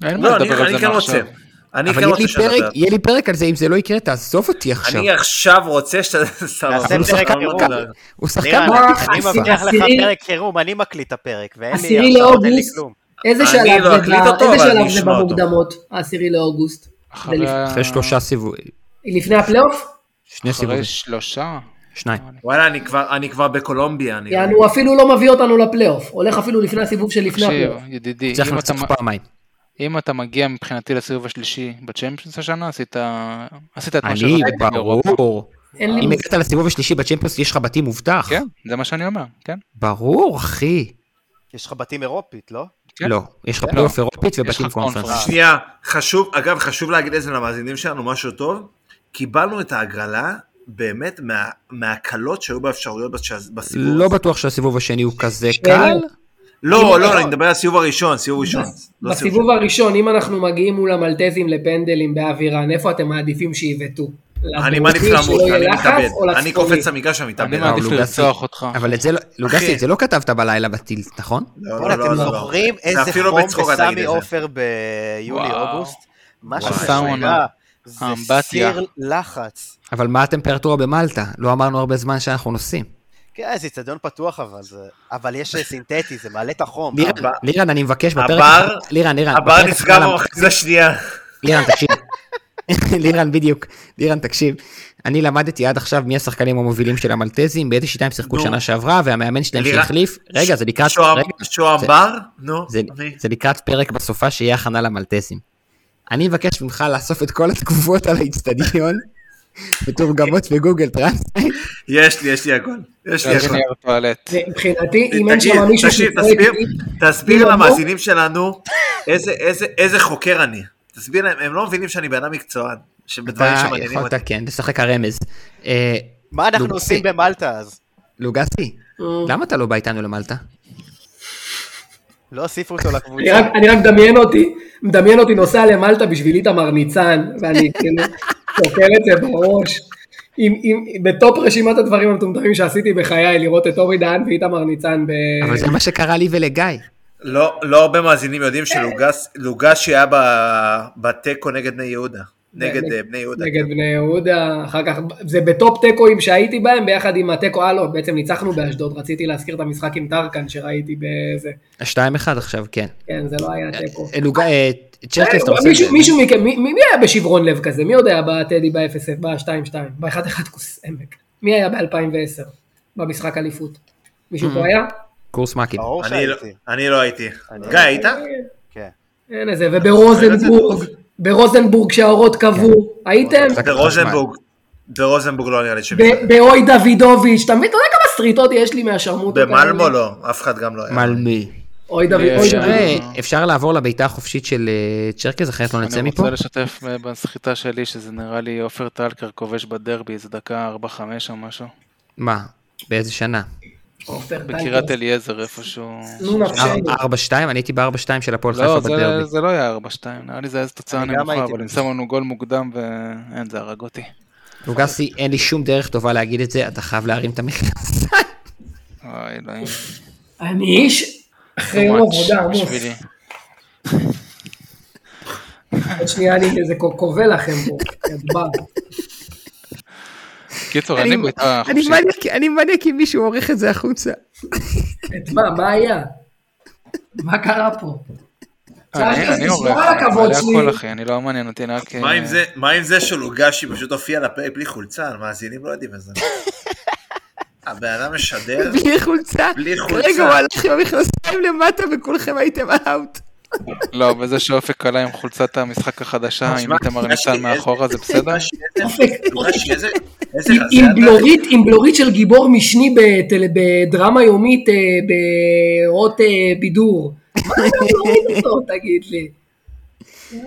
[SPEAKER 3] אין מה
[SPEAKER 4] לא, אני
[SPEAKER 3] לדבר על
[SPEAKER 4] אני
[SPEAKER 3] זה
[SPEAKER 4] כן רוצה.
[SPEAKER 3] מעכשיו.
[SPEAKER 4] אני
[SPEAKER 1] אבל
[SPEAKER 4] כן
[SPEAKER 1] יהיה לי
[SPEAKER 4] רוצה
[SPEAKER 1] פרק-
[SPEAKER 4] שנדבר.
[SPEAKER 1] יהיה לי פרק על זה, אם זה לא יקרה, תעזוב אותי עכשיו.
[SPEAKER 4] אני עכשיו רוצה שאתה... סבא,
[SPEAKER 2] נעשה
[SPEAKER 4] אבל הוא
[SPEAKER 2] פרק על
[SPEAKER 4] שחקן מכבי.
[SPEAKER 2] ירון.
[SPEAKER 1] הוא
[SPEAKER 2] נראה,
[SPEAKER 1] שחקן
[SPEAKER 5] מה?
[SPEAKER 2] אני
[SPEAKER 1] חיפה.
[SPEAKER 2] מבטיח לך
[SPEAKER 5] עשירי-
[SPEAKER 2] פרק חירום, אני מקליט את הפרק, ואין
[SPEAKER 5] עשירי
[SPEAKER 2] לי עכשיו אין לי
[SPEAKER 5] לאוגוסט.
[SPEAKER 2] כלום.
[SPEAKER 5] איזה
[SPEAKER 4] אני
[SPEAKER 5] שלב
[SPEAKER 4] לא
[SPEAKER 5] זה
[SPEAKER 4] אקליט
[SPEAKER 5] ב-
[SPEAKER 4] אותו,
[SPEAKER 5] איזה
[SPEAKER 4] אבל
[SPEAKER 5] שלב
[SPEAKER 4] אני
[SPEAKER 5] זה
[SPEAKER 4] אשמע אותו.
[SPEAKER 5] במוקדמות, העשירי לאוגוסט?
[SPEAKER 3] אחרי
[SPEAKER 5] זה
[SPEAKER 3] ה-
[SPEAKER 1] אחרי שלושה סיבובים,
[SPEAKER 5] לפני הפלייאוף?
[SPEAKER 1] שני סיבובים,
[SPEAKER 3] אחרי שלושה? אה,
[SPEAKER 1] שניים.
[SPEAKER 4] וואלה, אני כבר- אני כבר בקולומביה. אני-
[SPEAKER 5] יענו, הוא אפילו לא מביא אותנו לפלייאוף, הולך אפילו לפני הסיבוב של
[SPEAKER 1] לא.
[SPEAKER 5] לפני
[SPEAKER 3] תקשיב,
[SPEAKER 5] הפלייאוף.
[SPEAKER 3] ידידי,
[SPEAKER 1] צריך
[SPEAKER 3] אם אתה
[SPEAKER 1] לנצח
[SPEAKER 3] מ-
[SPEAKER 1] פעמיים.
[SPEAKER 3] אם אתה מגיע מבחינתי לסיבוב השלישי בצ'מפיונס השנה, עשית עשית את מה
[SPEAKER 1] אני,
[SPEAKER 3] שרציתי באירופה.
[SPEAKER 1] ברור.
[SPEAKER 5] אין לי
[SPEAKER 1] אם
[SPEAKER 5] מושג.
[SPEAKER 1] הגעת לסיבוב השלישי בצ'מפיונס, יש לך בתים מובטח.
[SPEAKER 3] כן, זה מה שאני אומר, כן.
[SPEAKER 1] ברור, אחי.
[SPEAKER 2] יש לך בתים אירופית, לא?
[SPEAKER 1] לא, יש לך פלייאוף אירופית ובתים קונפרנס.
[SPEAKER 4] שנייה, חשוב, אגב, חשוב להגיד את זה למאזינים שלנו, משהו טוב. קיבלנו את ההגרלה באמת מה- מההקלות שהיו באפשרויות בש- בסיבוב
[SPEAKER 1] לא
[SPEAKER 4] הזה.
[SPEAKER 1] בטוח שהסיבוב השני הוא כזה קל.
[SPEAKER 4] לא,
[SPEAKER 5] בסיבוב
[SPEAKER 4] לא,
[SPEAKER 5] הראשון.
[SPEAKER 4] אני מדבר על הסיבוב הראשון, סיבוב ראשון. לא סיבוב
[SPEAKER 5] בסיבוב הראשון, אם אנחנו מגיעים מול המלטזים לפנדלים באווירן, איפה אתם מעדיפים שיבעטו?
[SPEAKER 4] שני. אני
[SPEAKER 5] לדרומי,
[SPEAKER 4] מעדיף
[SPEAKER 5] שלא
[SPEAKER 4] למות,
[SPEAKER 5] יהיה
[SPEAKER 4] אני
[SPEAKER 5] לחץ,
[SPEAKER 4] מתאבד.
[SPEAKER 5] או
[SPEAKER 4] אני לא,
[SPEAKER 5] לצפוני?
[SPEAKER 4] קופץ למגרש ומתאבד.
[SPEAKER 3] אני
[SPEAKER 1] אבל
[SPEAKER 3] מעדיף
[SPEAKER 1] הוא גסי.
[SPEAKER 3] לרצוח אותך.
[SPEAKER 1] אבל את זה, לא- לוגסי, את זה לא כתבת בלילה בטילט, נכון?
[SPEAKER 4] לא,
[SPEAKER 2] בוא'נה,
[SPEAKER 4] לא,
[SPEAKER 2] אתם
[SPEAKER 4] לא, לא.
[SPEAKER 2] זוכרים
[SPEAKER 4] זה
[SPEAKER 2] איזה
[SPEAKER 4] אפילו
[SPEAKER 2] חום
[SPEAKER 4] בצחוק, אתה תגיד
[SPEAKER 2] בסמי
[SPEAKER 4] את זה.
[SPEAKER 2] עופר ביולי-אוגוסט? מה
[SPEAKER 4] וואי,
[SPEAKER 2] שזה
[SPEAKER 3] הסאונה,
[SPEAKER 2] היה, זה
[SPEAKER 3] האמבטיה.
[SPEAKER 2] סיר לחץ.
[SPEAKER 1] אבל מה הטמפרטורה במלטה? לא אמרנו הרבה זמן שאנחנו נוסעים.
[SPEAKER 2] כן, זה איצטדיון פתוח אבל, זה- אבל יש סינתטי, זה מעלה את החום.
[SPEAKER 1] לירן,
[SPEAKER 4] הבר-
[SPEAKER 1] לירן, אני מבקש בפרק...
[SPEAKER 4] הבר-
[SPEAKER 1] לירן, לירן.
[SPEAKER 4] הבר
[SPEAKER 1] בפרק
[SPEAKER 4] נסגר
[SPEAKER 1] החלל-
[SPEAKER 4] במחצית השנייה.
[SPEAKER 1] לירן, תקשיב. לירן, בדיוק. לירן, תקשיב. אני למדתי עד עכשיו מי השחקנים המובילים של המלטזים, באיזה שיטה הם שיחקו
[SPEAKER 4] נו.
[SPEAKER 1] שנה שעברה, והמאמן שלהם
[SPEAKER 4] לירן-
[SPEAKER 1] שהחליף. רגע, זה לקראת...
[SPEAKER 4] שוהם-
[SPEAKER 1] רגע,
[SPEAKER 4] שוהם
[SPEAKER 1] זה-
[SPEAKER 4] בר? נו,
[SPEAKER 1] זה-
[SPEAKER 4] אני-
[SPEAKER 1] זה לקראת פרק בסופה שיהיה הכנה למלטזים. אני מבקש ממך לאסוף את כל התגובות על האיצטדיון, מתורגמות בגוגל טרנסלייט.
[SPEAKER 4] יש לי, יש לי הכל. יש לי הכל.
[SPEAKER 3] נייר טואלט.
[SPEAKER 5] מבחינתי, כן, אם אין שם
[SPEAKER 4] תגיד,
[SPEAKER 5] מישהו
[SPEAKER 4] תקשיב,
[SPEAKER 5] שצועק,
[SPEAKER 4] תסביר, תסביר
[SPEAKER 5] אם- לא-
[SPEAKER 4] למאזינים שלנו איזה- איזה- איזה חוקר אני. תסביר להם, הם לא מבינים שאני בן אדם מקצוען, שבדברים
[SPEAKER 1] אתה
[SPEAKER 4] שמעניינים
[SPEAKER 1] יכולת,
[SPEAKER 4] אותי.
[SPEAKER 1] כן, לשחק הרמז. אה,
[SPEAKER 2] מה אנחנו
[SPEAKER 1] לוגסי.
[SPEAKER 2] עושים במלטה אז?
[SPEAKER 1] לוגסי,
[SPEAKER 5] אה,
[SPEAKER 1] למה אתה לא בא איתנו למלטה?
[SPEAKER 2] לא הוסיפו אותו
[SPEAKER 5] אני
[SPEAKER 2] לקבוצה.
[SPEAKER 5] רק- אני רק מדמיין אותי, מדמיין אותי נוסע למלטה בשביל איתמר ניצן, ואני כאילו סוקל את זה בראש. עם, עם, בטופ רשימת הדברים המטומטמים שעשיתי בחיי, לראות את אורי דהן ואיתמר ניצן ב...
[SPEAKER 1] אבל זה מה שקרה לי ולגיא.
[SPEAKER 4] לא לא הרבה מאזינים יודעים שלוגשי היה ב- בתיקו נגד בני יהודה. נגד
[SPEAKER 5] נגד-
[SPEAKER 4] אה, בני
[SPEAKER 1] לא
[SPEAKER 4] יהודה.
[SPEAKER 5] נגד בני יהודה, אחר כך, זה בטופ תיקואים שהייתי בהם, ביחד עם התיקו, אה לא, בעצם ניצחנו באשדוד, רציתי להזכיר את המשחק עם טרקן שראיתי בזה,
[SPEAKER 1] 2-1 עכשיו, כן.
[SPEAKER 5] כן, זה לא היה תיקו.
[SPEAKER 1] אה, לוגה- אה, צ'רקס, אתה עושה
[SPEAKER 5] אה,
[SPEAKER 1] את זה.
[SPEAKER 5] מישהו- מישהו מכם, מי מי היה בשברון לב כזה? מי עוד היה בטדי ב-0, ב-2-2, ב-1-1 כוס עמק? מי היה ב-2010, במשחק אליפות? מישהו
[SPEAKER 1] Mm-hmm.
[SPEAKER 5] פה היה?
[SPEAKER 1] קורס מ"כים.
[SPEAKER 2] ברור
[SPEAKER 4] אני לא-
[SPEAKER 2] שהייתי.
[SPEAKER 4] אני לא הייתי.
[SPEAKER 2] אני-
[SPEAKER 4] גיא, היית?
[SPEAKER 2] כן.
[SPEAKER 5] אין איזה, וברוזנבורג, ברוזנבורג שהאורות קבעו,
[SPEAKER 1] כן.
[SPEAKER 5] הייתם?
[SPEAKER 1] זה
[SPEAKER 4] ברוזנבורג. ברוזנבורג לא נראה לי שמישהו.
[SPEAKER 5] ב- באוי דוידוביץ', אתה מבין? אתה יודע כמה סריטות יש לי מהשרמוטות?
[SPEAKER 4] במלמו
[SPEAKER 5] האלה?
[SPEAKER 4] לא, אף אחד גם לא היה.
[SPEAKER 1] מלמי.
[SPEAKER 5] אוי דוידוביץ'.
[SPEAKER 3] אפשר-
[SPEAKER 1] אה, אפשר לעבור לבעיטה החופשית של אה, צ'רקס, אחרת לא נצא
[SPEAKER 3] אני
[SPEAKER 1] מפה?
[SPEAKER 3] רוצה לשתף אה, בסחיטה שלי, שזה נראה לי עופר טלקר כובש בדרבי, איזה דקה 4-5 או משהו.
[SPEAKER 1] מה? באיזה שנה?
[SPEAKER 5] עופר
[SPEAKER 3] בקריית
[SPEAKER 5] טלקר.
[SPEAKER 3] אליעזר איפשהו.
[SPEAKER 5] נו
[SPEAKER 1] אה,
[SPEAKER 5] נפשנו.
[SPEAKER 1] 4-2? אני הייתי ב-4-2 של הפועל
[SPEAKER 3] לא,
[SPEAKER 1] חיפה
[SPEAKER 3] זה-
[SPEAKER 1] בדרבי.
[SPEAKER 3] זה לא היה 4-2, נראה לי זה היה איזו תוצאה
[SPEAKER 2] אני גם
[SPEAKER 3] נמוכה,
[SPEAKER 2] הייתי
[SPEAKER 3] אבל הם
[SPEAKER 2] בזה.
[SPEAKER 3] שמו לנו גול מוקדם ואין, זה הרג אותי.
[SPEAKER 1] לוגסי, אין לי שום דרך טובה להגיד את זה, אתה חייב להרים את המכנסיים.
[SPEAKER 3] אוי, אלוהים. too
[SPEAKER 5] אני איש אחרי
[SPEAKER 1] לא
[SPEAKER 5] יום
[SPEAKER 3] much
[SPEAKER 5] לא, עבודה עמוס.
[SPEAKER 3] בשבילי.
[SPEAKER 5] עוד שנייה אני איזה קובע לכם פה. ידבר.
[SPEAKER 3] קיצור, אה, אין לי בעיטה
[SPEAKER 1] אני
[SPEAKER 3] חופשית.
[SPEAKER 1] מניאק- אני מניאק אם מישהו עורך את זה החוצה.
[SPEAKER 5] את מה, מה היה? מה קרה פה?
[SPEAKER 3] אני
[SPEAKER 5] צ'רקס,
[SPEAKER 3] אה, אני
[SPEAKER 5] תשמור
[SPEAKER 3] עורך,
[SPEAKER 5] אה, על
[SPEAKER 3] אני
[SPEAKER 5] הכבוד
[SPEAKER 3] מעלה
[SPEAKER 5] שלי.
[SPEAKER 3] הכל אחי, אני לא מעניין אותי, אני רק...
[SPEAKER 4] מה
[SPEAKER 3] אה,
[SPEAKER 4] עם זה- מה עם זה שלוגשי פשוט הופיע על הפרק בלי חולצה? המאזינים לא יודעים את זה. הבן אדם משדר.
[SPEAKER 1] בלי חולצה.
[SPEAKER 4] בלי חולצה.
[SPEAKER 1] רגע, הוא הלך עם המכנסיים למטה וכולכם הייתם אאוט.
[SPEAKER 3] לא, וזה שאופק עלה עם חולצת המשחק החדשה, עם
[SPEAKER 4] תשמע,
[SPEAKER 3] איתמר
[SPEAKER 4] תשמע,
[SPEAKER 3] ניצן מאחורה, זה בסדר?
[SPEAKER 4] לוגשי, איזה- לוגשי, איזה- איזה
[SPEAKER 5] עם-
[SPEAKER 4] רזה
[SPEAKER 5] עם
[SPEAKER 4] אתה.
[SPEAKER 5] בלורית, עם בלורית של גיבור משני בטל- בדרמה יומית אה, באות אה, בידור. מה אתה מוריד אותו, תגיד לי?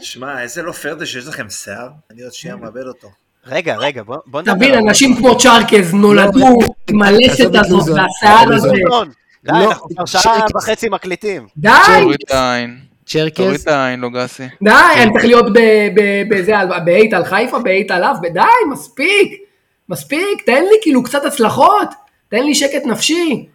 [SPEAKER 4] שמע, איזה לא פייר זה שיש לכם שיער, אני עוד שנייה מאבד אותו.
[SPEAKER 2] רגע, רגע, בוא בוא נדבר.
[SPEAKER 5] תבין,
[SPEAKER 2] על-
[SPEAKER 5] אנשים כמו צ'רקז נולדו עם הלסת
[SPEAKER 1] עזוב את
[SPEAKER 5] הזאת
[SPEAKER 1] לוזון.
[SPEAKER 5] והשיער הזה.
[SPEAKER 1] לוזון.
[SPEAKER 2] אלון, די,
[SPEAKER 1] לא,
[SPEAKER 2] אנחנו כבר שעה
[SPEAKER 1] שקט.
[SPEAKER 2] וחצי מקליטים.
[SPEAKER 5] די,
[SPEAKER 3] תוריד את העין,
[SPEAKER 5] כן,
[SPEAKER 3] תוריד
[SPEAKER 1] צ'רקס,
[SPEAKER 3] את העין, לוגסי.
[SPEAKER 5] די,
[SPEAKER 4] כן.
[SPEAKER 5] אני צריך להיות ב- ב- בזה, על- באית על חיפה, באית עליו, ב- די, מספיק, מספיק, תן לי כאילו קצת הצלחות, תן לי שקט נפשי.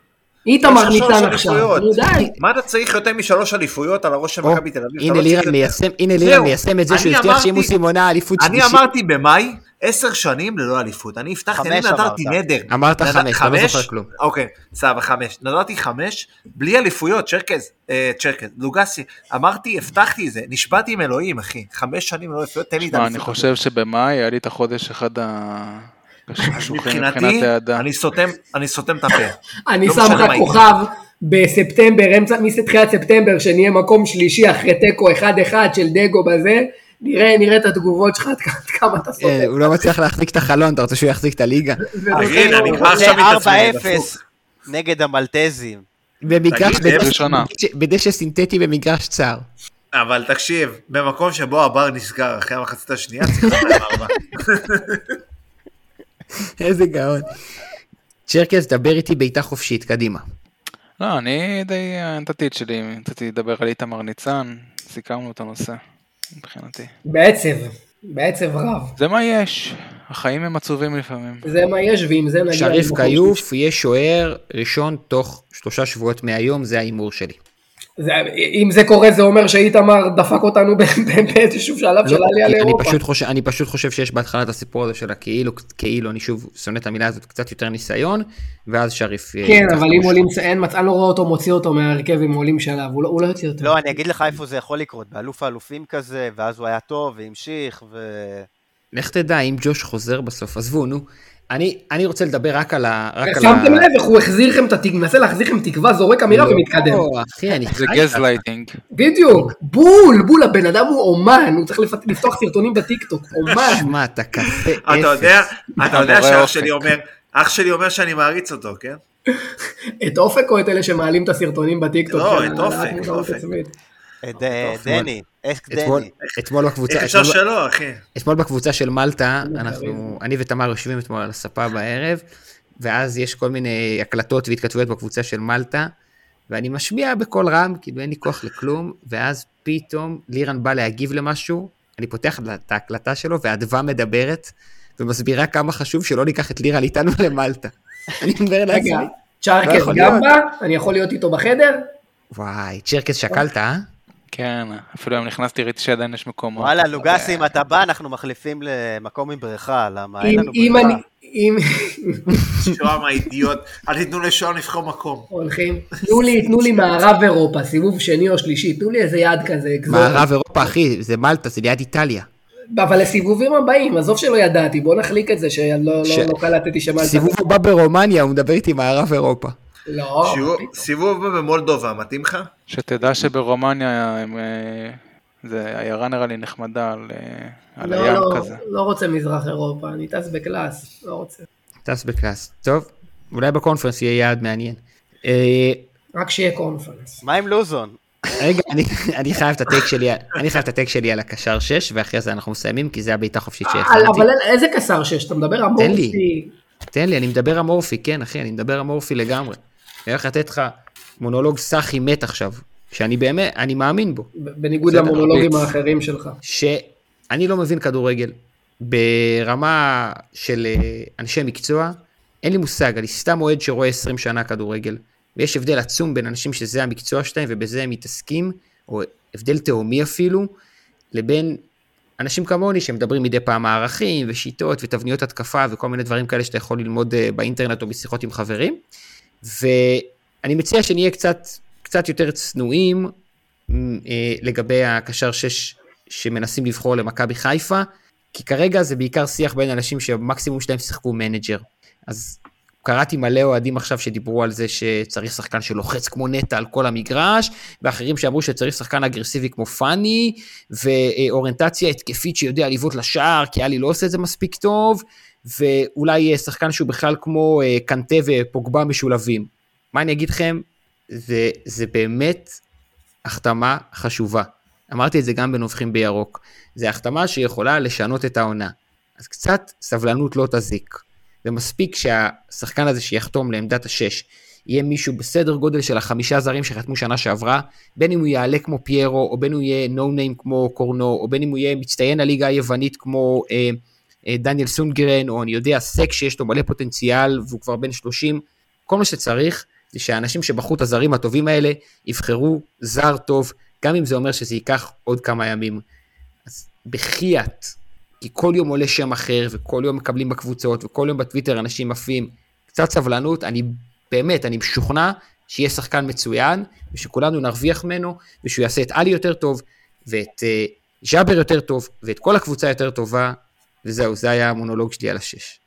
[SPEAKER 5] איתמר
[SPEAKER 4] יש לך שלוש
[SPEAKER 5] ניצן עכשיו,
[SPEAKER 4] אליפויות.
[SPEAKER 5] נו די.
[SPEAKER 4] מה אתה צריך יותר משלוש אליפויות על הראש של
[SPEAKER 1] או,
[SPEAKER 4] מכבי תל אביב? אתה
[SPEAKER 1] הנה
[SPEAKER 4] לא צריך
[SPEAKER 1] לירן
[SPEAKER 4] יותר.
[SPEAKER 1] מיישם, הנה
[SPEAKER 4] זהו.
[SPEAKER 1] לירן מיישם את זה שהוא
[SPEAKER 4] אני
[SPEAKER 1] הבטיח שאם
[SPEAKER 4] אמרתי-
[SPEAKER 1] הוא סימונה אליפות
[SPEAKER 4] אני
[SPEAKER 1] שלישית.
[SPEAKER 4] אמרתי במאי, עשר שנים ללא אליפות. אני הבטחתי, אני
[SPEAKER 2] חמש
[SPEAKER 4] נדרתי
[SPEAKER 2] אמרת.
[SPEAKER 4] נדר.
[SPEAKER 1] אמרת
[SPEAKER 4] נד-
[SPEAKER 1] חמש, אתה לא זוכר כלום.
[SPEAKER 4] אוקיי, סבבה, חמש. נדרתי חמש, בלי אליפויות, צ'רקז, אה, צ'רקז, לוגסי. אמרתי, הבטחתי את זה, נשבעתי עם אלוהים, אחי. חמש שנים ללא אליפויות, תן לי את
[SPEAKER 3] שמע, אני
[SPEAKER 4] האליפות.
[SPEAKER 3] חושב שבמאי היה לי את החודש אחד הקשוחים מבחינת
[SPEAKER 4] מבחינתי,
[SPEAKER 3] האהדה.
[SPEAKER 4] אני סותם, אני סותם את הפה.
[SPEAKER 5] אני
[SPEAKER 4] לא
[SPEAKER 5] שם
[SPEAKER 4] משנה
[SPEAKER 5] לך
[SPEAKER 4] מה יקרה.
[SPEAKER 5] כוכב בספטמבר, אמצע, מתחילת ספטמבר, שנהיה מקום שלישי אחרי תיקו 1-1 של דגו בזה, נראה, נראה את התגובות שלך, עד כ- עד כמה אתה
[SPEAKER 1] אה,
[SPEAKER 4] כן.
[SPEAKER 5] סוטה.
[SPEAKER 1] הוא לא מצליח להחזיק את החלון, אתה רוצה שהוא יחזיק את הליגה?
[SPEAKER 4] תגיד, אני כבר
[SPEAKER 2] זה
[SPEAKER 4] עכשיו מתעצבן, אני
[SPEAKER 2] 4-0 נגד המלטזים.
[SPEAKER 1] במגרש
[SPEAKER 7] תגיד,
[SPEAKER 1] בדשא-
[SPEAKER 3] ראשונה.
[SPEAKER 1] בדשא סינתטי במגרש צר.
[SPEAKER 7] אבל תקשיב, במקום שבו הבר נסגר אחרי המחצית השנייה, צריך לתת ארבע.
[SPEAKER 1] איזה גאון. צ'רקס, דבר איתי בעיטה חופשית, קדימה.
[SPEAKER 3] לא, אני די אה, נתתי את שלי, רציתי לדבר על איתמר ניצן, סיכמנו את הנושא, מבחינתי.
[SPEAKER 5] בעצב, בעצב רב.
[SPEAKER 3] זה מה יש, החיים הם עצובים לפעמים.
[SPEAKER 5] זה מה יש, ועם זה נגיע...
[SPEAKER 1] שריף
[SPEAKER 5] למקום שלישי.
[SPEAKER 1] כיוף יהיה שוער ראשון תוך שלושה שבועות מהיום, זה ההימור שלי.
[SPEAKER 5] זה- אם זה קורה, זה אומר שאיתמר דפק אותנו ב- ב- באיזשהו שלב של
[SPEAKER 1] לא,
[SPEAKER 5] עלייה
[SPEAKER 1] כי אני
[SPEAKER 5] לאירופה.
[SPEAKER 1] פשוט חושב- אני פשוט חושב שיש בהתחלה את הסיפור הזה של הכאילו, כאילו, אני שוב שונא את המילה הזאת, קצת יותר ניסיון, ואז שריף... אה,
[SPEAKER 5] כן,
[SPEAKER 1] ייקח
[SPEAKER 5] אבל אם
[SPEAKER 1] משהו.
[SPEAKER 5] עולים, אין מצב, אני לא רואה אותו מוציא אותו מההרכב אם עולים שלב, הוא לא- הוא לא יוציא אותו.
[SPEAKER 2] לא, אני אגיד לך איפה זה יכול לקרות, באלוף האלופים כזה, ואז הוא היה טוב והמשיך, ו...
[SPEAKER 1] לך תדע אם ג'וש חוזר בסוף, עזבו, נו. אני, אני רוצה לדבר רק על ה... רק על
[SPEAKER 5] שמתם לב איך הוא החזיר לכם את התקווה, מנסה להחזיר לכם תקווה, זורק אמירה ומתקדם.
[SPEAKER 1] לא, אחי, אני
[SPEAKER 3] זה
[SPEAKER 1] חי ככה.
[SPEAKER 3] גזלייטינג.
[SPEAKER 5] בדיוק, בול, בול, הבן אדם הוא אומן, הוא צריך לפת- לפתוח סרטונים בטיקטוק, אומן.
[SPEAKER 1] שמע, אתה קפה אפס.
[SPEAKER 7] אתה יודע, אתה יודע
[SPEAKER 3] המורה
[SPEAKER 7] שאח
[SPEAKER 3] אופק.
[SPEAKER 7] שלי אומר, אח שלי אומר שאני מעריץ אותו, כן?
[SPEAKER 5] את אופק או את אלה שמעלים את הסרטונים בטיקטוק? כן,
[SPEAKER 7] לא,
[SPEAKER 5] של
[SPEAKER 7] את
[SPEAKER 5] העלאת
[SPEAKER 7] אופק,
[SPEAKER 5] מודעות
[SPEAKER 7] אופק.
[SPEAKER 5] עצמית?
[SPEAKER 2] אה, ד-
[SPEAKER 4] אוקיי,
[SPEAKER 2] דני, איך
[SPEAKER 1] אתמול-
[SPEAKER 2] דני?
[SPEAKER 1] אתמול בקבוצה,
[SPEAKER 7] איך אפשר
[SPEAKER 1] אתמול-
[SPEAKER 7] שלא, אחי?
[SPEAKER 1] אתמול בקבוצה של מלטה, אנחנו, אני ותמר יושבים אתמול על הספה בערב, ואז יש כל מיני הקלטות והתכתבויות בקבוצה של מלטה, ואני משמיע בקול רם, כאילו אין לי כוח לכלום, ואז פתאום לירן בא להגיב למשהו, אני פותח את ההקלטה שלו, והאדווה מדברת, ומסבירה כמה חשוב שלא ניקח את לירן איתנו למלטה. אני אומר
[SPEAKER 5] רגע,
[SPEAKER 1] לעצמי, לא
[SPEAKER 5] צ'ארקס
[SPEAKER 1] יכול
[SPEAKER 5] גם
[SPEAKER 1] להיות.
[SPEAKER 5] בא, אני יכול להיות איתו בחדר?
[SPEAKER 1] וואי, צ'רקס שקלת, אה?
[SPEAKER 3] כן, אפילו היום נכנסתי, ראיתי שעדיין יש מקומות.
[SPEAKER 2] וואלה, לוגסי, אם אתה בא, אנחנו מחליפים למקום עם בריכה, למה אין
[SPEAKER 5] אם-
[SPEAKER 2] לנו
[SPEAKER 5] אם
[SPEAKER 2] בריכה?
[SPEAKER 5] אני... אם...
[SPEAKER 7] שוהם האידיוט, אל תיתנו לשועם לבחור מקום.
[SPEAKER 5] הולכים, תנו לי, תנו לי מערב אירופה, סיבוב שני או שלישי, תנו לי איזה יעד כזה, אקזוטי.
[SPEAKER 1] מערב אירופה, אחי, זה מלטה, זה ליד איטליה.
[SPEAKER 5] אבל לסיבובים הבאים, עזוב שלא ידעתי, בוא נחליק את זה, שלא
[SPEAKER 1] ש-
[SPEAKER 5] לא- לא קלטתי שמה...
[SPEAKER 1] סיבוב הבא ברומניה, הוא מדבר איתי מערב אירופה.
[SPEAKER 5] לא,
[SPEAKER 7] שיעור- סיבוב במולדובה, מתאים לך?
[SPEAKER 3] שתדע שברומניה הם... אה, זה עיירה נראה לי נחמדה על, אה, על
[SPEAKER 5] לא,
[SPEAKER 3] הים
[SPEAKER 5] לא,
[SPEAKER 3] כזה.
[SPEAKER 5] לא רוצה מזרח אירופה, אני טס בקלאס, לא רוצה.
[SPEAKER 1] טס בקלאס. טוב, אולי בקונפרנס יהיה יעד מעניין. אה,
[SPEAKER 5] רק שיהיה קונפרנס.
[SPEAKER 2] מה עם לוזון?
[SPEAKER 1] רגע, אני, אני חייב את הטייק שלי, אני חייב את הטייק שלי על הקשר 6, ואחרי זה אנחנו מסיימים, כי זה הבעיטה חופשית
[SPEAKER 5] אבל-
[SPEAKER 1] שהכנתי.
[SPEAKER 5] אבל איזה קסר שיש, אתה מדבר
[SPEAKER 1] תן לי.
[SPEAKER 5] אמורפי.
[SPEAKER 1] תן לי, אני מדבר אמורפי, כן, אחי, אני מדבר אמורפי לגמרי. אני הולך לתת לך מונולוג סאחי מת עכשיו, שאני באמת, אני מאמין בו.
[SPEAKER 5] ב- בניגוד
[SPEAKER 1] בסדר,
[SPEAKER 5] למונולוגים
[SPEAKER 3] מרביץ.
[SPEAKER 5] האחרים שלך.
[SPEAKER 1] שאני לא מבין כדורגל ברמה של אה, אנשי מקצוע, אין לי מושג, אני סתם אוהד שרואה 20 שנה כדורגל. ויש הבדל עצום בין אנשים שזה המקצוע שלהם ובזה הם מתעסקים, או הבדל תהומי אפילו, לבין אנשים כמוני שמדברים מדי פעם מערכים ושיטות ותבניות התקפה וכל מיני דברים כאלה שאתה יכול ללמוד אה, באינטרנט או בשיחות עם חברים. ואני מציע שנהיה קצת, קצת יותר צנועים מ, אה, לגבי הקשר שש שמנסים לבחור למכבי חיפה, כי כרגע זה בעיקר שיח בין אנשים שהמקסימום שלהם שיחקו מנג'ר. אז קראתי מלא אוהדים עכשיו שדיברו על זה שצריך שחקן שלוחץ כמו נטע על כל המגרש, ואחרים שאמרו שצריך שחקן אגרסיבי כמו פאני, ואוריינטציה התקפית שיודע לבעוט לשער, כי אלי לא עושה את זה מספיק טוב, ואולי אה, שחקן שהוא בכלל כמו אה, קנטה ופוגבה משולבים. מה אני אגיד לכם? זה, זה באמת החתמה חשובה. אמרתי את זה גם בנובחים בירוק. זו החתמה שיכולה לשנות את העונה. אז קצת סבלנות לא תזיק. ומספיק שהשחקן הזה שיחתום לעמדת השש, יהיה מישהו בסדר גודל של החמישה זרים שחתמו שנה שעברה, בין אם הוא יעלה כמו פיירו, או בין אם הוא יהיה נו ניים כמו קורנו, או בין אם הוא יהיה מצטיין הליגה היוונית כמו אה, אה, דניאל סונגרן, או אני יודע, סק שיש לו מלא פוטנציאל והוא כבר בן 30, כל מה שצריך זה שהאנשים שבחרו את הזרים הטובים האלה יבחרו זר טוב, גם אם זה אומר שזה ייקח עוד כמה ימים. אז בחייאת, כי כל יום עולה שם אחר, וכל יום מקבלים בקבוצות, וכל יום בטוויטר אנשים עפים. קצת סבלנות, אני באמת, אני משוכנע שיהיה שחקן מצוין, ושכולנו נרוויח ממנו, ושהוא יעשה את עלי יותר טוב, ואת אה, ג'אבר יותר טוב, ואת כל הקבוצה יותר טובה, וזהו, זה היה המונולוג שלי על השש.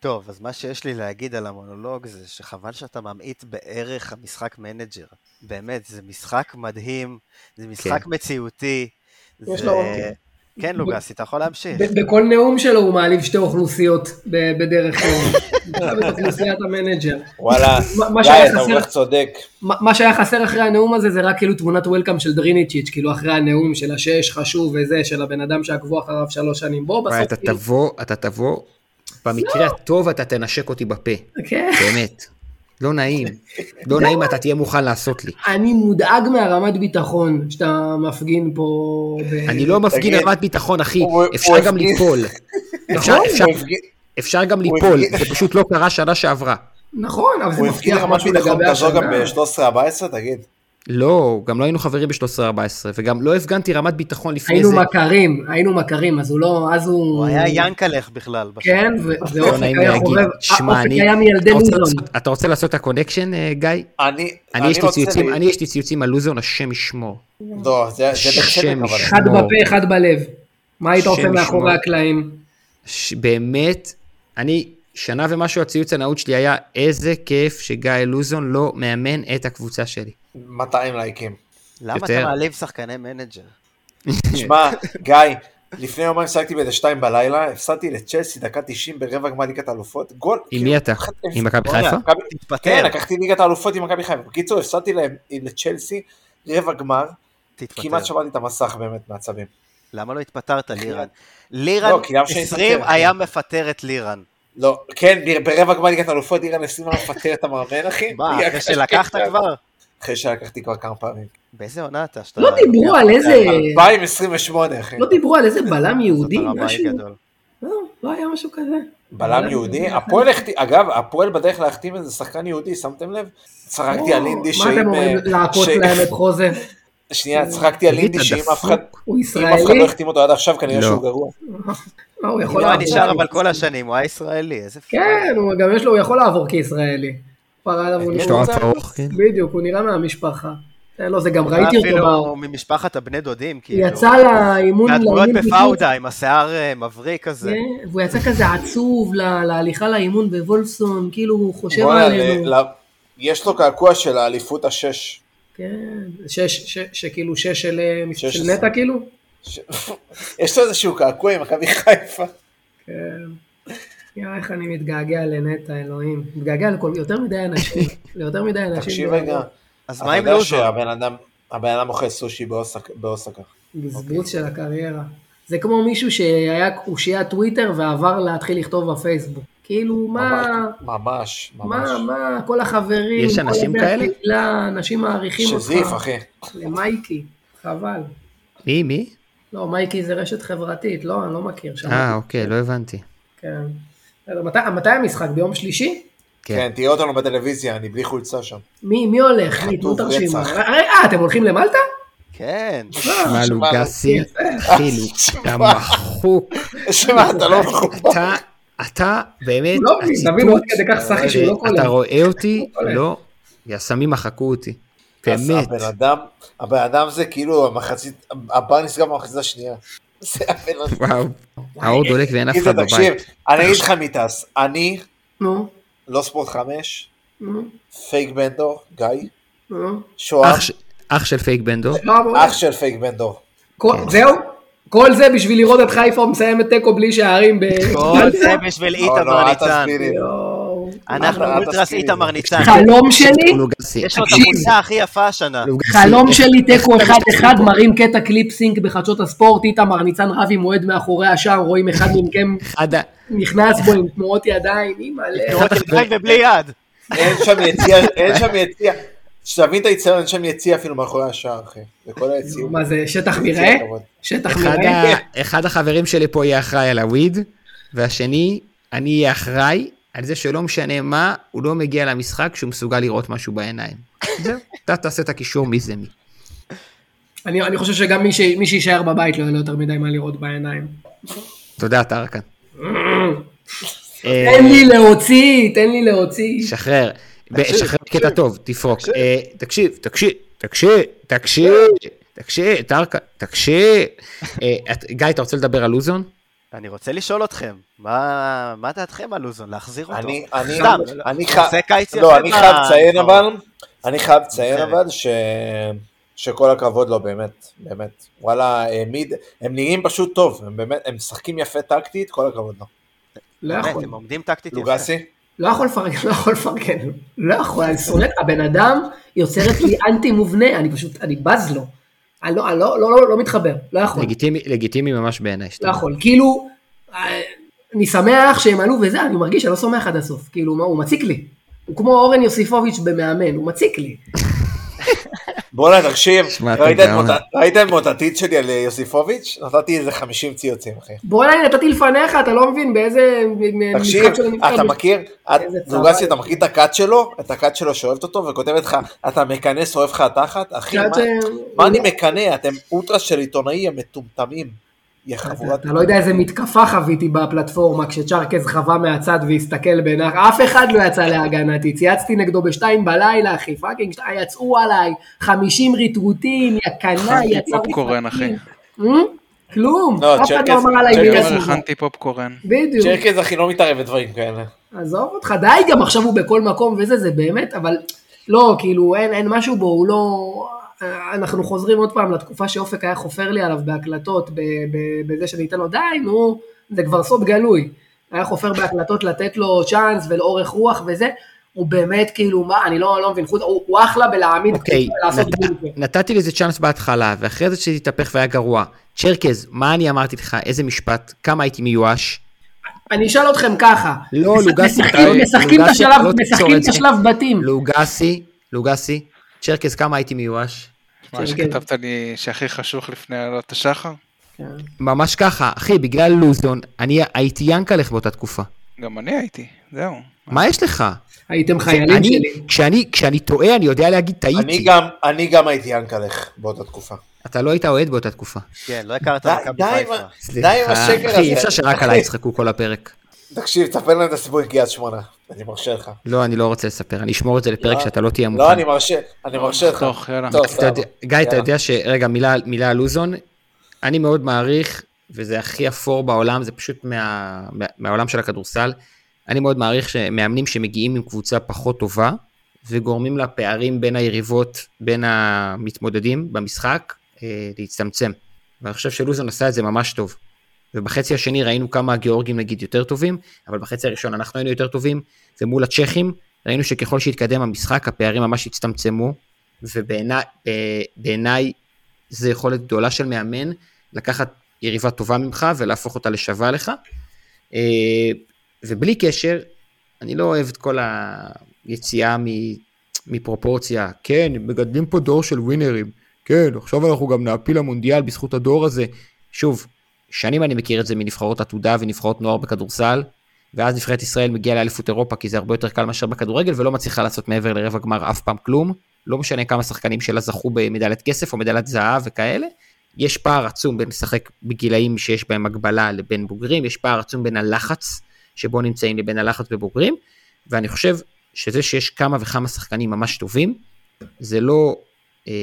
[SPEAKER 2] טוב, אז מה שיש לי להגיד על המונולוג זה שחבל שאתה ממעיט בערך המשחק מנג'ר. באמת, זה משחק מדהים, זה משחק מציאותי.
[SPEAKER 5] יש
[SPEAKER 2] זה-
[SPEAKER 5] לו אופי.
[SPEAKER 2] כן, לוגסי, אתה יכול להמשיך.
[SPEAKER 5] ב- בכל נאום שלו הוא מעליב שתי אוכלוסיות ב- בדרך כלל. עכשיו את אוכלוסיית המנג'ר.
[SPEAKER 4] וואלה,
[SPEAKER 5] מה- מה
[SPEAKER 4] גיא,
[SPEAKER 5] שהיה
[SPEAKER 4] אתה
[SPEAKER 5] חסר-
[SPEAKER 4] כל כך צודק.
[SPEAKER 5] מה מה שהיה חסר אחרי הנאום הזה זה רק כאילו תמונת וולקאם של דריניצ'יץ', כאילו אחרי הנאום של השש חשוב וזה, של הבן אדם שעקבו אחריו שלוש שנים. בוא
[SPEAKER 1] וואי,
[SPEAKER 5] בסוף
[SPEAKER 1] אתה
[SPEAKER 5] כאילו...
[SPEAKER 1] תבוא, אתה תבוא, במקרה הטוב אתה תנשק אותי בפה,
[SPEAKER 5] כן.
[SPEAKER 1] באמת. לא נעים, לא נעים אתה תהיה מוכן לעשות לי.
[SPEAKER 5] אני מודאג מהרמת ביטחון שאתה מפגין פה. ב-
[SPEAKER 1] אני לא מפגין
[SPEAKER 4] תגיד,
[SPEAKER 1] רמת ביטחון, אחי,
[SPEAKER 4] הוא-
[SPEAKER 1] אפשר
[SPEAKER 4] הוא
[SPEAKER 1] גם
[SPEAKER 4] הפגין-
[SPEAKER 1] ליפול. אפשר- אפשר-
[SPEAKER 4] הוא הפגין-
[SPEAKER 1] אפשר גם ליפול,
[SPEAKER 4] הפגין-
[SPEAKER 1] זה פשוט לא קרה שנה שעברה.
[SPEAKER 5] נכון, אבל זה
[SPEAKER 4] הוא הפגין
[SPEAKER 5] מבטיח
[SPEAKER 4] רמת
[SPEAKER 5] משהו
[SPEAKER 4] ביטחון
[SPEAKER 5] לגבי
[SPEAKER 4] כזו גם
[SPEAKER 5] השנה.
[SPEAKER 4] ב-13-14, תגיד.
[SPEAKER 1] לא, גם לא היינו חברים ב-13-14, וגם לא הפגנתי רמת ביטחון לפני זה.
[SPEAKER 5] היינו מכרים, היינו מכרים, אז הוא לא, אז הוא...
[SPEAKER 2] הוא היה ינקלך בכלל. בשנה.
[SPEAKER 5] כן, ו-
[SPEAKER 1] לא
[SPEAKER 5] ואופק
[SPEAKER 1] נעים
[SPEAKER 5] היה
[SPEAKER 1] להגיד.
[SPEAKER 5] חובב,
[SPEAKER 1] שמע,
[SPEAKER 5] אופק
[SPEAKER 1] אני-
[SPEAKER 5] היה מילדי
[SPEAKER 1] אתה רוצה
[SPEAKER 5] לוזון.
[SPEAKER 1] לעשות- אתה רוצה לעשות את הקונקשן, אה, גיא?
[SPEAKER 4] אני
[SPEAKER 1] אני יש לי
[SPEAKER 4] רוצה
[SPEAKER 1] ציוצים,
[SPEAKER 4] ל-
[SPEAKER 1] אני יש לי ציוצים על לוזון, השם ישמור.
[SPEAKER 4] לא, זה זה בצדק,
[SPEAKER 1] שם ישמור.
[SPEAKER 4] אבל...
[SPEAKER 5] אחד בפה, אחד בלב. מה היית עושה
[SPEAKER 1] לא. שם
[SPEAKER 5] מאחורי
[SPEAKER 1] ישמור.
[SPEAKER 5] הקלעים?
[SPEAKER 1] ש- באמת, אני, שנה ומשהו הציוץ הנאות שלי היה, איזה כיף שגיא לוזון לא מאמן את הקבוצה שלי.
[SPEAKER 5] כן.
[SPEAKER 4] 200 לייקים.
[SPEAKER 2] למה אתה
[SPEAKER 1] יותר.
[SPEAKER 2] מעליב שחקני מנג'ר?
[SPEAKER 4] שמע, גיא, לפני יומיים שחקתי באיזה שתיים בלילה, הפסדתי לצ'לסי דקה 90 ברבע גמר ליגת האלופות, גול.
[SPEAKER 1] עם
[SPEAKER 4] כאילו,
[SPEAKER 1] מי אתה?
[SPEAKER 4] אחת-
[SPEAKER 1] עם מכבי
[SPEAKER 4] בוא'נה,
[SPEAKER 1] חיפה?
[SPEAKER 4] מכבי- כן,
[SPEAKER 2] תתפטר,
[SPEAKER 4] לקחתי ליגת האלופות עם מכבי חיפה. בקיצור, הפסדתי להם- אה, לצ'לסי רבע גמר,
[SPEAKER 2] תתפטר.
[SPEAKER 4] כמעט שמעתי את המסך באמת מעצבים.
[SPEAKER 2] למה לא התפטרת, לירן? לירן,
[SPEAKER 4] לא, כי למה שאני
[SPEAKER 2] 20
[SPEAKER 4] אתפטר?
[SPEAKER 2] היה מפטר את לירן.
[SPEAKER 4] לא, כן, ניר, ברבע גמר ליגת האלופות אירן הסכימה לפטר את המאמן, אחי.
[SPEAKER 2] מה,
[SPEAKER 4] היא
[SPEAKER 2] אחרי
[SPEAKER 4] לקחה-
[SPEAKER 2] שלקחת כבר?
[SPEAKER 4] אחרי שלקחתי כבר כמה פעמים.
[SPEAKER 2] באיזה עונה אתה? שאתה-
[SPEAKER 5] לא דיברו על איזה...
[SPEAKER 4] 2028, אחי.
[SPEAKER 5] אה, לא דיברו על איזה בלם יהודי,
[SPEAKER 2] אתה רמאי
[SPEAKER 5] משהו.
[SPEAKER 2] גדול.
[SPEAKER 5] לא, לא היה משהו כזה.
[SPEAKER 4] בלם יהודי. הפועל החתים, אגב, הפועל בדרך להחתים איזה שחקן יהודי, שמתם לב? צחקתי על אינדי
[SPEAKER 5] לא, מה אתם
[SPEAKER 4] שאם...
[SPEAKER 5] אומרים,
[SPEAKER 4] אה,
[SPEAKER 5] לעקוץ
[SPEAKER 4] ש-
[SPEAKER 5] להם את חוזה?
[SPEAKER 4] שנייה, צחקתי על
[SPEAKER 1] תגיד,
[SPEAKER 4] אינדי
[SPEAKER 1] אתה
[SPEAKER 4] שאם אף
[SPEAKER 1] דפוק?
[SPEAKER 4] אחד...
[SPEAKER 5] הוא
[SPEAKER 4] אם אף אחד
[SPEAKER 5] ישראלי?
[SPEAKER 4] לא החתים אותו עד עכשיו, כנראה
[SPEAKER 1] לא.
[SPEAKER 4] שהוא גרוע.
[SPEAKER 5] לא, הוא יכול
[SPEAKER 2] לירן
[SPEAKER 5] לעבור.
[SPEAKER 2] נשאר אבל כל השנים, הוא היה ישראלי, איזה פ...
[SPEAKER 5] כן, הוא גם יש לו, הוא יכול לעבור כישראלי. פרה עליו, הוא לא
[SPEAKER 1] יש
[SPEAKER 5] נראה...
[SPEAKER 1] לו אף ארוך, כן.
[SPEAKER 5] בדיוק, הוא נראה מהמשפחה. אה, לא, זה גם
[SPEAKER 2] הוא היה
[SPEAKER 5] ראיתי אותו
[SPEAKER 2] אפילו
[SPEAKER 5] ב...
[SPEAKER 2] ממשפחת הבני דודים, כאילו.
[SPEAKER 5] יצא לאימון...
[SPEAKER 2] מהדמויות
[SPEAKER 5] לאימון
[SPEAKER 2] בפאודה עם השיער אה, מבריק כזה.
[SPEAKER 5] כן, והוא יצא כזה עצוב ל- להליכה לאימון בוולפסון, כאילו הוא חושב
[SPEAKER 4] בואנה,
[SPEAKER 5] עלינו.
[SPEAKER 4] ל- ל- יש לו קעקוע של האליפות השש.
[SPEAKER 5] כן, שש, שש- שכאילו שש של אה,
[SPEAKER 4] שש
[SPEAKER 5] של
[SPEAKER 4] עשרה.
[SPEAKER 5] נטע כאילו?
[SPEAKER 4] ש- יש לו איזשהו קעקוע עם מכבי חיפה.
[SPEAKER 5] כן. יאללה, איך אני מתגעגע לנטע, אלוהים. מתגעגע לכל- יותר מדי אנשים. ליותר מדי אנשים.
[SPEAKER 4] תקשיב
[SPEAKER 5] בעולם.
[SPEAKER 4] רגע,
[SPEAKER 2] אז
[SPEAKER 4] אתה
[SPEAKER 2] מה עם
[SPEAKER 4] יודע
[SPEAKER 2] לוזון?
[SPEAKER 4] שהבן אדם... הבן אדם אוכל סושי באוסק- באוסקה.
[SPEAKER 5] בזבוז של הקריירה. זה כמו מישהו שהיה קושייה טוויטר ועבר להתחיל לכתוב בפייסבוק. כאילו, מה...
[SPEAKER 4] ממש, ממש.
[SPEAKER 5] מה, מה, כל החברים,
[SPEAKER 1] יש
[SPEAKER 5] כל
[SPEAKER 1] אנשים
[SPEAKER 5] בני
[SPEAKER 1] כאלה?
[SPEAKER 5] הקהילה, אנשים מעריכים אותך.
[SPEAKER 4] שזיף, אחי.
[SPEAKER 5] למייקי, חבל.
[SPEAKER 1] מי, מי?
[SPEAKER 5] לא, מייקי זה רשת חברתית, לא, אני לא מכיר שם.
[SPEAKER 1] אה, אוקיי, לא הבנתי.
[SPEAKER 5] כן. בסדר, מתי, מתי המשחק? ביום שלישי?
[SPEAKER 1] כן.
[SPEAKER 4] כן, תראה אותנו בטלוויזיה, אני בלי חולצה שם.
[SPEAKER 5] מי, מי הולך? מי, תנו את
[SPEAKER 4] כתוב
[SPEAKER 5] הרשימה.
[SPEAKER 4] רצח.
[SPEAKER 5] אה, אה, אתם הולכים למלטה? אה,
[SPEAKER 2] כן.
[SPEAKER 1] מה לוגסי, אחי, אתה מחוק.
[SPEAKER 4] שמע, אתה לא מחובר.
[SPEAKER 1] אתה, אתה באמת,
[SPEAKER 5] הוא לא מבין, תבין, הוא עד כדי כך שחי שהוא לא
[SPEAKER 1] אתה
[SPEAKER 5] קולט.
[SPEAKER 1] רואה אותי,
[SPEAKER 5] קולט.
[SPEAKER 1] לא, יסמים מחקו אותי.
[SPEAKER 4] אז
[SPEAKER 1] באמת.
[SPEAKER 4] הבן אדם, הבן אדם זה כאילו המחצית, הבר נסגר במחצית השנייה. זה הבן אדם.
[SPEAKER 1] וואו, האור דולק ואין אף
[SPEAKER 4] אם
[SPEAKER 1] אחד
[SPEAKER 4] אתה תקשיב,
[SPEAKER 1] בבית.
[SPEAKER 4] אני אגיד לך מיטס, אני
[SPEAKER 5] נו,
[SPEAKER 4] לא ספורט חמש,
[SPEAKER 5] נו,
[SPEAKER 4] פייק בנדור, גיא,
[SPEAKER 5] נו.
[SPEAKER 4] שוהם,
[SPEAKER 1] אח ש- אח של פייק בנדו,
[SPEAKER 5] לא, אבל-
[SPEAKER 4] אח של פייק בנדור.
[SPEAKER 5] כל- זהו? כל זה בשביל לראות את חיפה מסיימת תיקו בלי שערים ב...
[SPEAKER 2] כל זה
[SPEAKER 4] לא,
[SPEAKER 2] בשביל איתמר ניצן.
[SPEAKER 5] יואו.
[SPEAKER 2] אנחנו
[SPEAKER 4] אל
[SPEAKER 2] אולטרס
[SPEAKER 4] תזכיר לי.
[SPEAKER 2] איתמר ניצן.
[SPEAKER 5] חלום שלי?
[SPEAKER 1] לוגסי.
[SPEAKER 2] יש לו את
[SPEAKER 5] תקשיב.
[SPEAKER 2] הקבוצה הכי יפה השנה.
[SPEAKER 5] לא,
[SPEAKER 1] לוגסי.
[SPEAKER 5] חלום שלי תיקו 1-1, מראים קטע קליפסינק בחדשות הספורט, איתמר ניצן רב עם אוהד מאחורי השער, רואים אחד מכם
[SPEAKER 1] אחד ה-
[SPEAKER 5] נכנס בו עם תנועות ידיים, אימא'לה.
[SPEAKER 2] לראות עם חי ובלי יד.
[SPEAKER 4] אין שם יציע, אין שם יציע. שתבין את היציאה, אין שם יציע אפילו מאחורי השער, אחי. זה כל היציאות.
[SPEAKER 5] מה זה, שטח מרעה?
[SPEAKER 4] יציע כבוד.
[SPEAKER 5] שטח
[SPEAKER 1] אחד
[SPEAKER 5] מרעה?
[SPEAKER 1] ה- אחד החברים שלי פה יהיה אחראי על הוויד, והשני, אני אהיה אחראי על זה שלא משנה מה, הוא לא מגיע למשחק כשהוא מסוגל לראות משהו בעיניים. זהו, אתה תעשה את הקישור מי זה מי.
[SPEAKER 5] אני אני חושב שגם מי ש- מי שיישאר בבית לא יהיה לו יותר מדי מה לראות בעיניים.
[SPEAKER 1] תודה, טרקן. אה,
[SPEAKER 2] אה,
[SPEAKER 5] תן לי להוציא, תן לי להוציא.
[SPEAKER 1] שחרר. ב- שחרר קטע טוב, תפרוק. אה, תקשיב, תקשיב, תקשיב, תקשיב, תקשיב, טרקן, תקשיב. אה, את- גיא, אתה רוצה לדבר על לוזון?
[SPEAKER 2] אני רוצה לשאול אתכם, מה מה דעתכם על לוזון? להחזיר אותו?
[SPEAKER 4] אני, אני,
[SPEAKER 2] סתם,
[SPEAKER 4] אני
[SPEAKER 2] הוא עושה
[SPEAKER 4] חייב,
[SPEAKER 8] לא,
[SPEAKER 2] קיץ יפה
[SPEAKER 4] לא, אני חייב
[SPEAKER 2] ב-
[SPEAKER 4] לציין
[SPEAKER 2] לא.
[SPEAKER 4] אבל, אני חייב לציין
[SPEAKER 2] נבחרת.
[SPEAKER 4] אבל ש...
[SPEAKER 8] שכל הכבוד לו, באמת, באמת. וואלה, העמיד, הם נראים פשוט טוב, הם באמת, הם משחקים יפה טקטית, כל הכבוד לו.
[SPEAKER 5] לא
[SPEAKER 2] באמת,
[SPEAKER 5] יכול.
[SPEAKER 2] הם עומדים טקטית יפה.
[SPEAKER 8] לוגסי?
[SPEAKER 5] לא יכול לפרגן, לא יכול לפרגן, לא יכול, אני שונא, הבן אדם יוצרת לי אנטי מובנה, אני פשוט, אני בז לו. אני לא, אני לא, לא, לא, לא מתחבר, לא יכול,
[SPEAKER 1] לגיטימי, לגיטימי ממש בעיניי. שאתה
[SPEAKER 5] לא
[SPEAKER 1] אומר.
[SPEAKER 5] יכול, כאילו, אה, אני שמח שהם עלו וזה, אני מרגיש שאני לא סומך עד הסוף, כאילו, מה, הוא מציק לי. הוא כמו אורן יוסיפוביץ' במאמן, הוא מציק לי.
[SPEAKER 8] בואנה, תקשיב,
[SPEAKER 1] שמע,
[SPEAKER 8] ראית
[SPEAKER 1] אתה
[SPEAKER 8] את
[SPEAKER 1] גאון.
[SPEAKER 8] מות- ראית את מוטטית שלי על אה, יוסיפוביץ'? נתתי איזה 50 ציוצים, אחי.
[SPEAKER 5] בוא'נה, נתתי לפניך, אתה לא מבין באיזה מ-
[SPEAKER 8] תקשיב,
[SPEAKER 5] משחק של
[SPEAKER 8] אתה מכיר, את-
[SPEAKER 5] איזה צבא.
[SPEAKER 8] לוגסי, אתה מכיר את הכת שלו? את הכת שלו שאוהבת אותו, וכותבת לך, אתה מקנא, שורף לך התחת? אחי, מה- מה
[SPEAKER 5] אה,
[SPEAKER 8] אני מקנא? אתם אולטרה של עיתונאי המטומטמים. יא חבורת...
[SPEAKER 5] אתה לא יודע איזה מתקפה חוויתי בפלטפורמה כשצ'רקז חווה מהצד והסתכל בעיניך, אף אחד לא יצא להגנתי, צייצתי נגדו בשתיים בלילה, אחי, פאקינג, שתיים, יצאו עליי, 50 ריטרוטים, יא קנאי,
[SPEAKER 3] הכנתי
[SPEAKER 5] יצא
[SPEAKER 3] פופקורן, אחי.
[SPEAKER 5] כלום,
[SPEAKER 8] לא,
[SPEAKER 5] אף אחד לא
[SPEAKER 8] צ'רקז-
[SPEAKER 5] אמר עליי
[SPEAKER 3] אני
[SPEAKER 5] מילה
[SPEAKER 3] אומר,
[SPEAKER 5] טובה.
[SPEAKER 3] הכנתי פופקורן.
[SPEAKER 5] בדיוק,
[SPEAKER 8] צ'רקז אחי לא מתערב בדברים כאלה.
[SPEAKER 5] עזוב אותך, די, גם עכשיו הוא בכל מקום וזה, זה באמת, אבל לא, כאילו, אין, אין משהו בו, הוא לא... אנחנו חוזרים עוד פעם לתקופה שאופק היה חופר לי עליו בהקלטות, ב- ב- בזה שאני אתן לו, די, נו, זה כבר סוד גלוי. היה חופר בהקלטות לתת לו צ'אנס ולאורך רוח וזה, הוא באמת כאילו, מה, אני לא, לא מבין, חוץ, הוא, הוא אחלה בלהעמיד, כאילו
[SPEAKER 1] אוקיי,
[SPEAKER 5] לעשות
[SPEAKER 1] נת-
[SPEAKER 5] בונקר.
[SPEAKER 1] נתתי לזה צ'אנס בהתחלה, ואחרי זה שזה התהפך והיה גרוע. צ'רקז, מה אני אמרתי לך? איזה משפט? כמה הייתי מיואש?
[SPEAKER 5] אני אשאל אתכם ככה,
[SPEAKER 1] לא, לוגסי,
[SPEAKER 5] משחקים-
[SPEAKER 1] די,
[SPEAKER 5] משחקים את
[SPEAKER 1] לוגסי,
[SPEAKER 5] השלב-
[SPEAKER 1] לא
[SPEAKER 5] משחקים
[SPEAKER 1] תיצור את
[SPEAKER 5] את
[SPEAKER 1] זה.
[SPEAKER 5] השלב בתים.
[SPEAKER 1] לוגסי, לוגסי, צ'רקז, כמה הייתי מיואש?
[SPEAKER 5] כן,
[SPEAKER 3] מה שכתבת לי שהכי חשוך לפני עלות השחר?
[SPEAKER 5] כן.
[SPEAKER 1] ממש ככה, אחי, בגלל לוזון, אני הייתי ינקלך באותה תקופה.
[SPEAKER 3] גם אני הייתי, זהו.
[SPEAKER 1] מה יש לך?
[SPEAKER 5] הייתם חיילים
[SPEAKER 1] אני,
[SPEAKER 5] שלי.
[SPEAKER 1] כשאני, כשאני טועה, אני יודע להגיד
[SPEAKER 8] אני
[SPEAKER 1] טעיתי.
[SPEAKER 8] גם, אני גם הייתי ינקלך באותה תקופה.
[SPEAKER 1] אתה לא היית אוהד באותה תקופה.
[SPEAKER 2] כן, לא הכרת
[SPEAKER 8] די-
[SPEAKER 2] מכבי
[SPEAKER 8] די עם
[SPEAKER 2] חיפה.
[SPEAKER 8] ה- די עם השקר הזה.
[SPEAKER 1] אחי, אי אפשר שרק
[SPEAKER 8] אחי,
[SPEAKER 1] עליי יצחקו כל הפרק.
[SPEAKER 8] תקשיב, תספר להם את הסיפור עם קריית שמונה. אני מרשה לך.
[SPEAKER 1] לא, אני לא רוצה לספר, אני אשמור את זה לפרק שאתה לא תהיה מוכן.
[SPEAKER 8] לא, אני מרשה, אני מרשה לך.
[SPEAKER 3] תוך, יאללה.
[SPEAKER 8] טוב,
[SPEAKER 1] אתה יודע-
[SPEAKER 8] סבבה.
[SPEAKER 1] גיא, אתה
[SPEAKER 8] יאללה.
[SPEAKER 1] יודע ש... רגע, מילה- מילה על לוזון. אני מאוד מעריך, וזה הכי אפור בעולם, זה פשוט מה- מה- מהעולם של הכדורסל. אני מאוד מעריך שמאמנים שמגיעים עם קבוצה פחות טובה, וגורמים לפערים בין היריבות, בין המתמודדים במשחק, אה, להצטמצם. ואני חושב שלוזון עשה את זה ממש טוב. ובחצי השני ראינו כמה הגיאורגים נגיד יותר טובים, אבל בחצי הראשון אנחנו היינו יותר טובים, ומול הצ'כים ראינו שככל שהתקדם המשחק הפערים ממש הצטמצמו, ובעיניי אה, בעיניי זה יכולת גדולה של מאמן לקחת יריבה טובה ממך ולהפוך אותה לשווה לך. אה, ובלי קשר, אני לא אוהב את כל היציאה מ- מפרופורציה. כן, מגדלים פה דור של ווינרים. כן, עכשיו אנחנו גם נעפיל למונדיאל בזכות הדור הזה. שוב, שנים אני מכיר את זה מנבחרות עתודה ונבחרות נוער בכדורסל, ואז נבחרת ישראל מגיעה לאליפות אירופה כי זה הרבה יותר קל מאשר בכדורגל, ולא מצליחה לעשות מעבר לרבע גמר אף פעם כלום. לא משנה כמה שחקנים שלה זכו במדליית כסף או מדליית זהב וכאלה. יש פער עצום בין לשחק בגילאים שיש בהם הגבלה לבין בוגרים, יש פער עצום בין הלחץ שבו נמצאים לבין הלחץ בבוגרים, ואני חושב שזה שיש כמה וכמה שחקנים ממש טובים, זה לא, אה,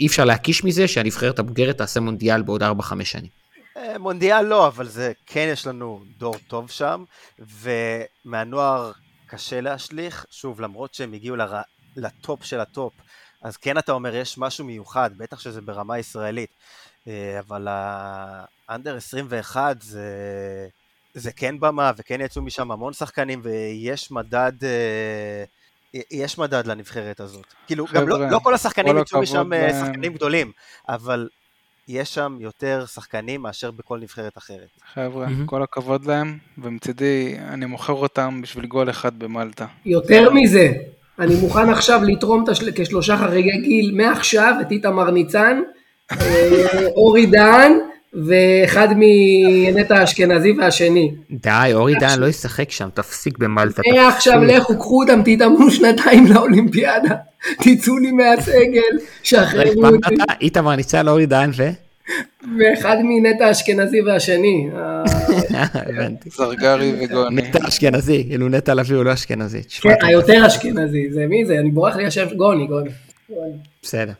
[SPEAKER 1] אי אפשר להקיש מזה שהנבחרת הבוגרת תעשה מונדיאל בעוד 4-5 שנים.
[SPEAKER 2] אה, מונדיאל לא, אבל זה כן יש לנו דור טוב שם, ומהנוער קשה להשליך, שוב, למרות שהם הגיעו לר... לטופ של הטופ, אז כן אתה אומר, יש משהו מיוחד, בטח שזה ברמה ישראלית, אה, אבל האנדר 21 זה... זה כן במה, וכן יצאו משם המון שחקנים, ויש מדד... אה, יש מדד לנבחרת הזאת. כאילו, גם לא,
[SPEAKER 3] חבר'ה,
[SPEAKER 2] לא כל השחקנים
[SPEAKER 3] כל
[SPEAKER 2] יצאו משם
[SPEAKER 3] הכבוד
[SPEAKER 2] אה,
[SPEAKER 3] להם.
[SPEAKER 2] שחקנים גדולים, אבל יש שם יותר שחקנים מאשר בכל נבחרת אחרת.
[SPEAKER 3] חבר'ה,
[SPEAKER 1] מהמם.
[SPEAKER 3] כל הכבוד להם, ומצידי אני מוכר אותם בשביל גול אחד במלטה.
[SPEAKER 5] יותר מזה, אני מוכן עכשיו לתרום את השל... כשלושה חריגי גיל מעכשיו את איתמר ניצן, אה, אורי דהן, ואחד מנטע אשכנזי והשני.
[SPEAKER 1] די, אורי דן לא ישחק שם, תפסיק במלטה.
[SPEAKER 5] מעכשיו לכו, קחו אותם, תתאמנו שנתיים לאולימפיאדה, תצאו לי מהסגל,
[SPEAKER 1] רגע,
[SPEAKER 5] שחררו
[SPEAKER 1] מה
[SPEAKER 5] אותי,
[SPEAKER 1] אמרת? איתמר ניצן, אורי דן ו...
[SPEAKER 5] ואחד מנטע אשכנזי והשני. אה,
[SPEAKER 3] כן.
[SPEAKER 1] הבנתי.
[SPEAKER 3] זרגרי וגוני.
[SPEAKER 1] נטע אשכנזי, כאילו נטע לביא הוא לא אשכנזי. תשמע,
[SPEAKER 5] כן, היותר אשכנזי, זה מי זה? אני בורח לי השם, גוני, גוני. גוני.
[SPEAKER 1] בסדר.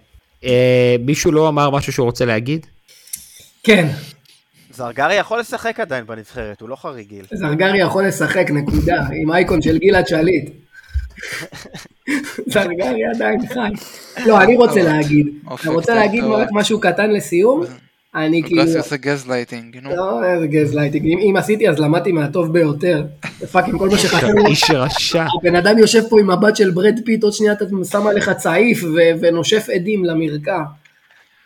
[SPEAKER 1] אה, מישהו לא אמר משהו שהוא רוצה להגיד?
[SPEAKER 5] כן,
[SPEAKER 2] זרגרי יכול לשחק עדיין בנבחרת, הוא לא חריגיל.
[SPEAKER 5] זרגרי יכול לשחק, נקודה, עם אייקון של גלעד שליט. זרגרי עדיין חי. לא, אני רוצה להגיד. אתה רוצה להגיד רק משהו קטן לסיום? אני כאילו...
[SPEAKER 3] גסי עושה גזלייטינג, נו.
[SPEAKER 5] לא, איזה גזלייטינג. אם עשיתי אז למדתי מהטוב ביותר. פאקינג כל מה שחשוב.
[SPEAKER 1] איש רשע.
[SPEAKER 5] הבן אדם יושב פה עם מבט של ברד פיט, עוד שנייה אתה שם עליך צעיף ונושף עדים למרקע.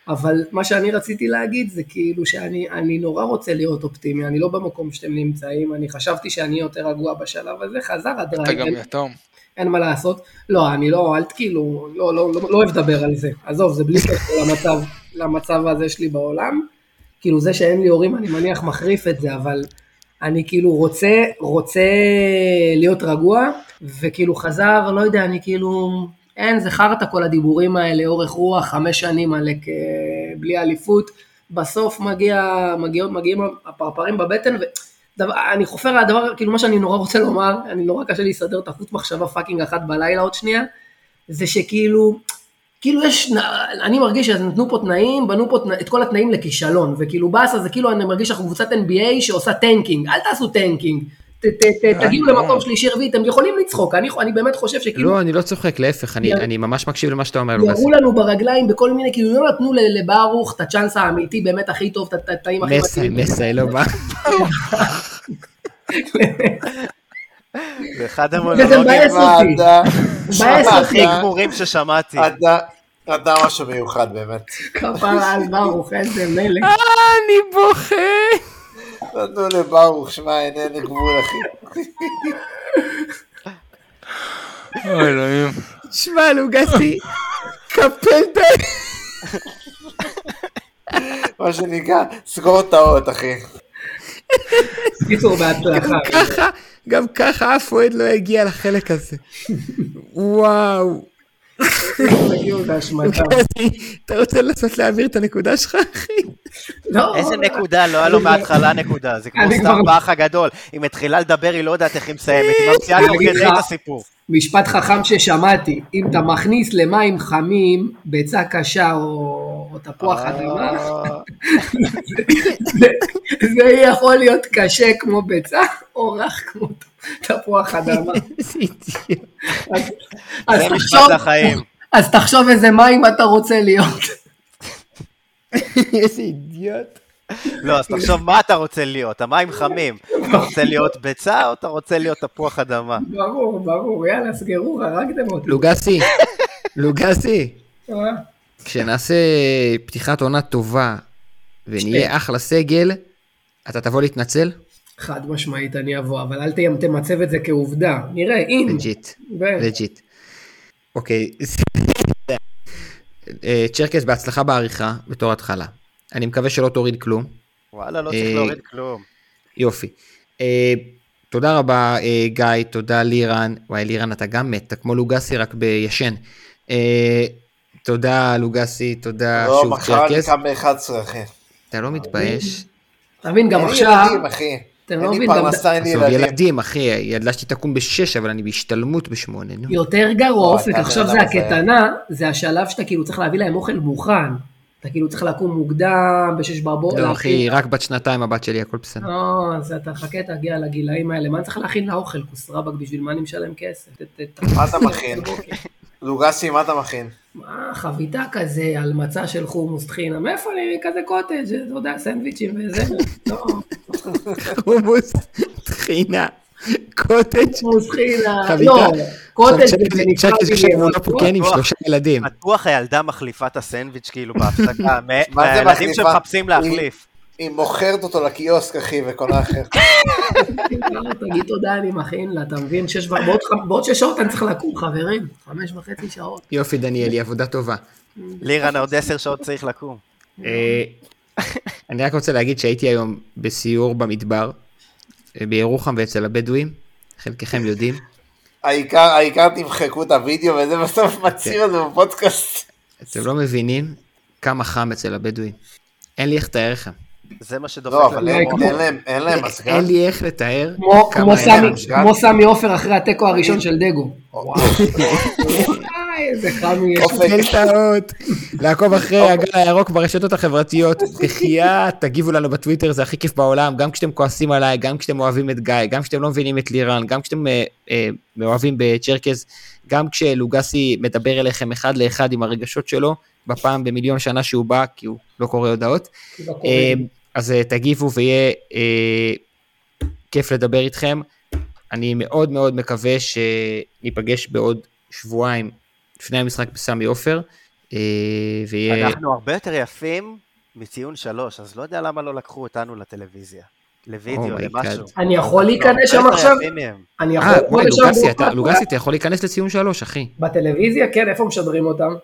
[SPEAKER 5] אבל מה שאני רציתי להגיד זה כאילו שאני נורא רוצה להיות אופטימי, אני לא במקום שאתם נמצאים, אני חשבתי שאני יותר רגוע בשלב הזה, חזר הדרייב.
[SPEAKER 3] אתה גם יתום.
[SPEAKER 5] אין מה לעשות. לא, אני לא, אל כאילו, לא, לא, לא, לא אוהב לדבר על זה. עזוב, זה בלי קשר למצב, למצב הזה שלי בעולם. כאילו זה שאין לי הורים, אני מניח מחריף את זה, אבל אני כאילו רוצה, רוצה להיות רגוע, וכאילו חזר, לא יודע, אני כאילו, אין, זה חרטא כל הדיבורים האלה, אורך רוח, חמש שנים עלק אה, בלי אליפות. בסוף מגיע, מגיע, מגיעים הפרפרים בבטן, ו... דבר, אני חופר על הדבר, כאילו מה שאני נורא רוצה לומר, אני נורא קשה להסתדר את החוט מחשבה פאקינג אחת בלילה עוד שנייה, זה שכאילו, כאילו יש, אני מרגיש שנתנו פה תנאים, בנו פה תנא, את כל התנאים לכישלון, וכאילו באסה זה כאילו אני מרגיש שאנחנו קבוצת NBA שעושה טנקינג, אל תעשו טנקינג. ת, ת, ת, תגיעו למקום שלישי רביעי, אתם יכולים לצחוק, אני, אני באמת חושב שכאילו...
[SPEAKER 1] לא, אני לא צוחק, להפך, אני, אני ממש מקשיב למה שאתה אומר.
[SPEAKER 5] ירו לנו ברגליים בכל מיני, כאילו לא נתנו לברוך את הצ'אנס האמיתי באמת הכי טוב, את התאים הכי
[SPEAKER 1] מתאים. נסה, נסה, לא בא.
[SPEAKER 2] זה אחד המונולוגים
[SPEAKER 8] לא אה?
[SPEAKER 5] הכי
[SPEAKER 2] גמורים ששמעתי.
[SPEAKER 8] אתה משהו מיוחד באמת.
[SPEAKER 5] כפרה על ברוך, איזה מלך.
[SPEAKER 1] אני בוכה.
[SPEAKER 8] נתנו לברוך, שמע, איננו גבול, אחי.
[SPEAKER 3] אוי, אלוהים.
[SPEAKER 1] שמע, לוגסי, קפלת.
[SPEAKER 8] מה שנקרא, סגור את האות, אחי.
[SPEAKER 5] קיצור, בהצלחה.
[SPEAKER 1] ככה, גם ככה אף אוהד לא הגיע לחלק הזה. וואו. אתה רוצה לנסות להעביר את הנקודה שלך, אחי?
[SPEAKER 2] איזה נקודה, לא היה לו מההתחלה נקודה, זה כמו סתם באח הגדול. היא מתחילה לדבר, היא לא יודעת איך היא מסיימת, היא ממציאה תוך כדי את הסיפור.
[SPEAKER 5] משפט חכם ששמעתי, אם אתה מכניס למים חמים ביצה קשה או תפוח
[SPEAKER 2] אה.
[SPEAKER 5] אדמה, זה יכול להיות קשה כמו ביצה, או רך כמו תפוח אדמה.
[SPEAKER 2] זה משפט לחיים.
[SPEAKER 5] אז תחשוב איזה מים אתה רוצה להיות.
[SPEAKER 1] איזה אידיוט.
[SPEAKER 2] לא, אז תחשוב מה אתה רוצה להיות, המים חמים. אתה רוצה להיות ביצה או אתה רוצה להיות תפוח אדמה?
[SPEAKER 5] ברור, ברור, יאללה, סגרו, הרגתם אותי. אה.
[SPEAKER 1] לוגסי, לוגסי, כשנעשה פתיחת עונה טובה ונהיה אחלה סגל, אתה תבוא להתנצל?
[SPEAKER 8] Mm.
[SPEAKER 5] חד משמעית אני אבוא, אבל אל תמצב את זה כעובדה, נראה, אם.
[SPEAKER 1] לג'יט,
[SPEAKER 8] כן.
[SPEAKER 1] לג'יט. אוקיי, אה, צ'רקס, בהצלחה בעריכה בתור התחלה. אני מקווה שלא תוריד כלום.
[SPEAKER 2] וואלה, לא
[SPEAKER 3] אה,
[SPEAKER 2] צריך להוריד כלום.
[SPEAKER 1] יופי. אה, תודה רבה, אה, גיא, תודה לירן. וואי, לירן, אתה גם מת, אתה כמו לוגסי, רק בישן. אה, תודה, לוגסי, תודה
[SPEAKER 8] שוב, צ'רקס. לא, מחר אני קם ב-11, אחי.
[SPEAKER 1] אתה לא מתבייש?
[SPEAKER 5] תבין, גם עכשיו...
[SPEAKER 8] אתם לא מבינים, פרנסה אין לי
[SPEAKER 1] ילדים. ילדים, אחי, ידלשתי תקום בשש, אבל אני בהשתלמות בשמונה, נו.
[SPEAKER 5] יותר גרוע, אופק, עכשיו זה הקטנה, זה השלב שאתה כאילו צריך להביא להם אוכל מוכן. אתה כאילו צריך לקום מוקדם, בשש ברבור.
[SPEAKER 1] לא, אחי, רק בת שנתיים הבת שלי, הכל בסדר.
[SPEAKER 5] לא, אז אתה חכה, תגיע לגילאים האלה. מה אני צריך להכין לאוכל, כוס רבק, בשביל מה אני משלם כסף?
[SPEAKER 8] מה אתה מכין? לוגסי, מה אתה מכין?
[SPEAKER 5] אוקיי. מה, חביתה כזה על מצע של חומוס טחינה, מאיפה אני כזה קוטג', אתה יודע, סנדוויצ'ים וזה, לא.
[SPEAKER 1] חומוס טחינה. קוטג'
[SPEAKER 5] חומוס טחינה, לא, קוטג' זה
[SPEAKER 1] נקרא כאילו, עם שלושה
[SPEAKER 8] כן.
[SPEAKER 1] ילדים.
[SPEAKER 2] בטוח הילדה מחליפה את הסנדוויץ' כאילו בהפסקה, מהילדים שמחפשים להחליף.
[SPEAKER 8] היא מוכרת אותו לקיוסק, אחי, וקונה אחר.
[SPEAKER 5] תגיד תודה, אני מכין לה, אתה מבין? בעוד שש שעות אני צריך לקום, חברים. חמש וחצי שעות.
[SPEAKER 1] יופי, דניאלי, עבודה טובה.
[SPEAKER 2] לירן, עוד עשר שעות צריך לקום.
[SPEAKER 1] אה, אני רק רוצה להגיד שהייתי היום בסיור במדבר, אה, בירוחם ואצל הבדואים, חלקכם יודעים.
[SPEAKER 8] העיקר תמחקו את הוידאו, וזה בסוף מצהיר את זה בפודקאסט.
[SPEAKER 1] אתם לא מבינים כמה חם אצל הבדואים. אין לי איך לתאר לכם.
[SPEAKER 2] זה מה שדופק.
[SPEAKER 8] לא, אבל אין להם מזגן.
[SPEAKER 1] אה, אין לי איך לתאר.
[SPEAKER 5] כמו סמי עופר אחרי התיקו הראשון של דגו. איזה חמי יש.
[SPEAKER 1] דלתאות. לעקוב אחרי הגל הירוק ברשתות החברתיות. בחייאת, תגיבו לנו בטוויטר, זה הכי כיף בעולם. גם כשאתם כועסים עליי, גם כשאתם אוהבים את גיא, גם כשאתם לא מבינים את לירן, גם כשאתם אה, אה, מאוהבים בצ'רקז, גם כשלוגסי מדבר אליכם אחד לאחד עם הרגשות שלו, בפעם במיליון שנה שהוא בא, כי הוא לא קורא הודעות. אה, אז אה, תגיבו ויהיה אה, כיף לדבר איתכם. אני מאוד מאוד מקווה שניפגש בעוד שבועיים לפני המשחק בסמי עופר, אה,
[SPEAKER 5] אה.
[SPEAKER 1] ויהיה...
[SPEAKER 2] אנחנו הרבה יותר יפים מציון שלוש, אז לא יודע למה לא לקחו אותנו לטלוויזיה. לוידאו,
[SPEAKER 1] Oh my
[SPEAKER 2] למשהו.
[SPEAKER 1] God.
[SPEAKER 5] אני יכול להיכנס שם
[SPEAKER 2] הרבה יותר
[SPEAKER 5] עכשיו?
[SPEAKER 2] יפים מהם.
[SPEAKER 5] אני יכול
[SPEAKER 1] אה, וואי,
[SPEAKER 5] לשם
[SPEAKER 1] לוגסי, אתה-
[SPEAKER 5] באופן-
[SPEAKER 1] לוגסי, אתה יכול להיכנס לציון שלוש, אחי.
[SPEAKER 5] בטלוויזיה? כן, איפה משדרים אותם?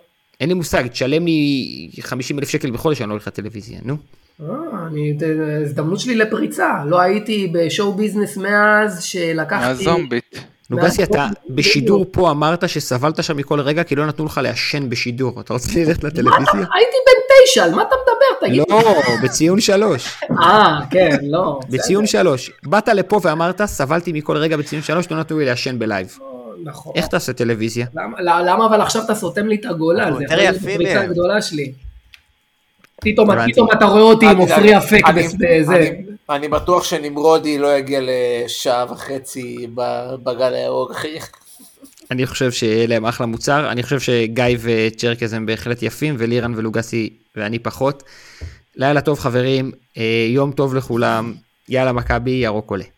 [SPEAKER 1] אין לי מושג, תשלם לי 50 אלף שקל בחודש, אני לא הולך לטלוויזיה, נו.
[SPEAKER 5] אה, אני, זה- הזדמנות שלי לפריצה, לא הייתי בשואו ביזנס מאז שלקחתי...
[SPEAKER 3] מהזומבית.
[SPEAKER 1] לוגסי, אתה
[SPEAKER 5] בדיוק.
[SPEAKER 1] בשידור פה אמרת שסבלת שם מכל רגע, כי לא נתנו לך לעשן בשידור. אתה רוצה ללכת לטלוויזיה?
[SPEAKER 5] הייתי בן תשע, על מה אתה מדבר? תגיד.
[SPEAKER 1] לא, בציון שלוש.
[SPEAKER 5] אה, כן, לא.
[SPEAKER 1] בציון שלוש. באת לפה ואמרת, סבלתי מכל רגע בציון שלוש, לא נתנו לי לעשן בלייב.
[SPEAKER 5] בסדר, נכון.
[SPEAKER 1] איך תעשה טלוויזיה?
[SPEAKER 5] למה- לא, למה אבל עכשיו אתה סותם לי את הגולל? זה
[SPEAKER 2] יותר
[SPEAKER 5] יכול להיות
[SPEAKER 2] יפים
[SPEAKER 5] הפריצה
[SPEAKER 2] מהם.
[SPEAKER 5] הגדולה שלי. פתאום
[SPEAKER 1] הבנתי.
[SPEAKER 5] פתאום אתה רואה אותי עם
[SPEAKER 8] אני-
[SPEAKER 5] עופרי אפק
[SPEAKER 8] אני-
[SPEAKER 5] בזה.
[SPEAKER 8] אני- אני בטוח שנמרודי לא יגיע לשעה וחצי ב- בגל הירוק, אחי.
[SPEAKER 1] אני חושב שיהיה להם אחלה מוצר, אני חושב שגיא וצ'רקז הם בהחלט יפים, ולירן ולוגסי ואני פחות. לילה טוב חברים, אה, יום טוב לכולם, יאללה מכבי, ירוק עולה.